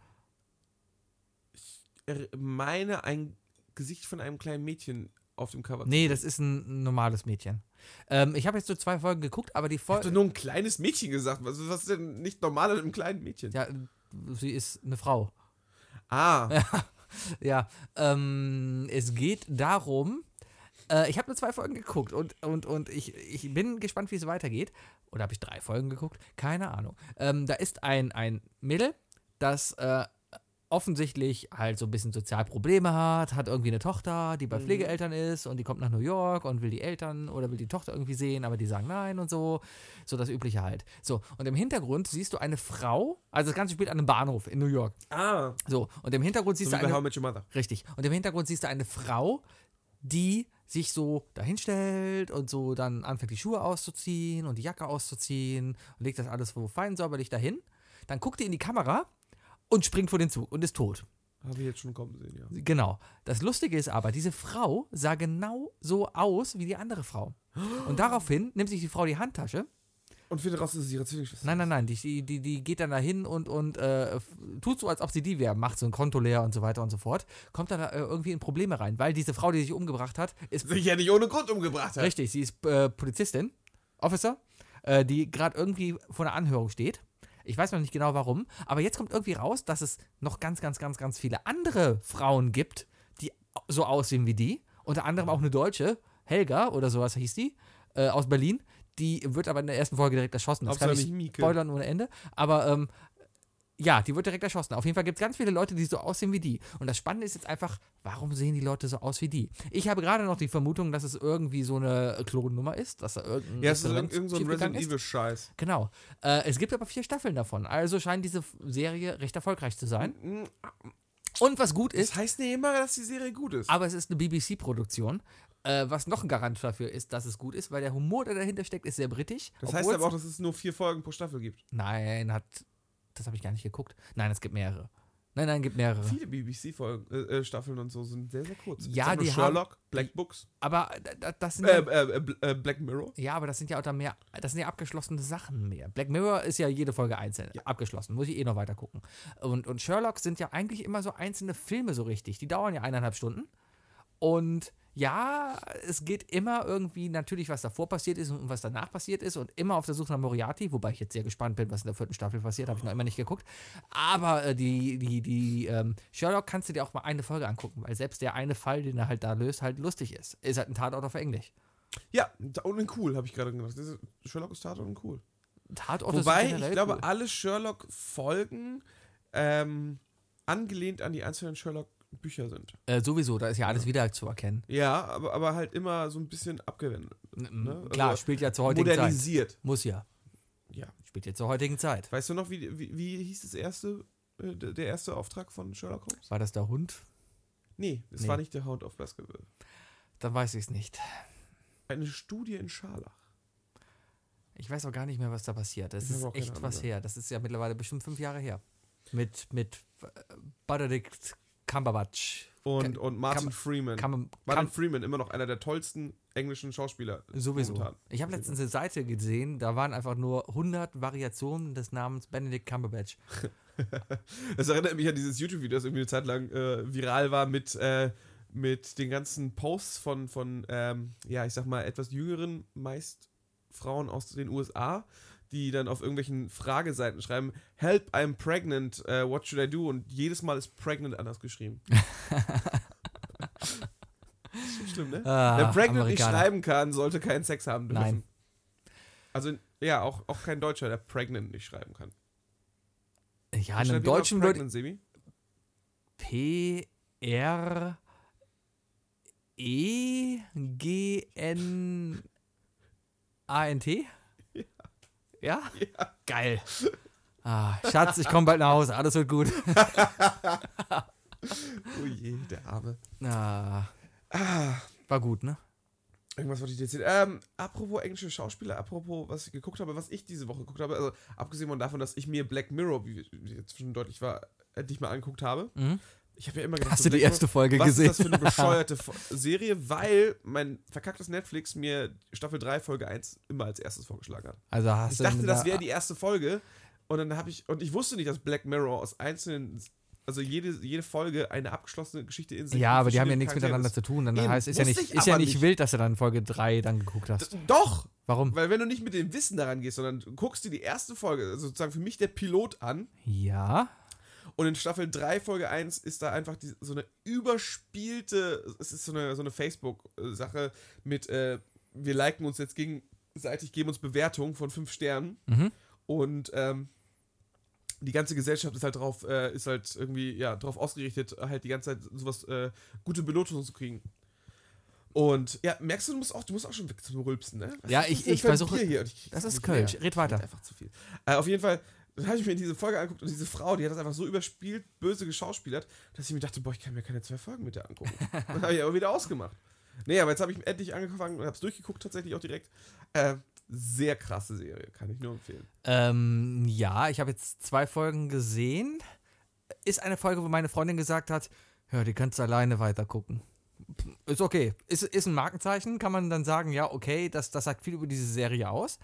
Speaker 1: er- meine, ein Gesicht von einem kleinen Mädchen auf dem Cover.
Speaker 2: Nee, das ist ein normales Mädchen. Ähm, ich habe jetzt nur zwei Folgen geguckt, aber die
Speaker 1: Hast du
Speaker 2: Folge.
Speaker 1: nur ein kleines Mädchen gesagt? Was, was ist denn nicht normal an einem kleinen Mädchen?
Speaker 2: Ja, sie ist eine Frau.
Speaker 1: Ah,
Speaker 2: Ja, ähm, es geht darum. Äh, ich habe nur zwei Folgen geguckt und, und, und ich, ich bin gespannt, wie es weitergeht. Oder habe ich drei Folgen geguckt? Keine Ahnung. Ähm, da ist ein, ein Mädel, das äh, offensichtlich halt so ein bisschen sozial Probleme hat, hat irgendwie eine Tochter, die bei
Speaker 1: Mhm.
Speaker 2: Pflegeeltern ist und die kommt nach New York und will die Eltern oder will die Tochter irgendwie sehen, aber die sagen nein und so. So das Übliche halt. So, und im Hintergrund siehst du eine Frau, also das Ganze spielt an einem Bahnhof in New York.
Speaker 1: ah.
Speaker 2: So, und im Hintergrund siehst
Speaker 1: So wie
Speaker 2: du
Speaker 1: bei
Speaker 2: eine.
Speaker 1: How I Met Your Mother.
Speaker 2: Richtig. Und im Hintergrund siehst du eine Frau, die sich so dahinstellt und so dann anfängt, die Schuhe auszuziehen und die Jacke auszuziehen und legt das alles so fein säuberlich dahin. Dann guckt die in die Kamera und springt vor den Zug und ist tot.
Speaker 1: Habe ich jetzt schon kommen sehen, ja.
Speaker 2: Genau. Das Lustige ist aber, diese Frau sah genau so aus wie die andere Frau. Und daraufhin nimmt sich die Frau die Handtasche.
Speaker 1: Und finde raus, dass es ihre Zwillingsschwester
Speaker 2: Nein, nein, nein, die- die, die, die geht dann dahin und, und äh, f- tut so, als ob sie die wäre, macht so ein Konto leer und so weiter und so fort. Kommt dann äh, irgendwie in Probleme rein, weil diese Frau, die sich umgebracht hat, ist
Speaker 1: ist. Sich ja nicht ohne Grund umgebracht hat.
Speaker 2: Richtig, sie ist äh, Polizistin, Officer, äh, die gerade irgendwie vor einer Anhörung steht. Ich weiß noch nicht genau warum, aber jetzt kommt irgendwie raus, dass es noch ganz, ganz, ganz, ganz viele andere Frauen gibt, die au- so aussehen wie die. Unter anderem auch eine Deutsche, Helga oder sowas hieß die, äh, aus Berlin. Die wird aber in der ersten Folge direkt erschossen. Das kann
Speaker 1: Hauptsache
Speaker 2: ich
Speaker 1: nicht Mieke.
Speaker 2: spoilern ohne Ende. Aber ähm, ja, die wird direkt erschossen. Auf jeden Fall gibt es ganz viele Leute, die so aussehen wie die. Und das Spannende ist jetzt einfach, warum sehen die Leute so aus wie die? Ich habe gerade noch die Vermutung, dass es irgendwie so eine Klonnummer ist, dass da irgendein
Speaker 1: Ja, es ist irgend,
Speaker 2: Experiment
Speaker 1: irgend so ein
Speaker 2: schiefgegangen
Speaker 1: Resident Evil-Scheiß.
Speaker 2: ist. Genau. Äh, es gibt aber vier Staffeln davon. Also scheint diese F- Serie recht erfolgreich zu sein.
Speaker 1: Mhm.
Speaker 2: Und was gut ist,
Speaker 1: Das heißt nicht immer, dass die Serie gut ist.
Speaker 2: aber es ist eine BBC-Produktion, äh, was noch ein Garant dafür ist, dass es gut ist, weil der Humor, der dahinter steckt, ist sehr britisch.
Speaker 1: Das heißt
Speaker 2: obwohl's-
Speaker 1: aber auch, dass es nur vier Folgen pro Staffel gibt.
Speaker 2: Nein, hat. Das habe ich gar nicht geguckt. Nein, es gibt mehrere. Nein, nein, gibt mehrere.
Speaker 1: Viele BBC-Staffeln äh, Staffeln und so sind sehr, sehr kurz. Ich
Speaker 2: Ja,
Speaker 1: sag nur
Speaker 2: die haben-
Speaker 1: Sherlock, Black Books,
Speaker 2: Aber da- da- das sind
Speaker 1: äh,
Speaker 2: ja,
Speaker 1: äh, äh, Bl- äh, Black Mirror.
Speaker 2: ja, aber das sind ja auch dann mehr, das sind ja abgeschlossene Sachen mehr. Black Mirror ist ja jede Folge einzeln abgeschlossen, muss ich eh noch weiter gucken. Und, und Sherlock sind ja eigentlich immer so einzelne Filme so richtig. Die dauern ja eineinhalb Stunden. Und ja, es geht immer irgendwie natürlich, was davor passiert ist und was danach passiert ist und immer auf der Suche nach Moriarty, wobei ich jetzt sehr gespannt bin, was in der vierten Staffel passiert, habe ich noch immer nicht geguckt. Aber äh, die, die, die ähm, Sherlock kannst du dir auch mal eine Folge angucken, weil selbst der eine Fall, den er halt da löst, halt lustig ist. Ist halt ein Tatort auf Englisch.
Speaker 1: Ja, und cool, habe ich gerade gedacht. Das ist, Sherlock ist Tatort und cool.
Speaker 2: Tatort ist
Speaker 1: Wobei,
Speaker 2: generell
Speaker 1: ich glaube,
Speaker 2: cool.
Speaker 1: alle Sherlock-Folgen ähm, angelehnt an die einzelnen Sherlock-Bücher sind.
Speaker 2: äh, sowieso, da ist ja alles wieder zu erkennen.
Speaker 1: Ja, aber, aber halt immer so ein bisschen abgewendet.
Speaker 2: N-
Speaker 1: Ne?
Speaker 2: Klar,
Speaker 1: Also,
Speaker 2: spielt ja zur heutigen Zeit.
Speaker 1: modernisiert.
Speaker 2: Muss ja.
Speaker 1: Ja.
Speaker 2: Spielt ja zur heutigen Zeit.
Speaker 1: Weißt du noch, wie, wie, wie hieß das erste, äh, der der erste Auftrag von Sherlock Holmes?
Speaker 2: War das der Hund?
Speaker 1: Nee, es
Speaker 2: Nee.
Speaker 1: war nicht der Hound of Baskerville.
Speaker 2: Dann weiß ich es nicht.
Speaker 1: Eine Studie in Scharlach.
Speaker 2: Ich weiß auch gar nicht mehr, was da passiert. Das
Speaker 1: Ich hab
Speaker 2: ist
Speaker 1: auch keine
Speaker 2: echt
Speaker 1: Ahnung
Speaker 2: was
Speaker 1: mehr.
Speaker 2: her. Das ist ja mittlerweile bestimmt fünf Jahre her. Mit, mit äh, Benedict Cumberbatch.
Speaker 1: Und, und Martin
Speaker 2: Kam-
Speaker 1: Freeman.
Speaker 2: Cum,
Speaker 1: Martin
Speaker 2: Cum,
Speaker 1: Freeman, immer noch einer der tollsten englischen Schauspieler.
Speaker 2: sowieso.
Speaker 1: momentan.
Speaker 2: Ich habe letztens eine Seite gesehen, da waren einfach nur 100 Variationen des Namens Benedict Cumberbatch.
Speaker 1: Das erinnert mich an dieses YouTube-Video, das irgendwie eine Zeit lang äh, viral war mit, äh, mit den ganzen Posts von, von ähm, ja, ich sag mal, etwas jüngeren, meist Frauen aus den USA, die dann auf irgendwelchen Frageseiten schreiben, Help, I'm pregnant, äh, what should I do? Und jedes Mal ist pregnant anders geschrieben.
Speaker 2: *laughs*
Speaker 1: ist schon schlimm, ne?
Speaker 2: Ah,
Speaker 1: Wer pregnant nicht
Speaker 2: Amerikaner.
Speaker 1: schreiben kann, sollte keinen Sex haben dürfen.
Speaker 2: Nein.
Speaker 1: Also, ja, auch, auch kein Deutscher, der pregnant nicht schreiben kann.
Speaker 2: Ja,
Speaker 1: Schreib
Speaker 2: einem
Speaker 1: lieber
Speaker 2: Deutschen würde
Speaker 1: pregnant, Semi.
Speaker 2: P R E G N A N T? Ja. Geil. Ah, Schatz, ich komme bald nach Hause. Alles wird gut.
Speaker 1: Oh je, der Arme.
Speaker 2: Ah,
Speaker 1: Ah,
Speaker 2: war gut, ne?
Speaker 1: irgendwas wollte ich dir erzählen. Ähm, apropos englische Schauspieler, apropos, was ich geguckt habe, was ich diese Woche geguckt habe, also abgesehen von davon, dass ich mir Black Mirror, wie wie jetzt schon deutlich war, äh, dich mal angeguckt habe.
Speaker 2: Mhm.
Speaker 1: Ich habe ja immer gedacht,
Speaker 2: Hast
Speaker 1: so
Speaker 2: du die
Speaker 1: Black
Speaker 2: erste Folge
Speaker 1: Mirror, was
Speaker 2: gesehen?
Speaker 1: ist
Speaker 2: *laughs*
Speaker 1: das für eine bescheuerte Fo- Serie, weil mein verkacktes Netflix mir Staffel 3 Folge 1 immer als erstes vorgeschlagen hat.
Speaker 2: also hast
Speaker 1: Ich
Speaker 2: du
Speaker 1: dachte,
Speaker 2: da-
Speaker 1: das wäre die erste Folge und dann habe ich und ich wusste nicht, dass Black Mirror aus einzelnen also jede, jede Folge eine abgeschlossene Geschichte in sich.
Speaker 2: Ja,
Speaker 1: mit
Speaker 2: aber die haben ja
Speaker 1: verschiedenen
Speaker 2: nichts
Speaker 1: Charakteren.
Speaker 2: miteinander zu tun. Dann
Speaker 1: Eben,
Speaker 2: heißt, ist ja
Speaker 1: muss
Speaker 2: nicht,
Speaker 1: ich
Speaker 2: ist ja
Speaker 1: aber
Speaker 2: nicht
Speaker 1: nicht.
Speaker 2: wild, dass du dann Folge 3 dann geguckt hast.
Speaker 1: D- Doch!
Speaker 2: Warum?
Speaker 1: Weil wenn du nicht mit dem Wissen daran gehst, sondern du guckst dir die erste Folge, also sozusagen für mich der Pilot an,
Speaker 2: Ja.
Speaker 1: und in Staffel 3, Folge 1 ist da einfach die, so eine überspielte, es ist so eine, so eine Facebook-Sache mit, äh, wir liken uns jetzt gegenseitig, geben uns Bewertungen von 5 Sternen
Speaker 2: Mhm.
Speaker 1: und ähm, die ganze Gesellschaft ist halt drauf, äh, ist halt irgendwie, ja, drauf ausgerichtet, halt die ganze Zeit sowas, äh, gute Belotungen zu kriegen. Und ja, merkst du, du musst auch, du musst auch schon weg zum Rülpsen, ne? Was
Speaker 2: Ja,
Speaker 1: ist das
Speaker 2: ich-
Speaker 1: denn
Speaker 2: ich
Speaker 1: für ein
Speaker 2: versuche-
Speaker 1: Bier hier? Und ich krieg's
Speaker 2: Das ist
Speaker 1: nicht
Speaker 2: Kölsch.
Speaker 1: leer.
Speaker 2: Red weiter.
Speaker 1: Einfach zu viel. Äh, auf jeden Fall, dann habe ich mir diese Folge angeguckt und diese Frau, die hat das einfach so überspielt, böse geschauspielert, dass ich mir dachte, boah, ich kann mir keine zwei Folgen mit der
Speaker 2: *laughs*
Speaker 1: angucken. dann habe ich aber wieder ausgemacht. Nee, aber jetzt habe ich endlich angefangen und habe es durchgeguckt, tatsächlich auch direkt. Äh, sehr krasse Serie, kann ich nur empfehlen.
Speaker 2: Ähm, ja, ich habe jetzt zwei Folgen gesehen. Ist eine Folge, wo meine Freundin gesagt hat, ja, die kannst du alleine weitergucken. Ist okay. Ist, ist ein Markenzeichen, kann man dann sagen, ja, okay, das, das sagt viel über diese Serie aus.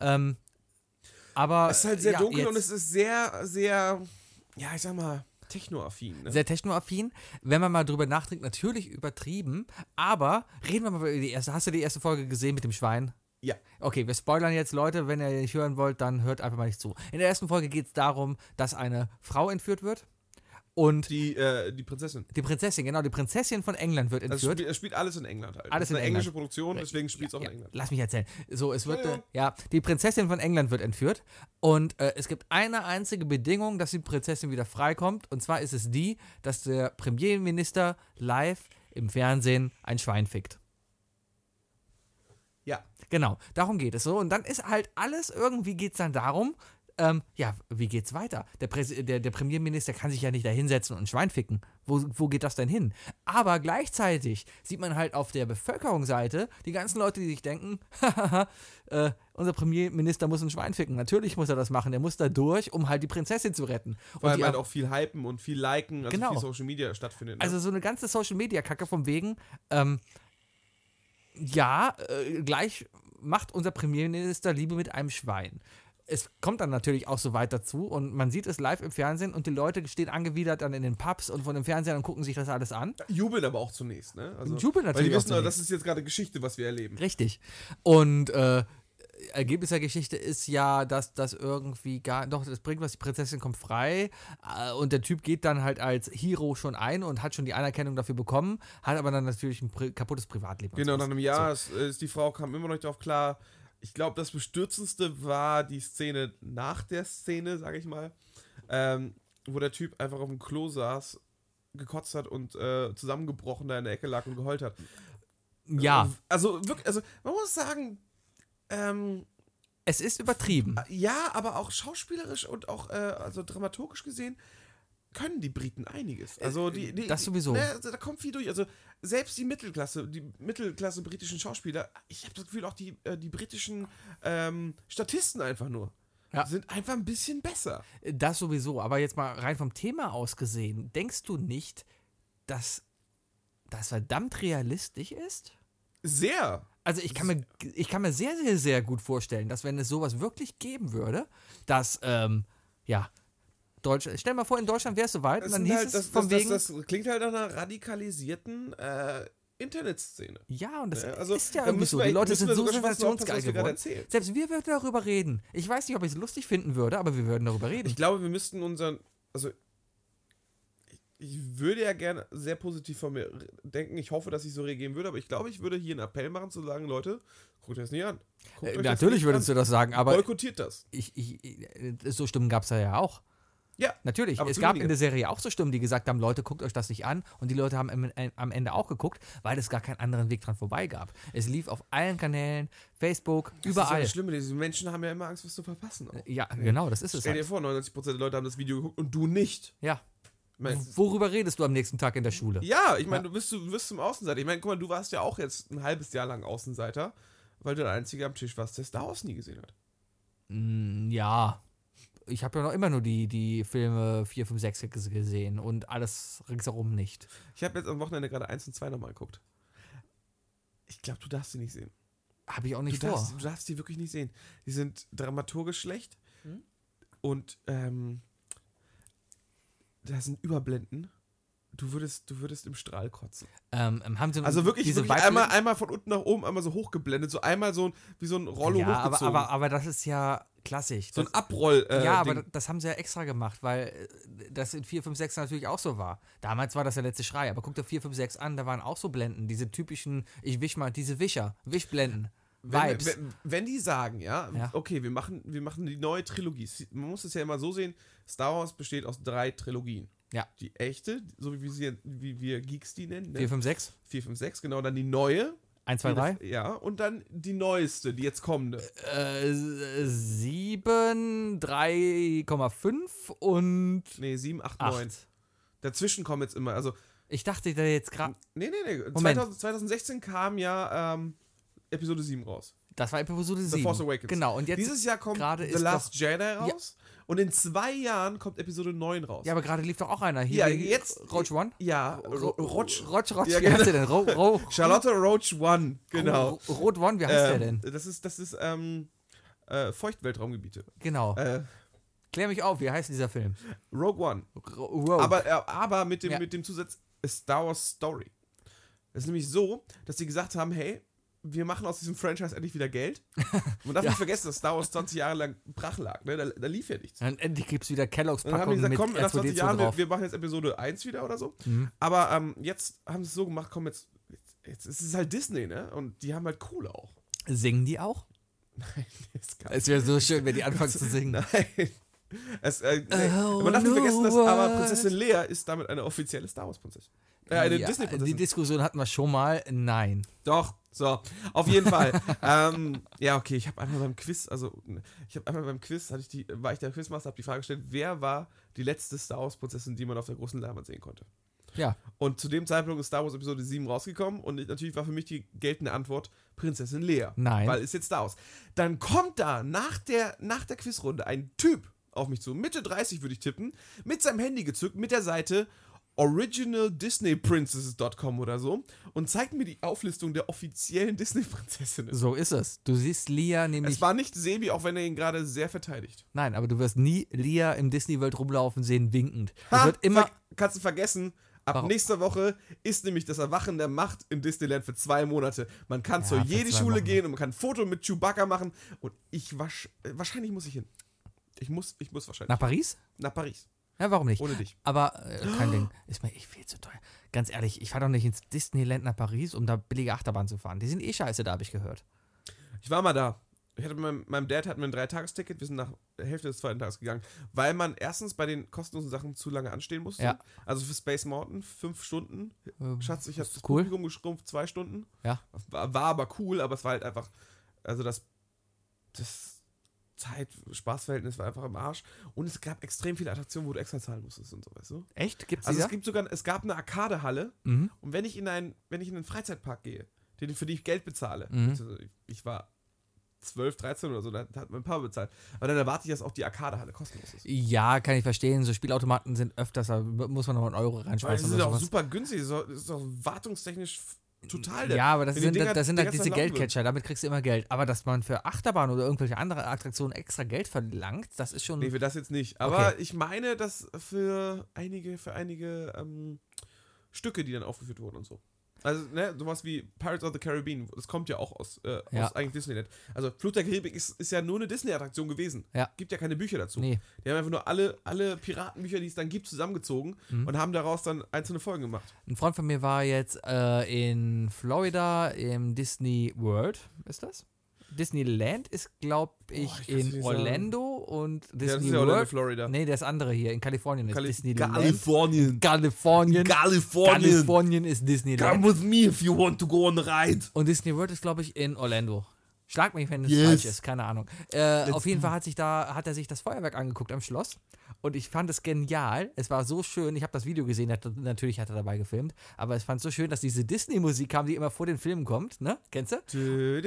Speaker 2: Ähm, aber
Speaker 1: Es ist halt sehr
Speaker 2: ja,
Speaker 1: dunkel und
Speaker 2: jetzt-
Speaker 1: es ist sehr, sehr, ja, ich sag mal, technoaffin. Ne?
Speaker 2: sehr technoaffin. Wenn man mal drüber nachdenkt, natürlich übertrieben, aber reden wir mal über die erste. Hast du die erste Folge gesehen mit dem Schwein?
Speaker 1: Ja.
Speaker 2: Okay, wir spoilern jetzt, Leute. Wenn ihr nicht hören wollt, dann hört einfach mal nicht zu. In der ersten Folge geht es darum, dass eine Frau entführt wird und
Speaker 1: Die, äh, die Prinzessin.
Speaker 2: die Prinzessin, genau, die Prinzessin von England wird
Speaker 1: Das
Speaker 2: entführt.
Speaker 1: spielt, das spielt alles in England halt.
Speaker 2: Alles
Speaker 1: das ist eine
Speaker 2: in England.
Speaker 1: englische Produktion, deswegen spielt es auch
Speaker 2: ja,
Speaker 1: in England.
Speaker 2: Lass mich erzählen. So, es wird, äh,
Speaker 1: Entschuldigung.
Speaker 2: ja, die Prinzessin von England wird entführt und äh, es gibt eine einzige Bedingung, dass die Prinzessin wieder freikommt und zwar ist es die, dass der Premierminister live im Fernsehen ein Schwein fickt.
Speaker 1: Ja.
Speaker 2: Genau, darum geht es so und dann ist halt alles, irgendwie geht es dann darum, ähm, ja, wie geht's weiter? Der, Präsi- der, der Premierminister kann sich ja nicht da hinsetzen und ein Schwein ficken. Wo, wo geht das denn hin? Aber gleichzeitig sieht man halt auf der Bevölkerungsseite die ganzen Leute, die sich denken, *laughs* hahaha, äh, unser Premierminister muss ein Schwein ficken. Natürlich muss er das machen. Er muss da durch, um halt die Prinzessin zu retten. Und
Speaker 1: Weil
Speaker 2: die
Speaker 1: man halt auch viel hypen und viel liken, also
Speaker 2: Genau.
Speaker 1: viel Social Media stattfindet. Ne?
Speaker 2: also so eine ganze Social-Media-Kacke vom Wegen, ähm, ja, äh, gleich macht unser Premierminister Liebe mit einem Schwein. Es kommt dann natürlich auch so weit dazu und man sieht es live im Fernsehen und die Leute stehen angewidert dann in den Pubs und von dem Fernseher und gucken sich das alles an.
Speaker 1: jubeln aber auch zunächst, ne? Also,
Speaker 2: Jubeln
Speaker 1: Weil
Speaker 2: natürlich
Speaker 1: die
Speaker 2: auch
Speaker 1: wissen,
Speaker 2: zunächst.
Speaker 1: das ist jetzt gerade Geschichte, was wir erleben.
Speaker 2: Richtig. Und äh, Ergebnis der Geschichte ist ja, dass das irgendwie gar. Doch, das bringt was, die Prinzessin kommt frei. Äh, und der Typ geht dann halt als Hero schon ein und hat schon die Anerkennung dafür bekommen, hat aber dann natürlich ein pri kaputtes Privatleben. und
Speaker 1: Genau, nach
Speaker 2: sowas.
Speaker 1: einem Jahr ist, ist die Frau kam immer noch nicht drauf klar. Ich glaube, das Bestürzendste war die Szene nach der Szene, sage ich mal, ähm, wo der Typ einfach auf dem Klo saß, gekotzt hat und äh, zusammengebrochen da in der Ecke lag und geheult hat.
Speaker 2: So. Ja,
Speaker 1: Also wirklich, also man muss sagen, ähm,
Speaker 2: es ist übertrieben.
Speaker 1: ja, aber auch schauspielerisch und auch äh, also dramaturgisch gesehen können die Briten einiges. Also die, die
Speaker 2: Äh, das sowieso.
Speaker 1: Ne, also da kommt viel durch. Also selbst die Mittelklasse, die Mittelklasse britischen Schauspieler, ich habe das Gefühl auch die äh, die britischen ähm, Statisten einfach nur
Speaker 2: Ja.
Speaker 1: sind einfach ein bisschen besser.
Speaker 2: Das sowieso. Aber jetzt mal rein vom Thema aus gesehen, denkst du nicht, dass das verdammt realistisch ist?
Speaker 1: Sehr.
Speaker 2: Also ich kann, mir, ich kann mir sehr, sehr, sehr gut vorstellen, dass wenn es sowas wirklich geben würde, dass, ähm, ja, Deutschland, stell dir mal vor, in Deutschland wäre es soweit und
Speaker 1: Das,
Speaker 2: dann
Speaker 1: sind
Speaker 2: hieß
Speaker 1: halt,
Speaker 2: es
Speaker 1: das,
Speaker 2: von
Speaker 1: das,
Speaker 2: wegen,
Speaker 1: das, das klingt halt nach einer radikalisierten äh, Internetszene.
Speaker 2: ja, und das
Speaker 1: Ja, also,
Speaker 2: ist ja
Speaker 1: da
Speaker 2: irgendwie
Speaker 1: müssen
Speaker 2: so,
Speaker 1: wir-
Speaker 2: die Leute
Speaker 1: müssen
Speaker 2: sind
Speaker 1: wir
Speaker 2: so
Speaker 1: sogar schon was aufpassen,
Speaker 2: sensationsgeil
Speaker 1: was wir gerade
Speaker 2: geworden.
Speaker 1: erzählen.
Speaker 2: Selbst wir würden darüber reden. Ich weiß nicht, ob ich es lustig finden würde, aber wir würden darüber reden.
Speaker 1: *laughs* Ich glaube, wir müssten unseren, also ich- ich würde ja gerne sehr positiv von mir re- denken. Ich hoffe, dass ich so reagieren würde, aber ich glaube, ich würde hier einen Appell machen zu sagen, Leute, guckt euch das nicht an. Guckt
Speaker 2: Äh,
Speaker 1: euch das
Speaker 2: Natürlich
Speaker 1: nicht
Speaker 2: würdest
Speaker 1: an.
Speaker 2: du das sagen, aber
Speaker 1: Boykottiert das.
Speaker 2: ich, ich, ich, so Stimmen gab es ja auch.
Speaker 1: Ja.
Speaker 2: Natürlich,
Speaker 1: Aber
Speaker 2: es
Speaker 1: zu
Speaker 2: gab
Speaker 1: wenige.
Speaker 2: in der Serie auch so Stimmen, die gesagt haben, Leute, guckt euch das nicht an. Und die Leute haben am- äh, am Ende auch geguckt, weil es gar keinen anderen Weg dran vorbei gab. Es lief auf allen Kanälen, Facebook, überall.
Speaker 1: Das ist ja das Schlimme, diese Menschen haben ja immer Angst, was zu verpassen. Auch.
Speaker 2: ja, genau, das ist es.
Speaker 1: Stell dir
Speaker 2: Halt.
Speaker 1: vor, 99% der Leute haben das Video geguckt und du nicht.
Speaker 2: Ja.
Speaker 1: Ich mein,
Speaker 2: Worüber redest du am nächsten Tag in der Schule?
Speaker 1: ja, ich meine, du bist, du bist zum Außenseiter. Ich meine, guck mal, du warst ja auch jetzt ein halbes Jahr lang Außenseiter, weil du der Einzige am Tisch warst, der Star Wars nie gesehen hat.
Speaker 2: Mm, ja. Ich habe ja noch immer nur die, die Filme 4, 5, 6 ges- gesehen und alles ringsherum nicht.
Speaker 1: Ich habe jetzt am Wochenende gerade 1 und 2 nochmal geguckt. Ich glaube, du darfst sie nicht sehen.
Speaker 2: Habe ich auch
Speaker 1: Du
Speaker 2: nicht vor.
Speaker 1: darfst, du darfst sie wirklich nicht sehen. Die
Speaker 2: Hm?
Speaker 1: sind dramaturgisch schlecht. Und ähm, da sind Überblenden. Du würdest, du würdest im Strahl kotzen.
Speaker 2: Ähm, ähm, haben sie
Speaker 1: Also wirklich,
Speaker 2: diese
Speaker 1: wirklich
Speaker 2: weiblichen-
Speaker 1: einmal, einmal von unten nach oben, einmal so hochgeblendet, so einmal so ein, wie so ein Rollo
Speaker 2: ja, aber,
Speaker 1: hochgezogen.
Speaker 2: aber, aber das ist ja klassisch.
Speaker 1: so ein
Speaker 2: Das,
Speaker 1: Abroll. Äh,
Speaker 2: ja, aber
Speaker 1: Ding.
Speaker 2: das haben sie ja extra gemacht, weil äh, das in 456 natürlich auch so war. Damals war das der letzte Schrei, aber guck dir 456 an, da waren auch so Blenden, diese typischen, ich wisch mal, diese Wischer, Wischblenden,
Speaker 1: Wenn,
Speaker 2: Vibes.
Speaker 1: wenn, wenn die sagen, ja,
Speaker 2: Ja.
Speaker 1: okay, wir machen, wir machen die neue Trilogie. Man muss es ja immer so sehen, Star Wars besteht aus drei Trilogien.
Speaker 2: Ja.
Speaker 1: Die echte, so wie, sie, wie wir Geeks die nennen, ne?
Speaker 2: 456,
Speaker 1: 4, 5, 6, genau, dann die neue.
Speaker 2: 1, 2, 3,
Speaker 1: Ja, und dann die neueste, die jetzt kommende.
Speaker 2: äh, 7, 3,5 und
Speaker 1: Nee, 7, 8, 9.
Speaker 2: 8.
Speaker 1: Dazwischen kommen jetzt immer, also
Speaker 2: Ich dachte da jetzt gerade,
Speaker 1: Nee, nee, nee.
Speaker 2: Moment.
Speaker 1: 2000, 2016 kam ja ähm, Episode 7 raus.
Speaker 2: das war Episode 7.
Speaker 1: The Force Awakens.
Speaker 2: Genau, und jetzt,
Speaker 1: Dieses Jahr kommt
Speaker 2: gerade
Speaker 1: The
Speaker 2: ist
Speaker 1: Last Jedi raus. Und in zwei Jahren kommt Episode 9 raus.
Speaker 2: ja, Oh, aber gerade lief doch auch einer hier.
Speaker 1: Ja, jetzt-
Speaker 2: Roach One?
Speaker 1: ja Ro Rotsch.
Speaker 2: Rotsch, Rotsch,
Speaker 1: Ja,
Speaker 2: wie
Speaker 1: genau.
Speaker 2: heißt der denn? Ro, Ro,
Speaker 1: Charlotte Roach One, *laughs* genau.
Speaker 2: Ro- Rot One, wie heißt der
Speaker 1: ähm,
Speaker 2: denn?
Speaker 1: das ist, das ist ähm, äh, Feuchtweltraumgebiete.
Speaker 2: Genau.
Speaker 1: Äh,
Speaker 2: Klär mich auf, wie heißt dieser Film?
Speaker 1: Rogue One.
Speaker 2: Ro- Rogue.
Speaker 1: Aber, äh, aber mit, dem,
Speaker 2: Oh. Ja.
Speaker 1: mit dem Zusatz Star Wars Story. Es ist nämlich so, dass die gesagt haben, hey, wir machen aus diesem Franchise endlich wieder
Speaker 2: *laughs*
Speaker 1: Geld. Man darf
Speaker 2: Ja.
Speaker 1: nicht vergessen, dass Star Wars 20 Jahre lang brach lag. Ne? Da, da lief ja nichts.
Speaker 2: dann endlich gibt es wieder Kellogg's
Speaker 1: Und dann haben die gesagt,
Speaker 2: Packung mit
Speaker 1: komm, nach 20
Speaker 2: R2D2
Speaker 1: Jahren, wir,
Speaker 2: drauf.
Speaker 1: wir machen jetzt Episode 1 wieder oder so.
Speaker 2: Mhm.
Speaker 1: Aber ähm, jetzt haben sie es so gemacht, komm, jetzt, jetzt, jetzt es ist halt Disney, ne? Und die haben halt Kohle auch. *laughs*
Speaker 2: Singen die auch?
Speaker 1: Nein, das kann
Speaker 2: Es wäre so schön, wenn die anfangen *laughs* zu
Speaker 1: *laughs*
Speaker 2: singen.
Speaker 1: Nein. Es, äh, nee.
Speaker 2: Oh,
Speaker 1: Man darf nicht
Speaker 2: no
Speaker 1: vergessen, dass aber
Speaker 2: what?
Speaker 1: Prinzessin Lea ist damit eine offizielle Star Wars Prinzessin. Äh, eine
Speaker 2: Ja,
Speaker 1: Disney
Speaker 2: Die
Speaker 1: Prinzessin.
Speaker 2: Diskussion hatten wir schon mal. Nein.
Speaker 1: Doch, so. Auf jeden Fall. *laughs* ähm, ja, okay, ich habe einmal beim Quiz, also ich habe einmal beim Quiz, hatte ich die, war ich der Quizmaster, habe die Frage gestellt, wer war die letzte Star Wars Prinzessin, die man auf der großen Leinwand sehen konnte?
Speaker 2: Ja.
Speaker 1: Und zu dem Zeitpunkt ist Star Wars Episode 7 rausgekommen und natürlich war für mich die geltende Antwort Prinzessin Lea.
Speaker 2: Nein.
Speaker 1: Weil ist jetzt Star Wars. Dann kommt da nach der, nach der Quizrunde ein Typ auf mich zu, Mitte 30 würde ich tippen, mit seinem Handy gezückt, mit der Seite originaldisneyprincesses.com oder so und zeigt mir die Auflistung der offiziellen Disney-Prinzessinnen.
Speaker 2: So ist es. Du siehst Lia
Speaker 1: Es
Speaker 2: nämlich.
Speaker 1: war nicht Sebi, auch wenn er ihn gerade sehr verteidigt.
Speaker 2: Nein, aber du wirst nie Lia im Disney-World rumlaufen sehen, winkend. Es
Speaker 1: Ha,
Speaker 2: wird immer.
Speaker 1: ver- Kannst du vergessen. Ab
Speaker 2: Warum?
Speaker 1: nächster Woche ist nämlich das Erwachen der Macht im Disneyland für zwei Monate. Man kann
Speaker 2: Ja,
Speaker 1: zur
Speaker 2: für
Speaker 1: jede
Speaker 2: zwei
Speaker 1: Schule
Speaker 2: Wochen.
Speaker 1: gehen und man kann ein Foto mit Chewbacca machen. Und ich wasch, äh, wahrscheinlich muss ich hin. Ich muss, ich muss wahrscheinlich
Speaker 2: Nach Paris?
Speaker 1: nach Paris.
Speaker 2: Ja, warum nicht?
Speaker 1: Ohne dich.
Speaker 2: Aber äh, kein Ding. Ist mir echt viel zu teuer. Ganz ehrlich, ich fahre doch nicht ins Disneyland nach Paris, um da billige Achterbahn zu fahren. Die sind eh scheiße, da habe ich gehört.
Speaker 1: Ich war mal da. Ich hatte mit meinem, meinem Dad hatten wir ein Dreitagesticket. Wir sind nach der Hälfte des zweiten Tages gegangen, weil man erstens bei den kostenlosen Sachen zu lange anstehen musste.
Speaker 2: Ja.
Speaker 1: Also für Space Mountain fünf Stunden.
Speaker 2: Ähm,
Speaker 1: Schatz, ich habe das
Speaker 2: cool.
Speaker 1: Publikum geschrumpft, zwei Stunden.
Speaker 2: Ja.
Speaker 1: War, war aber cool, aber es war halt einfach, also das, das Zeit-Spaßverhältnis war einfach im Arsch. Und es gab extrem viele Attraktionen, wo du extra zahlen musstest und so, weißt du?
Speaker 2: Echt? Gibt's
Speaker 1: Also
Speaker 2: die
Speaker 1: es gibt sogar, es gab eine Arcadehalle
Speaker 2: da? Mhm.
Speaker 1: und wenn ich in einen, wenn ich in einen Freizeitpark gehe, den, für den ich Geld bezahle,
Speaker 2: Mhm.
Speaker 1: also ich war 12, 13 oder so, da hat mein Papa bezahlt. Aber dann erwarte ich, dass auch die Arcadehalle kostenlos ist.
Speaker 2: Ja, kann ich verstehen. So Spielautomaten sind öfters, da muss man nochmal einen Euro
Speaker 1: Weil
Speaker 2: reinschmeißen.
Speaker 1: sie sind
Speaker 2: oder
Speaker 1: auch
Speaker 2: sowas.
Speaker 1: super günstig, das ist doch wartungstechnisch f- total
Speaker 2: ja, aber das
Speaker 1: wenn die
Speaker 2: sind,
Speaker 1: Dinger
Speaker 2: das sind
Speaker 1: die
Speaker 2: halt
Speaker 1: ganze
Speaker 2: diese
Speaker 1: Zeit laufen würden.
Speaker 2: Geldcatcher, damit kriegst du immer Geld. Aber dass man für Achterbahn oder irgendwelche andere Attraktionen extra Geld verlangt, das ist schon.
Speaker 1: Nee, für das jetzt nicht. Aber
Speaker 2: Okay.
Speaker 1: ich meine, dass für einige, für einige ähm, Stücke, die dann aufgeführt wurden und so. Also, ne, sowas wie Pirates of the Caribbean, das kommt ja auch aus, äh,
Speaker 2: Ja.
Speaker 1: aus eigentlich Disneyland. Also, Fluch der Karibik ist, ist ja nur eine Disney-Attraktion gewesen.
Speaker 2: Ja.
Speaker 1: Gibt ja keine Bücher dazu.
Speaker 2: Nee.
Speaker 1: Die haben einfach nur alle, alle Piratenbücher, die es dann gibt, zusammengezogen und haben daraus dann einzelne Folgen gemacht.
Speaker 2: Ein Freund von mir war jetzt äh, in Florida im Disney World, ist das? Disneyland ist, glaube ich,
Speaker 1: Oh, ich kann's dir
Speaker 2: in
Speaker 1: nicht sagen.
Speaker 2: Orlando und
Speaker 1: ja, das
Speaker 2: Disney
Speaker 1: ist ja Orlando,
Speaker 2: World.
Speaker 1: Florida.
Speaker 2: Nee, das andere hier in Kalifornien ist
Speaker 1: Kali-
Speaker 2: Disneyland.
Speaker 1: Kalifornien.
Speaker 2: Kalifornien.
Speaker 1: Kalifornien.
Speaker 2: Kalifornien ist Disneyland.
Speaker 1: Come with me if you want to go on a ride.
Speaker 2: Und Disney World ist, glaube ich, in Orlando. Schlag mich, wenn es
Speaker 1: Yes.
Speaker 2: falsch ist, keine Ahnung. Äh, auf jeden Fall hat sich da, hat er sich das Feuerwerk angeguckt am Schloss. Und ich fand es genial. Es war so schön. Ich habe das Video gesehen, hat, natürlich hat er dabei gefilmt. Aber ich fand es so schön, dass diese Disney-Musik kam, die immer vor den Filmen kommt. Ne? Kennst du?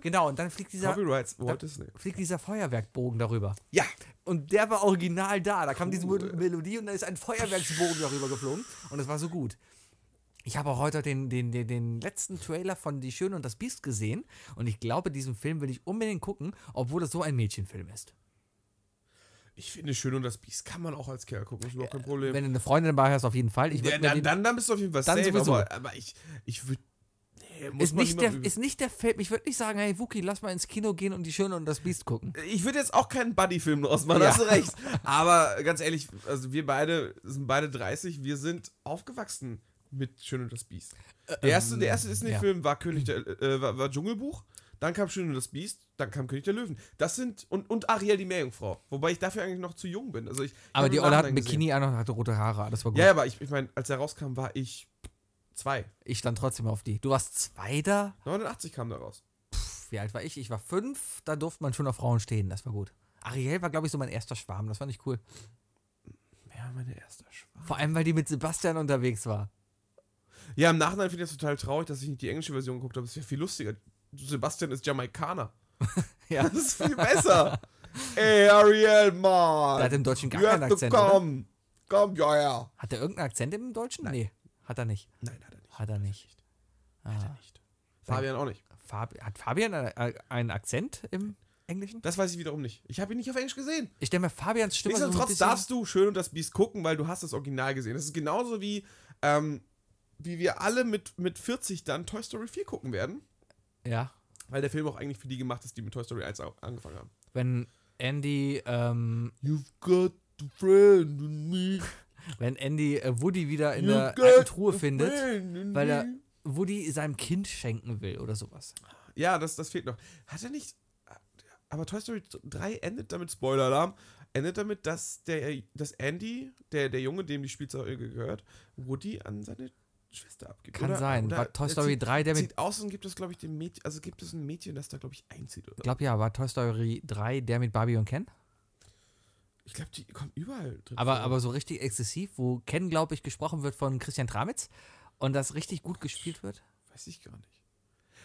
Speaker 2: Genau, und Und dann fliegt dieser,
Speaker 1: Copyrights Walt Disney.
Speaker 2: fliegt dieser Feuerwerkbogen darüber.
Speaker 1: Ja,
Speaker 2: Und der war original da. Da kam diese
Speaker 1: Cool.
Speaker 2: Melodie und dann ist ein Feuerwerksbogen darüber geflogen. Und das war so gut. Ich habe auch heute den, den, den, den letzten Trailer von Die Schöne und das Biest gesehen. Und ich glaube, diesen Film will ich unbedingt gucken, obwohl das so ein Mädchenfilm ist.
Speaker 1: ich finde Schön und das Biest kann man auch als Kerl gucken, ist überhaupt kein Problem.
Speaker 2: Wenn du eine Freundin dabei hast, auf jeden Fall. Ich würd
Speaker 1: ja,
Speaker 2: mir
Speaker 1: dann,
Speaker 2: den-
Speaker 1: dann, dann bist du auf jeden Fall
Speaker 2: Dann
Speaker 1: safe,
Speaker 2: sowieso.
Speaker 1: aber, aber ich, ich würde. Nee, muss
Speaker 2: ist,
Speaker 1: man
Speaker 2: nicht der,
Speaker 1: niemandem-
Speaker 2: ist nicht der Film. Ich würde nicht sagen, hey Wuki, lass mal ins Kino gehen und Die Schöne und das Biest gucken.
Speaker 1: ich würde jetzt auch keinen Buddy-Film draus machen,
Speaker 2: Ja.
Speaker 1: hast du recht. Aber ganz ehrlich, also wir beide sind beide 30, wir sind aufgewachsen mit Schön und das Biest.
Speaker 2: Äh, ähm,
Speaker 1: Der erste, der erste Disney-Film war König der, äh, war, war Dschungelbuch, dann kam Schön und das Biest, dann kam König der Löwen. Das sind, und, und Ariel die Meerjungfrau. Wobei ich dafür eigentlich noch zu jung bin. Also ich, ich
Speaker 2: Aber
Speaker 1: hab
Speaker 2: die
Speaker 1: im
Speaker 2: Olle hat ein
Speaker 1: Nachhinein gesehen.
Speaker 2: Bikini an und hatte rote Haare. Das war gut.
Speaker 1: Ja, ja, aber ich, ich meine, als er rauskam, war ich zwei.
Speaker 2: Ich stand trotzdem auf die. Du warst zwei da?
Speaker 1: 89 kam da raus.
Speaker 2: wie alt war ich? Ich war fünf, da durfte man schon auf Frauen stehen, das war gut. Ariel war, glaube ich, so mein erster Schwarm, das fand ich cool.
Speaker 1: Ja, meine erste Schwach.
Speaker 2: Vor allem, weil die mit Sebastian unterwegs war.
Speaker 1: Ja, im Nachhinein finde ich das total traurig, dass ich nicht die englische Version geguckt habe. Das wäre viel lustiger. Sebastian ist Jamaikaner.
Speaker 2: *laughs* Ja.
Speaker 1: Das ist viel besser. Ey, Ariel,
Speaker 2: Der hat
Speaker 1: Mann.
Speaker 2: im Deutschen gar
Speaker 1: You
Speaker 2: keinen
Speaker 1: have to
Speaker 2: Akzent. Oder?
Speaker 1: come. Komm, ja, ja.
Speaker 2: Hat er irgendeinen Akzent im Deutschen? Nee, hat er nicht.
Speaker 1: Nein, hat er nicht.
Speaker 2: Hat er nicht. Ah.
Speaker 1: nicht. Fabian auch nicht.
Speaker 2: Fabi hat Fabian einen, einen Akzent im Englischen?
Speaker 1: Das weiß ich wiederum nicht. Ich habe ihn nicht auf Englisch gesehen.
Speaker 2: Ich stelle mir Fabians Stimme also so ein
Speaker 1: Nichtsdestotrotz darfst
Speaker 2: bisschen-
Speaker 1: du Schön und das Biest gucken, weil du hast das Original gesehen. Das ist genauso wie, ähm, wie wir alle mit, mit 40 dann Toy Story 4 gucken werden.
Speaker 2: Ja.
Speaker 1: Weil der Film auch eigentlich für die gemacht ist, die mit Toy Story 1 au- angefangen haben.
Speaker 2: Wenn Andy, ähm,
Speaker 1: You've got a friend in me.
Speaker 2: wenn Andy äh, Woody wieder in
Speaker 1: You've
Speaker 2: der
Speaker 1: got
Speaker 2: alten Truhe
Speaker 1: a
Speaker 2: findet,
Speaker 1: friend in
Speaker 2: weil er
Speaker 1: me.
Speaker 2: Woody seinem Kind schenken will oder sowas.
Speaker 1: Ja, das, das fehlt noch. Hat er nicht. Aber Toy Story 3 endet damit, Spoiler-Alarm, endet damit, dass, der, dass Andy, der, der Junge, dem die Spielzeuge gehört, Woody an seine Schwester abgibt.
Speaker 2: Kann
Speaker 1: oder?
Speaker 2: sein.
Speaker 1: Oder
Speaker 2: War Toy
Speaker 1: er
Speaker 2: Story
Speaker 1: zieht,
Speaker 2: 3 der mit
Speaker 1: Sieht aus und gibt es, glaube ich, dem Mädchen. Also gibt es ein Mädchen, das da, glaube ich, einzieht. Oder?
Speaker 2: Ich glaube ja, war Toy Story 3 der mit Barbie und Ken.
Speaker 1: Ich glaube, die kommen überall drin.
Speaker 2: Aber,
Speaker 1: vor.
Speaker 2: aber so richtig exzessiv, wo Ken, glaube ich, gesprochen wird von Christian Tramitz und das richtig gut gespielt wird.
Speaker 1: Weiß ich gar nicht.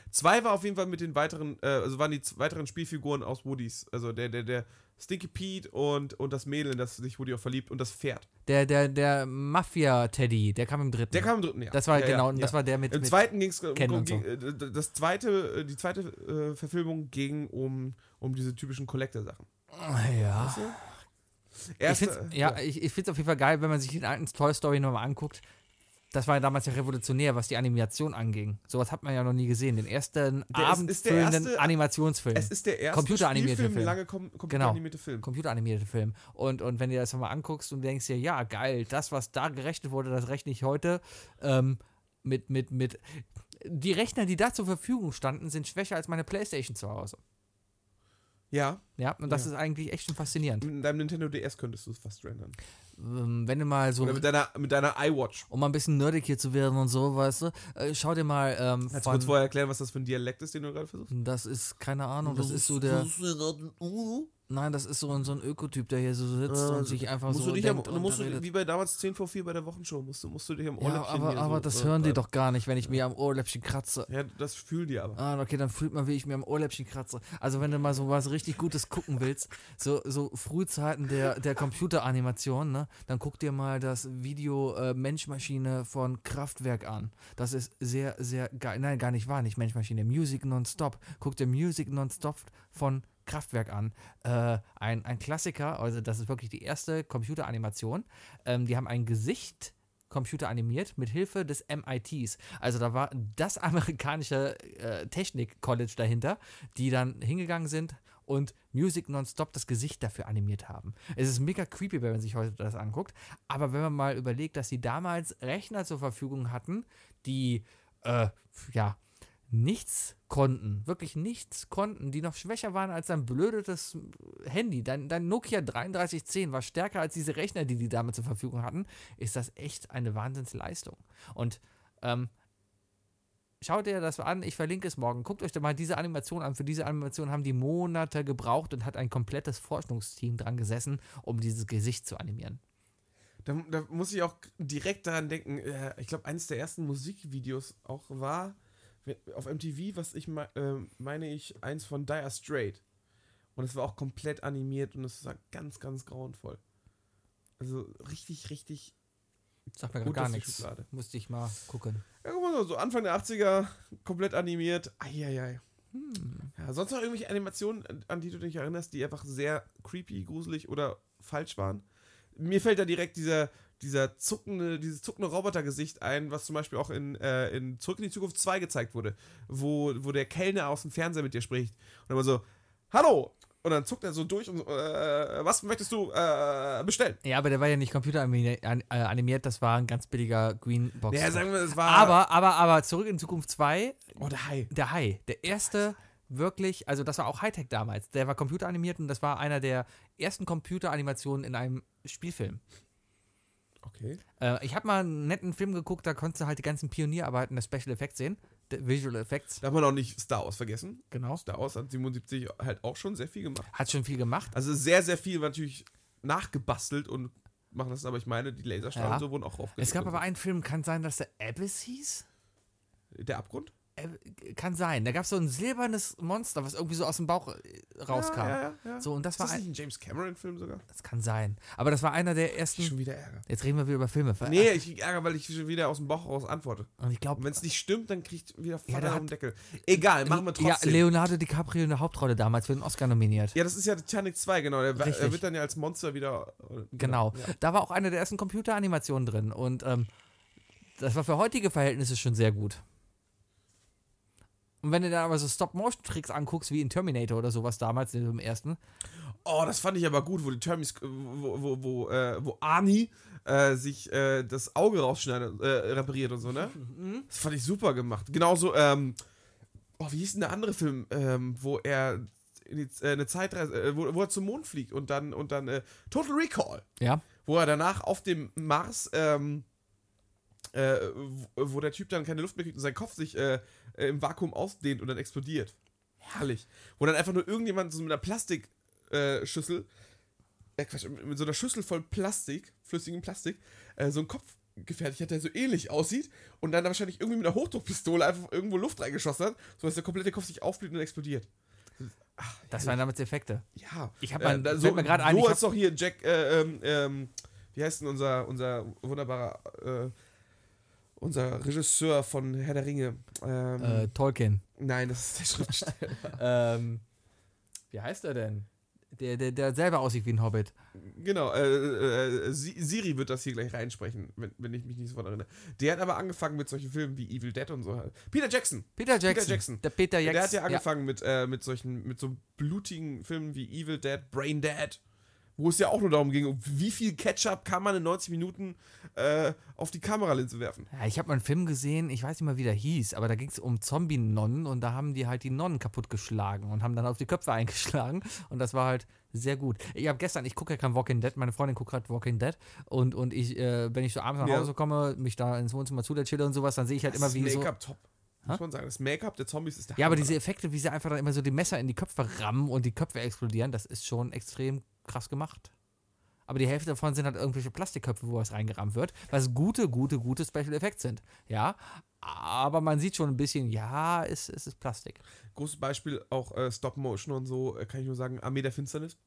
Speaker 1: Zwei war auf jeden Fall mit den weiteren, äh, also waren die z- weiteren Spielfiguren aus Woodies. Also der, der, der Stinky Pete und, und das Mädel, in das sich Woody auch verliebt und das Pferd.
Speaker 2: Der, der, der Mafia-Teddy, der kam im dritten.
Speaker 1: Der kam im dritten, ja.
Speaker 2: das war
Speaker 1: ja,
Speaker 2: genau,
Speaker 1: ja,
Speaker 2: das
Speaker 1: ja.
Speaker 2: war der mit.
Speaker 1: Im
Speaker 2: mit
Speaker 1: zweiten ging's, um,
Speaker 2: Ken
Speaker 1: ging
Speaker 2: und so.
Speaker 1: es. äh, Das zweite, äh, die zweite äh, Verfilmung ging um, um diese typischen Collector-Sachen.
Speaker 2: Ah, ja.
Speaker 1: Weißt du?
Speaker 2: Ich
Speaker 1: Erste- äh,
Speaker 2: find's, ja, Ich, ich finde es auf jeden Fall geil, wenn man sich den alten Toy Story nochmal anguckt. Das war ja damals ja revolutionär, was die Animation anging. Sowas hat man ja noch nie gesehen. Den ersten
Speaker 1: Der ist- ist der
Speaker 2: abendfüllenden
Speaker 1: erste-
Speaker 2: Animationsfilm.
Speaker 1: Es ist der erste
Speaker 2: Computeranimierte
Speaker 1: Spielfilm,
Speaker 2: Film. Genau.
Speaker 1: lange kom computeranimierte Film.
Speaker 2: computeranimierte Film. Und, und wenn du dir das nochmal anguckst und denkst dir, ja, geil, das, was da gerechnet wurde, das rechne ich heute. Ähm, mit, mit, mit. Die Rechner, die da zur Verfügung standen, sind schwächer als meine Playstation zu Hause.
Speaker 1: Ja,
Speaker 2: Ja, und das
Speaker 1: Ja.
Speaker 2: ist eigentlich echt schon faszinierend.
Speaker 1: mit deinem Nintendo DS könntest du es fast rendern.
Speaker 2: Ähm, wenn du mal so,
Speaker 1: Oder mit deiner, mit deiner iWatch.
Speaker 2: um mal ein bisschen nerdig hier zu werden und so, weißt du, äh, schau dir mal ähm,
Speaker 1: Kannst du kurz
Speaker 2: von.
Speaker 1: vorher erklären, was das für ein Dialekt ist, den du gerade versuchst?
Speaker 2: Das ist, keine Ahnung, das ist so der.
Speaker 1: Uh.
Speaker 2: Nein, das ist so ein, so ein Ökotyp, der hier so sitzt und sich einfach
Speaker 1: musst
Speaker 2: so.
Speaker 1: du dich am,
Speaker 2: denkt
Speaker 1: du
Speaker 2: und
Speaker 1: musst
Speaker 2: da
Speaker 1: du,
Speaker 2: redet.
Speaker 1: wie bei damals 10 vor 4 bei der Wochenshow, musst du, musst du dich am
Speaker 2: ja,
Speaker 1: Ohrläppchen
Speaker 2: aber,
Speaker 1: hier
Speaker 2: aber
Speaker 1: so,
Speaker 2: das
Speaker 1: äh,
Speaker 2: hören die
Speaker 1: äh,
Speaker 2: doch gar nicht, wenn ich mir am Ohrläppchen kratze.
Speaker 1: Ja, das fühlen die aber.
Speaker 2: Ah, okay, dann fühlt man, wie ich mir am Ohrläppchen kratze. Also wenn du mal so was richtig Gutes gucken willst, so, so Frühzeiten der, der Computeranimation, ne, dann guck dir mal das Video äh, Mensch-Maschine von Kraftwerk an. Das ist sehr, sehr geil. Nein, gar nicht wahr, nicht Mensch-Maschine. Music Nonstop. Guck dir Music Nonstop von Kraftwerk an. Äh, ein, ein Klassiker, also das ist wirklich die erste Computeranimation. Ähm, die haben ein Gesicht computeranimiert mit Hilfe des MITs. Also da war das *laughs* amerikanische äh, Technik-College dahinter, die dann hingegangen sind und Music Nonstop das Gesicht dafür animiert haben. Es ist mega creepy, wenn man sich heute das anguckt. Aber wenn man mal überlegt, dass sie damals Rechner zur Verfügung hatten, die äh, ja nichts konnten, wirklich nichts konnten, die noch schwächer waren als dein blödetes Handy. Dein, dein Nokia 3310 war stärker als diese Rechner, die die damals zur Verfügung hatten. Ist das echt eine Wahnsinnsleistung. Und ähm, schaut ihr das an, ich verlinke es morgen. Guckt euch doch mal diese Animation an. Für diese Animation haben die Monate gebraucht und hat ein komplettes Forschungsteam dran gesessen, um dieses Gesicht zu animieren.
Speaker 1: Da, da muss ich auch direkt daran denken, äh, ich glaube, eines der ersten Musikvideos auch war, auf MTV, was ich me- ähm, meine ich, eins von Dire Straight. Und es war auch komplett animiert und es war ganz, ganz grauenvoll. Also richtig, richtig.
Speaker 2: Sagt mir gerade
Speaker 1: Gut,
Speaker 2: gar
Speaker 1: dass die
Speaker 2: nichts.
Speaker 1: Schublade.
Speaker 2: Müsste ich mal gucken.
Speaker 1: Ja, guck mal so, so Anfang der 80er, komplett animiert. Eieiei. Ja, sonst noch irgendwelche Animationen, an- an die du dich erinnerst, die einfach sehr creepy, gruselig oder falsch waren? Mir fällt da direkt dieser, dieser zuckende, dieses zuckende Robotergesicht ein, was zum Beispiel auch in, äh, in Zurück in die Zukunft 2 gezeigt wurde, wo, wo der Kellner aus dem Fernseher mit dir spricht und immer so, hallo! Und dann zuckt er so durch und so, äh, was möchtest du äh, bestellen?
Speaker 2: Ja, aber der war ja nicht computeranimiert, an- äh, animiert, das war ein ganz billiger Greenbox.
Speaker 1: Naja, sagen wir, es war.
Speaker 2: aber, aber, aber zurück in Zukunft 2,
Speaker 1: Oh, der Hai.
Speaker 2: der Hai, der erste wirklich, also das war auch Hightech damals, der war computeranimiert und das war einer der ersten Computeranimationen in einem Spielfilm.
Speaker 1: Okay.
Speaker 2: Äh, ich habe mal einen netten Film geguckt, da konntest du halt die ganzen Pionierarbeiten der Special Effects sehen, der Visual Effects,
Speaker 1: Darf man auch nicht Star Wars vergessen.
Speaker 2: genau.
Speaker 1: Star Wars hat 77 halt auch schon sehr viel gemacht.
Speaker 2: Hat schon viel gemacht.
Speaker 1: Also sehr, sehr viel war natürlich nachgebastelt und machen das, aber ich meine, die Laserstrahlen
Speaker 2: Ja.
Speaker 1: und so wurden auch aufgelegt.
Speaker 2: Es gab
Speaker 1: und
Speaker 2: aber einen Film, kann sein, dass der Abyss hieß?
Speaker 1: so. Der Abgrund?
Speaker 2: Äh, Kann sein. Da gab es so ein silbernes Monster, was irgendwie so aus dem Bauch äh, rauskam.
Speaker 1: Ja, ja, ja.
Speaker 2: So, und das
Speaker 1: Ist
Speaker 2: war
Speaker 1: das
Speaker 2: ein,
Speaker 1: nicht ein James Cameron-Film sogar?
Speaker 2: Das kann sein. Aber das war einer der ersten.
Speaker 1: Schon wieder Ärger.
Speaker 2: Jetzt reden wir wieder über Filme.
Speaker 1: Nee, ich krieg Ärger, weil ich schon wieder aus dem Bauch raus antworte.
Speaker 2: Und ich
Speaker 1: Und
Speaker 2: glaube.
Speaker 1: wenn es nicht stimmt, dann kriegt wieder
Speaker 2: Ja,
Speaker 1: Vater
Speaker 2: der
Speaker 1: auf den Deckel. Egal, machen wir
Speaker 2: Ja,
Speaker 1: trotzdem. Ja,
Speaker 2: Leonardo DiCaprio in der Hauptrolle damals für den Oscar nominiert.
Speaker 1: das ist ja Titanic 2, genau. Der, wa-
Speaker 2: Richtig.
Speaker 1: er wird dann ja als Monster wieder. äh,
Speaker 2: Genau.
Speaker 1: Ja.
Speaker 2: Da war auch eine der ersten Computeranimationen drin. Und ähm, das war für heutige Verhältnisse schon sehr gut. Und wenn du dann aber so Stop-Motion-Tricks anguckst, wie in Terminator oder sowas damals, im ersten,
Speaker 1: Oh, das fand ich aber gut, wo die Termis, wo, wo, wo, äh, wo Arnie äh, sich äh, das Auge rausschneidet, äh, repariert und so, ne? Das fand ich super gemacht. Genauso, ähm, oh, wie hieß denn der andere Film, ähm, wo er in die, äh, eine Zeitreise, äh, wo, wo er zum Mond fliegt und dann, und dann, äh, Total Recall
Speaker 2: ja,
Speaker 1: wo er danach auf dem Mars, ähm, äh, wo- wo der Typ dann keine Luft mehr kriegt und sein Kopf sich äh, äh, im Vakuum ausdehnt und dann explodiert. Herrlich. Wo dann einfach nur irgendjemand so mit einer Plastikschüssel, äh, Schüssel- äh, Quatsch, mit mit so einer Schüssel voll Plastik, flüssigem Plastik, äh, so einen Kopf gefertigt hat, der so ähnlich aussieht und dann wahrscheinlich irgendwie mit einer Hochdruckpistole einfach irgendwo Luft reingeschossen hat, sodass der komplette Kopf sich aufbläht und explodiert.
Speaker 2: das waren damals Effekte.
Speaker 1: Ja. Äh,
Speaker 2: Ich hab mal-
Speaker 1: da-
Speaker 2: fällt
Speaker 1: so,
Speaker 2: mir grad ein,
Speaker 1: So
Speaker 2: ich hab-
Speaker 1: ist doch hier Jack, äh, ähm, ähm, wie heißt denn unser, unser wunderbarer, äh, unser Regisseur von Herr der Ringe? Ähm,
Speaker 2: Äh, Tolkien.
Speaker 1: nein, das ist der
Speaker 2: *laughs*
Speaker 1: Schriftsteller.
Speaker 2: Ähm, wie heißt er denn? Der, der, der selber aussieht wie ein Hobbit.
Speaker 1: genau, äh, äh, Si- Siri wird das hier gleich reinsprechen, wenn, wenn ich mich nicht sofort erinnere. Der hat aber angefangen mit solchen Filmen wie Evil Dead und so. Peter Jackson!
Speaker 2: Peter Jackson.
Speaker 1: Jackson.
Speaker 2: Der Peter Jackson.
Speaker 1: Der hat ja angefangen mit, äh, mit solchen, mit so blutigen Filmen wie Evil Dead, Brain Dead, wo es ja auch nur darum ging, wie viel Ketchup kann man in 90 Minuten äh, auf die Kameralinse werfen.
Speaker 2: Ja, ich habe mal einen Film gesehen, ich weiß nicht mal, wie der hieß, aber da ging es um Zombie-Nonnen und da haben die halt die Nonnen kaputtgeschlagen und haben dann auf die Köpfe *laughs* eingeschlagen und das war halt sehr gut. Ich habe gestern, ich gucke ja kein Walking Dead, meine Freundin guckt gerade Walking Dead und, und ich, äh, wenn ich so abends nach
Speaker 1: Ja.
Speaker 2: Hause komme, mich da ins Wohnzimmer zu der chille und sowas, dann sehe ich halt immer
Speaker 1: das
Speaker 2: wie so...
Speaker 1: Make-up top. Muss man sagen, das Make-up der Zombies ist der
Speaker 2: Ja, aber
Speaker 1: Hammer.
Speaker 2: diese Effekte, wie sie einfach dann immer so die Messer in die Köpfe rammen und die Köpfe explodieren, das ist schon extrem krass gemacht. Aber die Hälfte davon sind halt irgendwelche Plastikköpfe, wo was reingerammt wird, was gute, gute, gute Special Effects sind. Ja, aber man sieht schon ein bisschen, ja, es, es ist Plastik.
Speaker 1: Großes Beispiel auch äh, Stop-Motion und so, äh, kann ich nur sagen, Armee der Finsternis,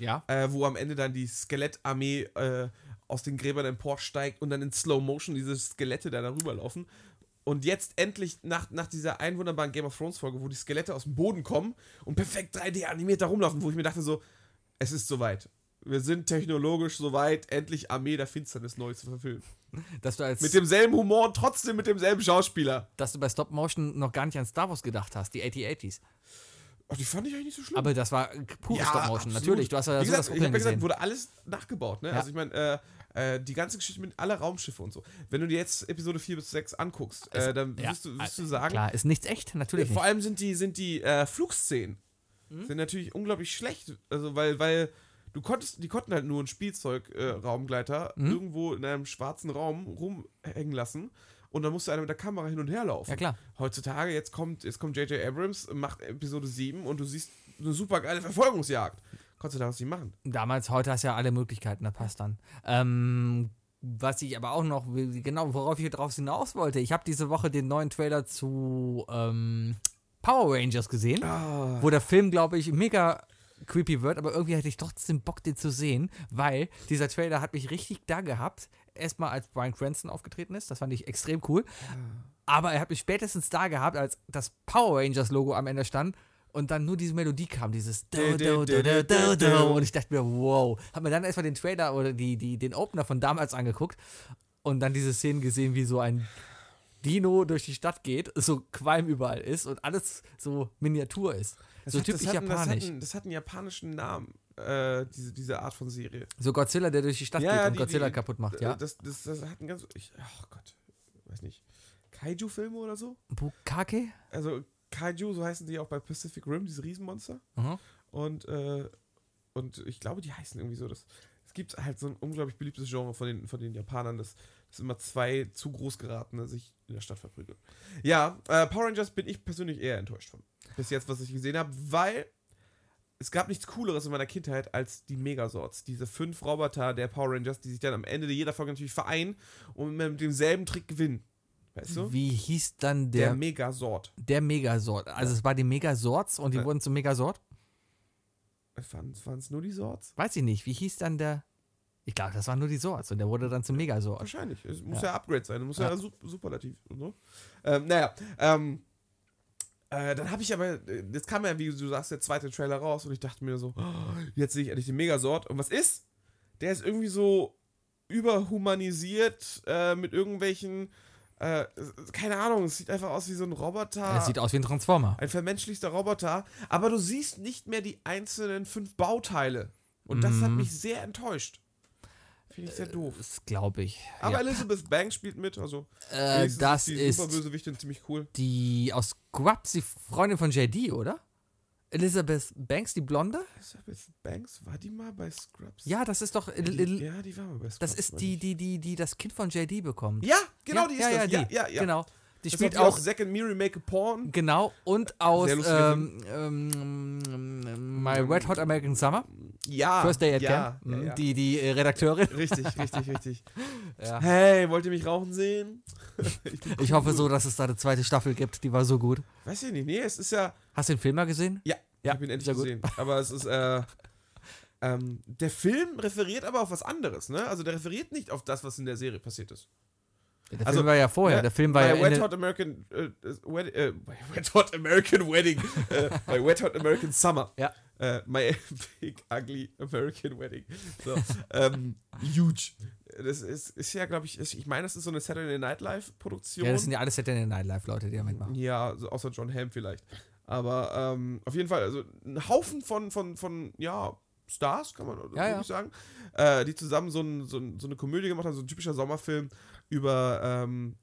Speaker 2: Ja.
Speaker 1: äh, wo am Ende dann die Skelettarmee äh, aus den Gräbern emporsteigt und dann in Slow-Motion diese Skelette da darüber laufen. Und jetzt endlich nach, nach dieser einen wunderbaren Game of Thrones-Folge, wo die Skelette aus dem Boden kommen und perfekt 3D animiert da rumlaufen, wo ich mir dachte so, es ist soweit. Wir sind technologisch soweit, endlich Armee der Finsternis neu zu verfilmen.
Speaker 2: Dass du als
Speaker 1: Mit demselben Humor, trotzdem mit demselben Schauspieler.
Speaker 2: dass du bei Stop Motion noch gar nicht an Star Wars gedacht hast, die 8080s.
Speaker 1: Ach, Oh, die fand ich eigentlich nicht so schlimm.
Speaker 2: Aber das war pure Stop Motion,
Speaker 1: absolut.
Speaker 2: natürlich. Du hast ja
Speaker 1: Wie
Speaker 2: so
Speaker 1: gesagt,
Speaker 2: das
Speaker 1: Ich
Speaker 2: Ruckeln
Speaker 1: habe ja
Speaker 2: gesehen.
Speaker 1: gesagt, wurde alles nachgebaut. Ne?
Speaker 2: Ja.
Speaker 1: Also ich meine, äh, äh, die ganze Geschichte mit aller Raumschiffe und so. Wenn du dir jetzt Episode 4 bis 6 anguckst, äh, dann
Speaker 2: ja,
Speaker 1: wirst du, wirst du sagen,
Speaker 2: Klar, ist nichts echt, natürlich.
Speaker 1: vor
Speaker 2: Nicht.
Speaker 1: allem sind die, sind die äh, Flugszenen sind natürlich unglaublich schlecht. Also weil, weil du konntest, die konnten halt nur einen Spielzeug-Raumgleiter
Speaker 2: Hm?
Speaker 1: irgendwo in einem schwarzen Raum rumhängen lassen. Und dann musste einer mit der Kamera hin und her laufen.
Speaker 2: Ja, klar.
Speaker 1: Heutzutage, jetzt kommt jetzt kommt J.J. Abrams, macht Episode 7 und du siehst eine super geile Verfolgungsjagd. Konntest du daraus nicht machen.
Speaker 2: Damals, heute hast du ja alle Möglichkeiten, da passt dann. Ähm, Was ich aber auch noch, will- genau worauf ich drauf hinaus wollte, ich habe diese Woche den neuen Trailer zu ähm, Power Rangers gesehen, wo der Film, glaube ich, mega creepy wird, aber irgendwie hatte ich trotzdem Bock, den zu sehen, weil dieser Trailer hat mich richtig da gehabt. Erstmal, als Brian Cranston aufgetreten ist, das fand ich extrem cool. Aber er hat mich spätestens da gehabt, als das Power Rangers-Logo am Ende stand und dann nur diese Melodie kam, dieses Do, Do, Do, Do, Do, Do. Und ich dachte mir, wow. Hab mir dann erstmal den Trailer oder die, die, den Opener von damals angeguckt und dann diese Szenen gesehen, wie so ein Dino durch die Stadt geht, so Qualm überall ist und alles so Miniatur ist. so
Speaker 1: hat-
Speaker 2: typisch
Speaker 1: hat einen-
Speaker 2: japanisch.
Speaker 1: Das hat, einen, das hat einen japanischen Namen, äh, diese, diese Art von Serie.
Speaker 2: so Godzilla, der durch die Stadt
Speaker 1: Ja,
Speaker 2: geht
Speaker 1: ja,
Speaker 2: und
Speaker 1: die-
Speaker 2: Godzilla
Speaker 1: die-
Speaker 2: kaputt macht, ja.
Speaker 1: Äh, Das, das, das hat einen ganz. Ich, oh Gott, weiß nicht. Kaiju-Filme oder so?
Speaker 2: Bukake?
Speaker 1: Also Kaiju, so heißen die auch bei Pacific Rim, diese Riesenmonster.
Speaker 2: Mhm.
Speaker 1: Und, äh, und ich glaube, die heißen irgendwie so. Das, es gibt halt so ein unglaublich beliebtes Genre von den, von den Japanern, dass dass immer zwei zu groß geratene sich in der Stadt verprügeln. Ja, äh, Power Rangers bin ich persönlich eher enttäuscht von. Bis jetzt, was ich gesehen habe, weil es gab nichts Cooleres in meiner Kindheit als die Megasorts. Diese fünf Roboter der Power Rangers, die sich dann am Ende jeder Folge natürlich vereinen und immer mit demselben Trick gewinnen. Weißt du?
Speaker 2: Wie hieß dann
Speaker 1: Der
Speaker 2: der,
Speaker 1: Megasort.
Speaker 2: der Megasort? Also es war die Megasorts und die
Speaker 1: Ja.
Speaker 2: wurden zum Megasort?
Speaker 1: Waren es nur die Sorts?
Speaker 2: Weiß ich nicht. Wie hieß dann der? Ich glaube, das waren nur die Sorts und der wurde dann zum Megasort.
Speaker 1: Wahrscheinlich. Es muss
Speaker 2: Ja.
Speaker 1: ja, Upgrade sein. Es muss
Speaker 2: Ja.
Speaker 1: ja, sup- superlativ und so. Ähm, naja, ähm, äh, dann habe ich aber, äh, jetzt kam ja, wie du sagst, der zweite Trailer raus und ich dachte mir so, oh, jetzt sehe ich endlich den Megasort. Und was ist? Der ist irgendwie so überhumanisiert äh, mit irgendwelchen, äh, keine Ahnung, es sieht einfach aus wie so ein Roboter.
Speaker 2: Das sieht aus wie ein Transformer.
Speaker 1: Ein vermenschlichter Roboter, aber du siehst nicht mehr die einzelnen fünf Bauteile. Und das hat
Speaker 2: Mhm.
Speaker 1: mich sehr enttäuscht. Finde ich sehr doof.
Speaker 2: Das glaube ich.
Speaker 1: Aber
Speaker 2: ja.
Speaker 1: Elizabeth Banks spielt mit, also
Speaker 2: äh,
Speaker 1: wenigstens
Speaker 2: das
Speaker 1: die
Speaker 2: ist
Speaker 1: Superbösewichtin ziemlich cool.
Speaker 2: die aus Scrubs, die Freundin von JD, oder? Elizabeth Banks, die Blonde?
Speaker 1: Elizabeth Banks, war die mal bei Scrubs?
Speaker 2: Ja, das ist doch.
Speaker 1: die,
Speaker 2: El- El-
Speaker 1: ja, die war mal bei Scrubs.
Speaker 2: Das ist
Speaker 1: meine
Speaker 2: die,
Speaker 1: ich.
Speaker 2: die, die, die das Kind von JD bekommt.
Speaker 1: Ja, genau, die ist
Speaker 2: ja,
Speaker 1: das.
Speaker 2: Ja,
Speaker 1: ja,
Speaker 2: die.
Speaker 1: ja, ja.
Speaker 2: Genau. Die
Speaker 1: Das
Speaker 2: spielt
Speaker 1: hat die
Speaker 2: auch.
Speaker 1: Zack and Miri Make a Porn.
Speaker 2: Genau. Und aus
Speaker 1: Sehr lustiger
Speaker 2: ähm, ähm, ähm, My Red Hot American Summer.
Speaker 1: Ja.
Speaker 2: First Day at
Speaker 1: Ah, ja,
Speaker 2: Camp.
Speaker 1: Ja, ja.
Speaker 2: Die, die äh, Redakteurin.
Speaker 1: Richtig, richtig, richtig.
Speaker 2: *laughs* Ja.
Speaker 1: Hey, wollt ihr mich rauchen sehen? ich bin
Speaker 2: Ich hoffe so, dass es da eine zweite Staffel gibt. Die war so gut.
Speaker 1: Weiß ich nicht. Nee, es ist ja.
Speaker 2: Hast du den Film mal gesehen?
Speaker 1: Ja,
Speaker 2: Ja,
Speaker 1: ich habe ihn endlich
Speaker 2: sehr gut.
Speaker 1: gesehen. Aber es ist, äh, *laughs* ähm, der Film referiert aber auf was anderes, ne? Also der referiert nicht auf das, was in der Serie passiert ist.
Speaker 2: Der
Speaker 1: Also,
Speaker 2: Film war Oh ja vorher.
Speaker 1: ne,
Speaker 2: der Film war ja
Speaker 1: bei Wet
Speaker 2: Ende,
Speaker 1: Hot American äh, äh, Wed äh, bei *laughs* Wet Hot American Wedding, äh, bei Wet Hot American Summer.
Speaker 2: Ja.
Speaker 1: Äh, my *laughs* big ugly American Wedding. So, ähm, huge. Das ist, ist ja, glaube ich, ist, ich meine, das ist so eine Saturday Night Live Produktion.
Speaker 2: Ja, das sind ja alles Saturday Night Live Leute, die da mitmachen.
Speaker 1: Ja, so außer John Hamm vielleicht. Aber ähm, auf jeden Fall, also ein Haufen von, von, von ja, Stars, kann man wirklich
Speaker 2: Ja, ja.
Speaker 1: sagen, äh, die zusammen so, ein, so, ein, so eine Komödie gemacht haben, so ein typischer Sommerfilm über, ähm,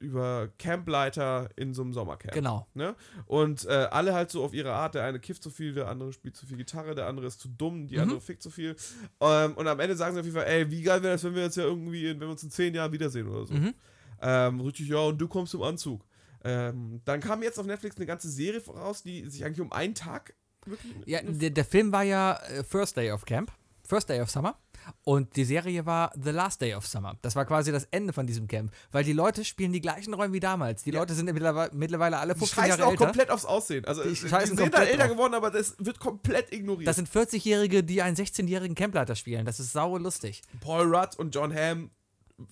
Speaker 1: über Campleiter in so einem Sommercamp.
Speaker 2: Genau.
Speaker 1: Ne? Und äh, alle halt so auf ihre Art. Der eine kifft zu viel, der andere spielt zu viel Gitarre, der andere ist zu dumm, die
Speaker 2: Mhm.
Speaker 1: andere fickt zu viel. Ähm, und am Ende sagen sie auf jeden Fall, ey, wie geil wäre das, wenn wir jetzt ja irgendwie, in, wenn wir uns in zehn Jahren wiedersehen oder so.
Speaker 2: Mhm.
Speaker 1: Ähm, richtig, ja, und du kommst im Anzug. Ähm, dann kam jetzt auf Netflix eine ganze Serie voraus, die sich eigentlich um einen Tag wirklich.
Speaker 2: Ja, der, der Film war ja äh, First Day of Camp. First Day of Summer. Und die Serie war The Last Day of Summer. Das war quasi das Ende von diesem Camp. Weil die Leute spielen die gleichen Rollen wie damals. Die
Speaker 1: Ja.
Speaker 2: Leute sind mittlerweile, mittlerweile alle
Speaker 1: die
Speaker 2: 15
Speaker 1: scheißen
Speaker 2: Jahre
Speaker 1: auch
Speaker 2: älter.
Speaker 1: komplett aufs Aussehen. Also,
Speaker 2: Die
Speaker 1: die,
Speaker 2: scheißen
Speaker 1: sind da
Speaker 2: komplett
Speaker 1: älter
Speaker 2: drauf.
Speaker 1: geworden, aber das wird komplett ignoriert.
Speaker 2: Das sind 40-Jährige, die einen 16-jährigen Campleiter spielen. Das ist sauer lustig.
Speaker 1: Paul Rudd und John Hamm.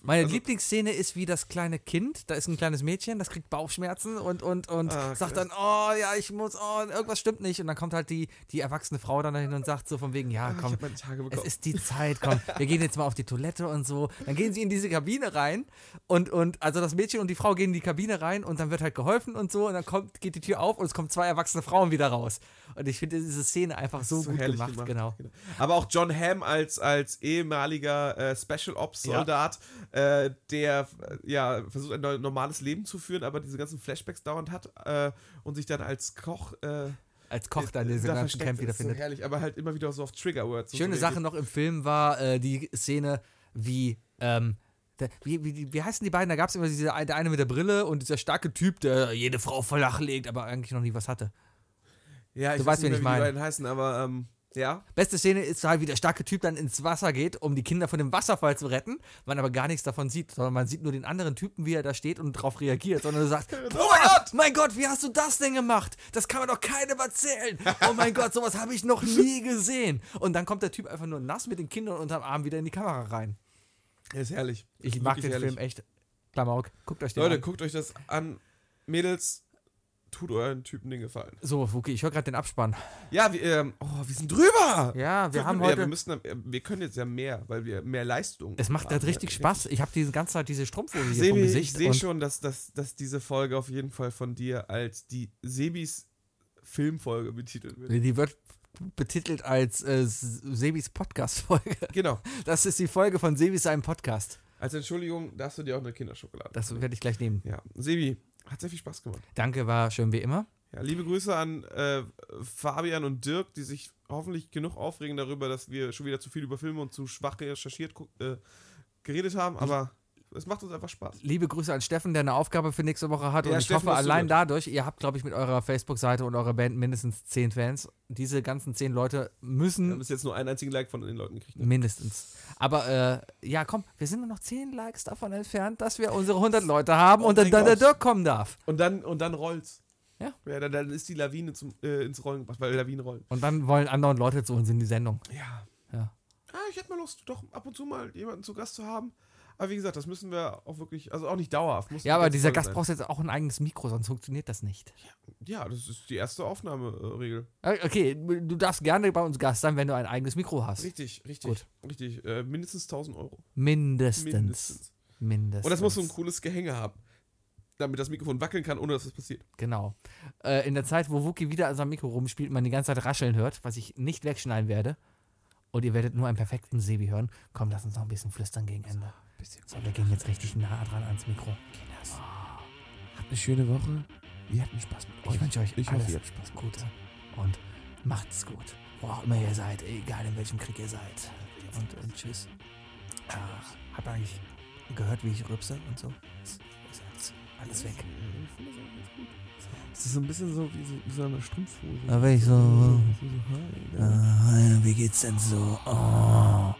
Speaker 2: Meine
Speaker 1: Also-
Speaker 2: Lieblingsszene ist wie das kleine Kind, da ist ein kleines Mädchen, das kriegt Bauchschmerzen und, und, und
Speaker 1: Ah, krass.
Speaker 2: sagt dann, oh ja, ich muss, oh, irgendwas stimmt nicht. Und dann kommt halt die, die erwachsene Frau dann dahin und sagt so von wegen, ja,
Speaker 1: Ah, ich
Speaker 2: komm,
Speaker 1: hab meine Tage
Speaker 2: es
Speaker 1: bekommen.
Speaker 2: ist die Zeit, komm, wir gehen jetzt mal auf die Toilette und so. Dann gehen sie in diese Kabine rein und, und also das Mädchen und die Frau gehen in die Kabine rein und dann wird halt geholfen und so und dann kommt, geht die Tür auf und es kommen zwei erwachsene Frauen wieder raus. Und ich finde diese Szene einfach so,
Speaker 1: so
Speaker 2: gut
Speaker 1: herrlich gemacht.
Speaker 2: gemacht, genau.
Speaker 1: Aber auch John Hamm als, als ehemaliger äh, Special Ops Soldat, äh, der äh, ja versucht ein neu- normales Leben zu führen, aber diese ganzen Flashbacks dauernd hat äh, und sich dann als Koch äh,
Speaker 2: Als Koch dann in diesem
Speaker 1: da
Speaker 2: ganzen
Speaker 1: versteckt.
Speaker 2: Camp
Speaker 1: Das ist so
Speaker 2: wiederfindet.
Speaker 1: Herrlich, aber halt immer wieder so auf Trigger Words. und
Speaker 2: Schöne
Speaker 1: so
Speaker 2: Sache noch im Film war äh, die Szene, wie, ähm, der, wie, wie, wie heißen die beiden? Da gab es immer diese, der eine mit der Brille und dieser starke Typ, der jede Frau flach legt, aber eigentlich noch nie was hatte.
Speaker 1: Ja, ich
Speaker 2: Du
Speaker 1: weiß
Speaker 2: weißt, wen
Speaker 1: nicht
Speaker 2: ich
Speaker 1: mehr, wie die
Speaker 2: meine.
Speaker 1: beiden heißen, aber ähm, Ja.
Speaker 2: Beste Szene ist halt, wie der starke Typ dann ins Wasser geht, um die Kinder von dem Wasserfall zu retten, man aber gar nichts davon sieht, sondern man sieht nur den anderen Typen, wie er da steht und drauf reagiert, sondern er sagt, oh mein Gott, mein Gott, wie hast du das denn gemacht? Das kann man doch keinem erzählen. Oh mein Gott, sowas habe ich noch nie gesehen. Und dann kommt der Typ einfach nur nass mit den Kindern unterm Arm wieder in die Kamera rein.
Speaker 1: Der ist herrlich.
Speaker 2: Ich
Speaker 1: Ist
Speaker 2: mag
Speaker 1: wirklich
Speaker 2: den
Speaker 1: herrlich.
Speaker 2: Film echt. Klamauk, guckt euch den
Speaker 1: Leute,
Speaker 2: an.
Speaker 1: guckt euch das an. Mädels, tut euren Typen den Gefallen.
Speaker 2: So, Fuki, ich höre gerade den Abspann.
Speaker 1: Ja, wir, ähm, oh, wir sind drüber!
Speaker 2: Ja, wir haben
Speaker 1: ja, wir,
Speaker 2: heute...
Speaker 1: müssen, äh, wir können jetzt ja mehr, weil wir mehr Leistung
Speaker 2: Es macht gerade
Speaker 1: haben.
Speaker 2: richtig Spaß. Ich habe die ganze Zeit diese Strumpfhose hier vom
Speaker 1: Ah, Sebi, ich
Speaker 2: Gesicht.
Speaker 1: sehe
Speaker 2: und-
Speaker 1: schon, dass, dass, dass diese Folge auf jeden Fall von dir als die Sebis Filmfolge betitelt wird.
Speaker 2: Die wird betitelt als äh, S- Sebis Podcast-Folge. *laughs*
Speaker 1: Genau.
Speaker 2: Das ist die Folge von Sebis seinem Podcast.
Speaker 1: Als Entschuldigung darfst du dir auch eine Kinderschokolade.
Speaker 2: Das werde ich gleich nehmen.
Speaker 1: Ja, Sebi, hat sehr viel Spaß gemacht.
Speaker 2: Danke, war schön wie immer.
Speaker 1: Ja, liebe Grüße an äh, Fabian und Dirk, die sich hoffentlich genug aufregen darüber, dass wir schon wieder zu viel über Filme und zu schwach recherchiert gu- äh, geredet haben, aber es macht uns einfach Spaß.
Speaker 2: Liebe Grüße an Steffen, der eine Aufgabe für nächste Woche hat.
Speaker 1: Ja,
Speaker 2: und ich
Speaker 1: Steffen,
Speaker 2: hoffe,
Speaker 1: hast du
Speaker 2: allein
Speaker 1: mit.
Speaker 2: dadurch, ihr habt, glaube ich, mit eurer Facebook-Seite und eurer Band mindestens zehn Fans. Diese ganzen zehn Leute
Speaker 1: Wir haben
Speaker 2: müssen
Speaker 1: bis jetzt nur einen einzigen Like von den Leuten gekriegt. Ne?
Speaker 2: mindestens. Aber äh, ja, komm, wir sind nur noch zehn Likes davon entfernt, dass wir unsere 100 Leute haben
Speaker 1: Oh
Speaker 2: und dann,
Speaker 1: mein
Speaker 2: dann der
Speaker 1: Gott.
Speaker 2: Dirk kommen darf.
Speaker 1: Und dann, und dann rollt's.
Speaker 2: Ja.
Speaker 1: ja dann, dann ist die Lawine zum, äh, ins Rollen gebracht, weil Lawinen rollen.
Speaker 2: Und dann wollen andere Leute zu uns in die Sendung.
Speaker 1: Ja.
Speaker 2: Ja.
Speaker 1: Ah, ich hätte mal Lust, doch ab und zu mal jemanden zu Gast zu haben. Aber wie gesagt, das müssen wir auch wirklich, also auch nicht dauerhaft. Muss
Speaker 2: Ja,
Speaker 1: nicht
Speaker 2: aber
Speaker 1: ganz
Speaker 2: dieser
Speaker 1: voll
Speaker 2: Gast
Speaker 1: sein.
Speaker 2: braucht jetzt auch ein eigenes Mikro, sonst funktioniert das nicht.
Speaker 1: Ja, das ist die erste Aufnahmeregel.
Speaker 2: Äh, Okay, du darfst gerne bei uns Gast sein, wenn du ein eigenes Mikro hast.
Speaker 1: Richtig, richtig.
Speaker 2: Gut.
Speaker 1: Richtig. Äh, mindestens 1000 Euro.
Speaker 2: Mindestens. Mindestens.
Speaker 1: Mindestens. Und das muss so ein cooles Gehänge haben, damit das Mikrofon wackeln kann, ohne dass es passiert.
Speaker 2: Genau. Äh, in der Zeit, wo Wookie wieder an seinem Mikro rumspielt und man die ganze Zeit rascheln hört, was ich nicht wegschneiden werde, und ihr werdet nur einen perfekten Sebi hören, komm, lass uns noch ein bisschen flüstern gegen Ende. So, wir gehen jetzt richtig nah dran ans Mikro.
Speaker 3: Habt eine schöne Woche. Wir hatten Spaß mit euch.
Speaker 2: Ich wünsche euch
Speaker 3: ich
Speaker 2: alles
Speaker 3: hoffe, ihr habt Spaß mit
Speaker 2: Gute und macht's gut. Wo auch immer ihr seid, egal in welchem Krieg ihr seid. Und, und tschüss. Ach, habt ihr eigentlich gehört, wie ich rübse und so? Ist ist alles, alles weg.
Speaker 3: Das ist so ein bisschen so wie so, wie so eine Strumpfhose.
Speaker 2: Aber wenn ich so-
Speaker 3: so, so, so, so, so, so, so, so, so, so, so,
Speaker 2: Äh,
Speaker 3: so,
Speaker 2: Ah, wie geht's denn so? Oh.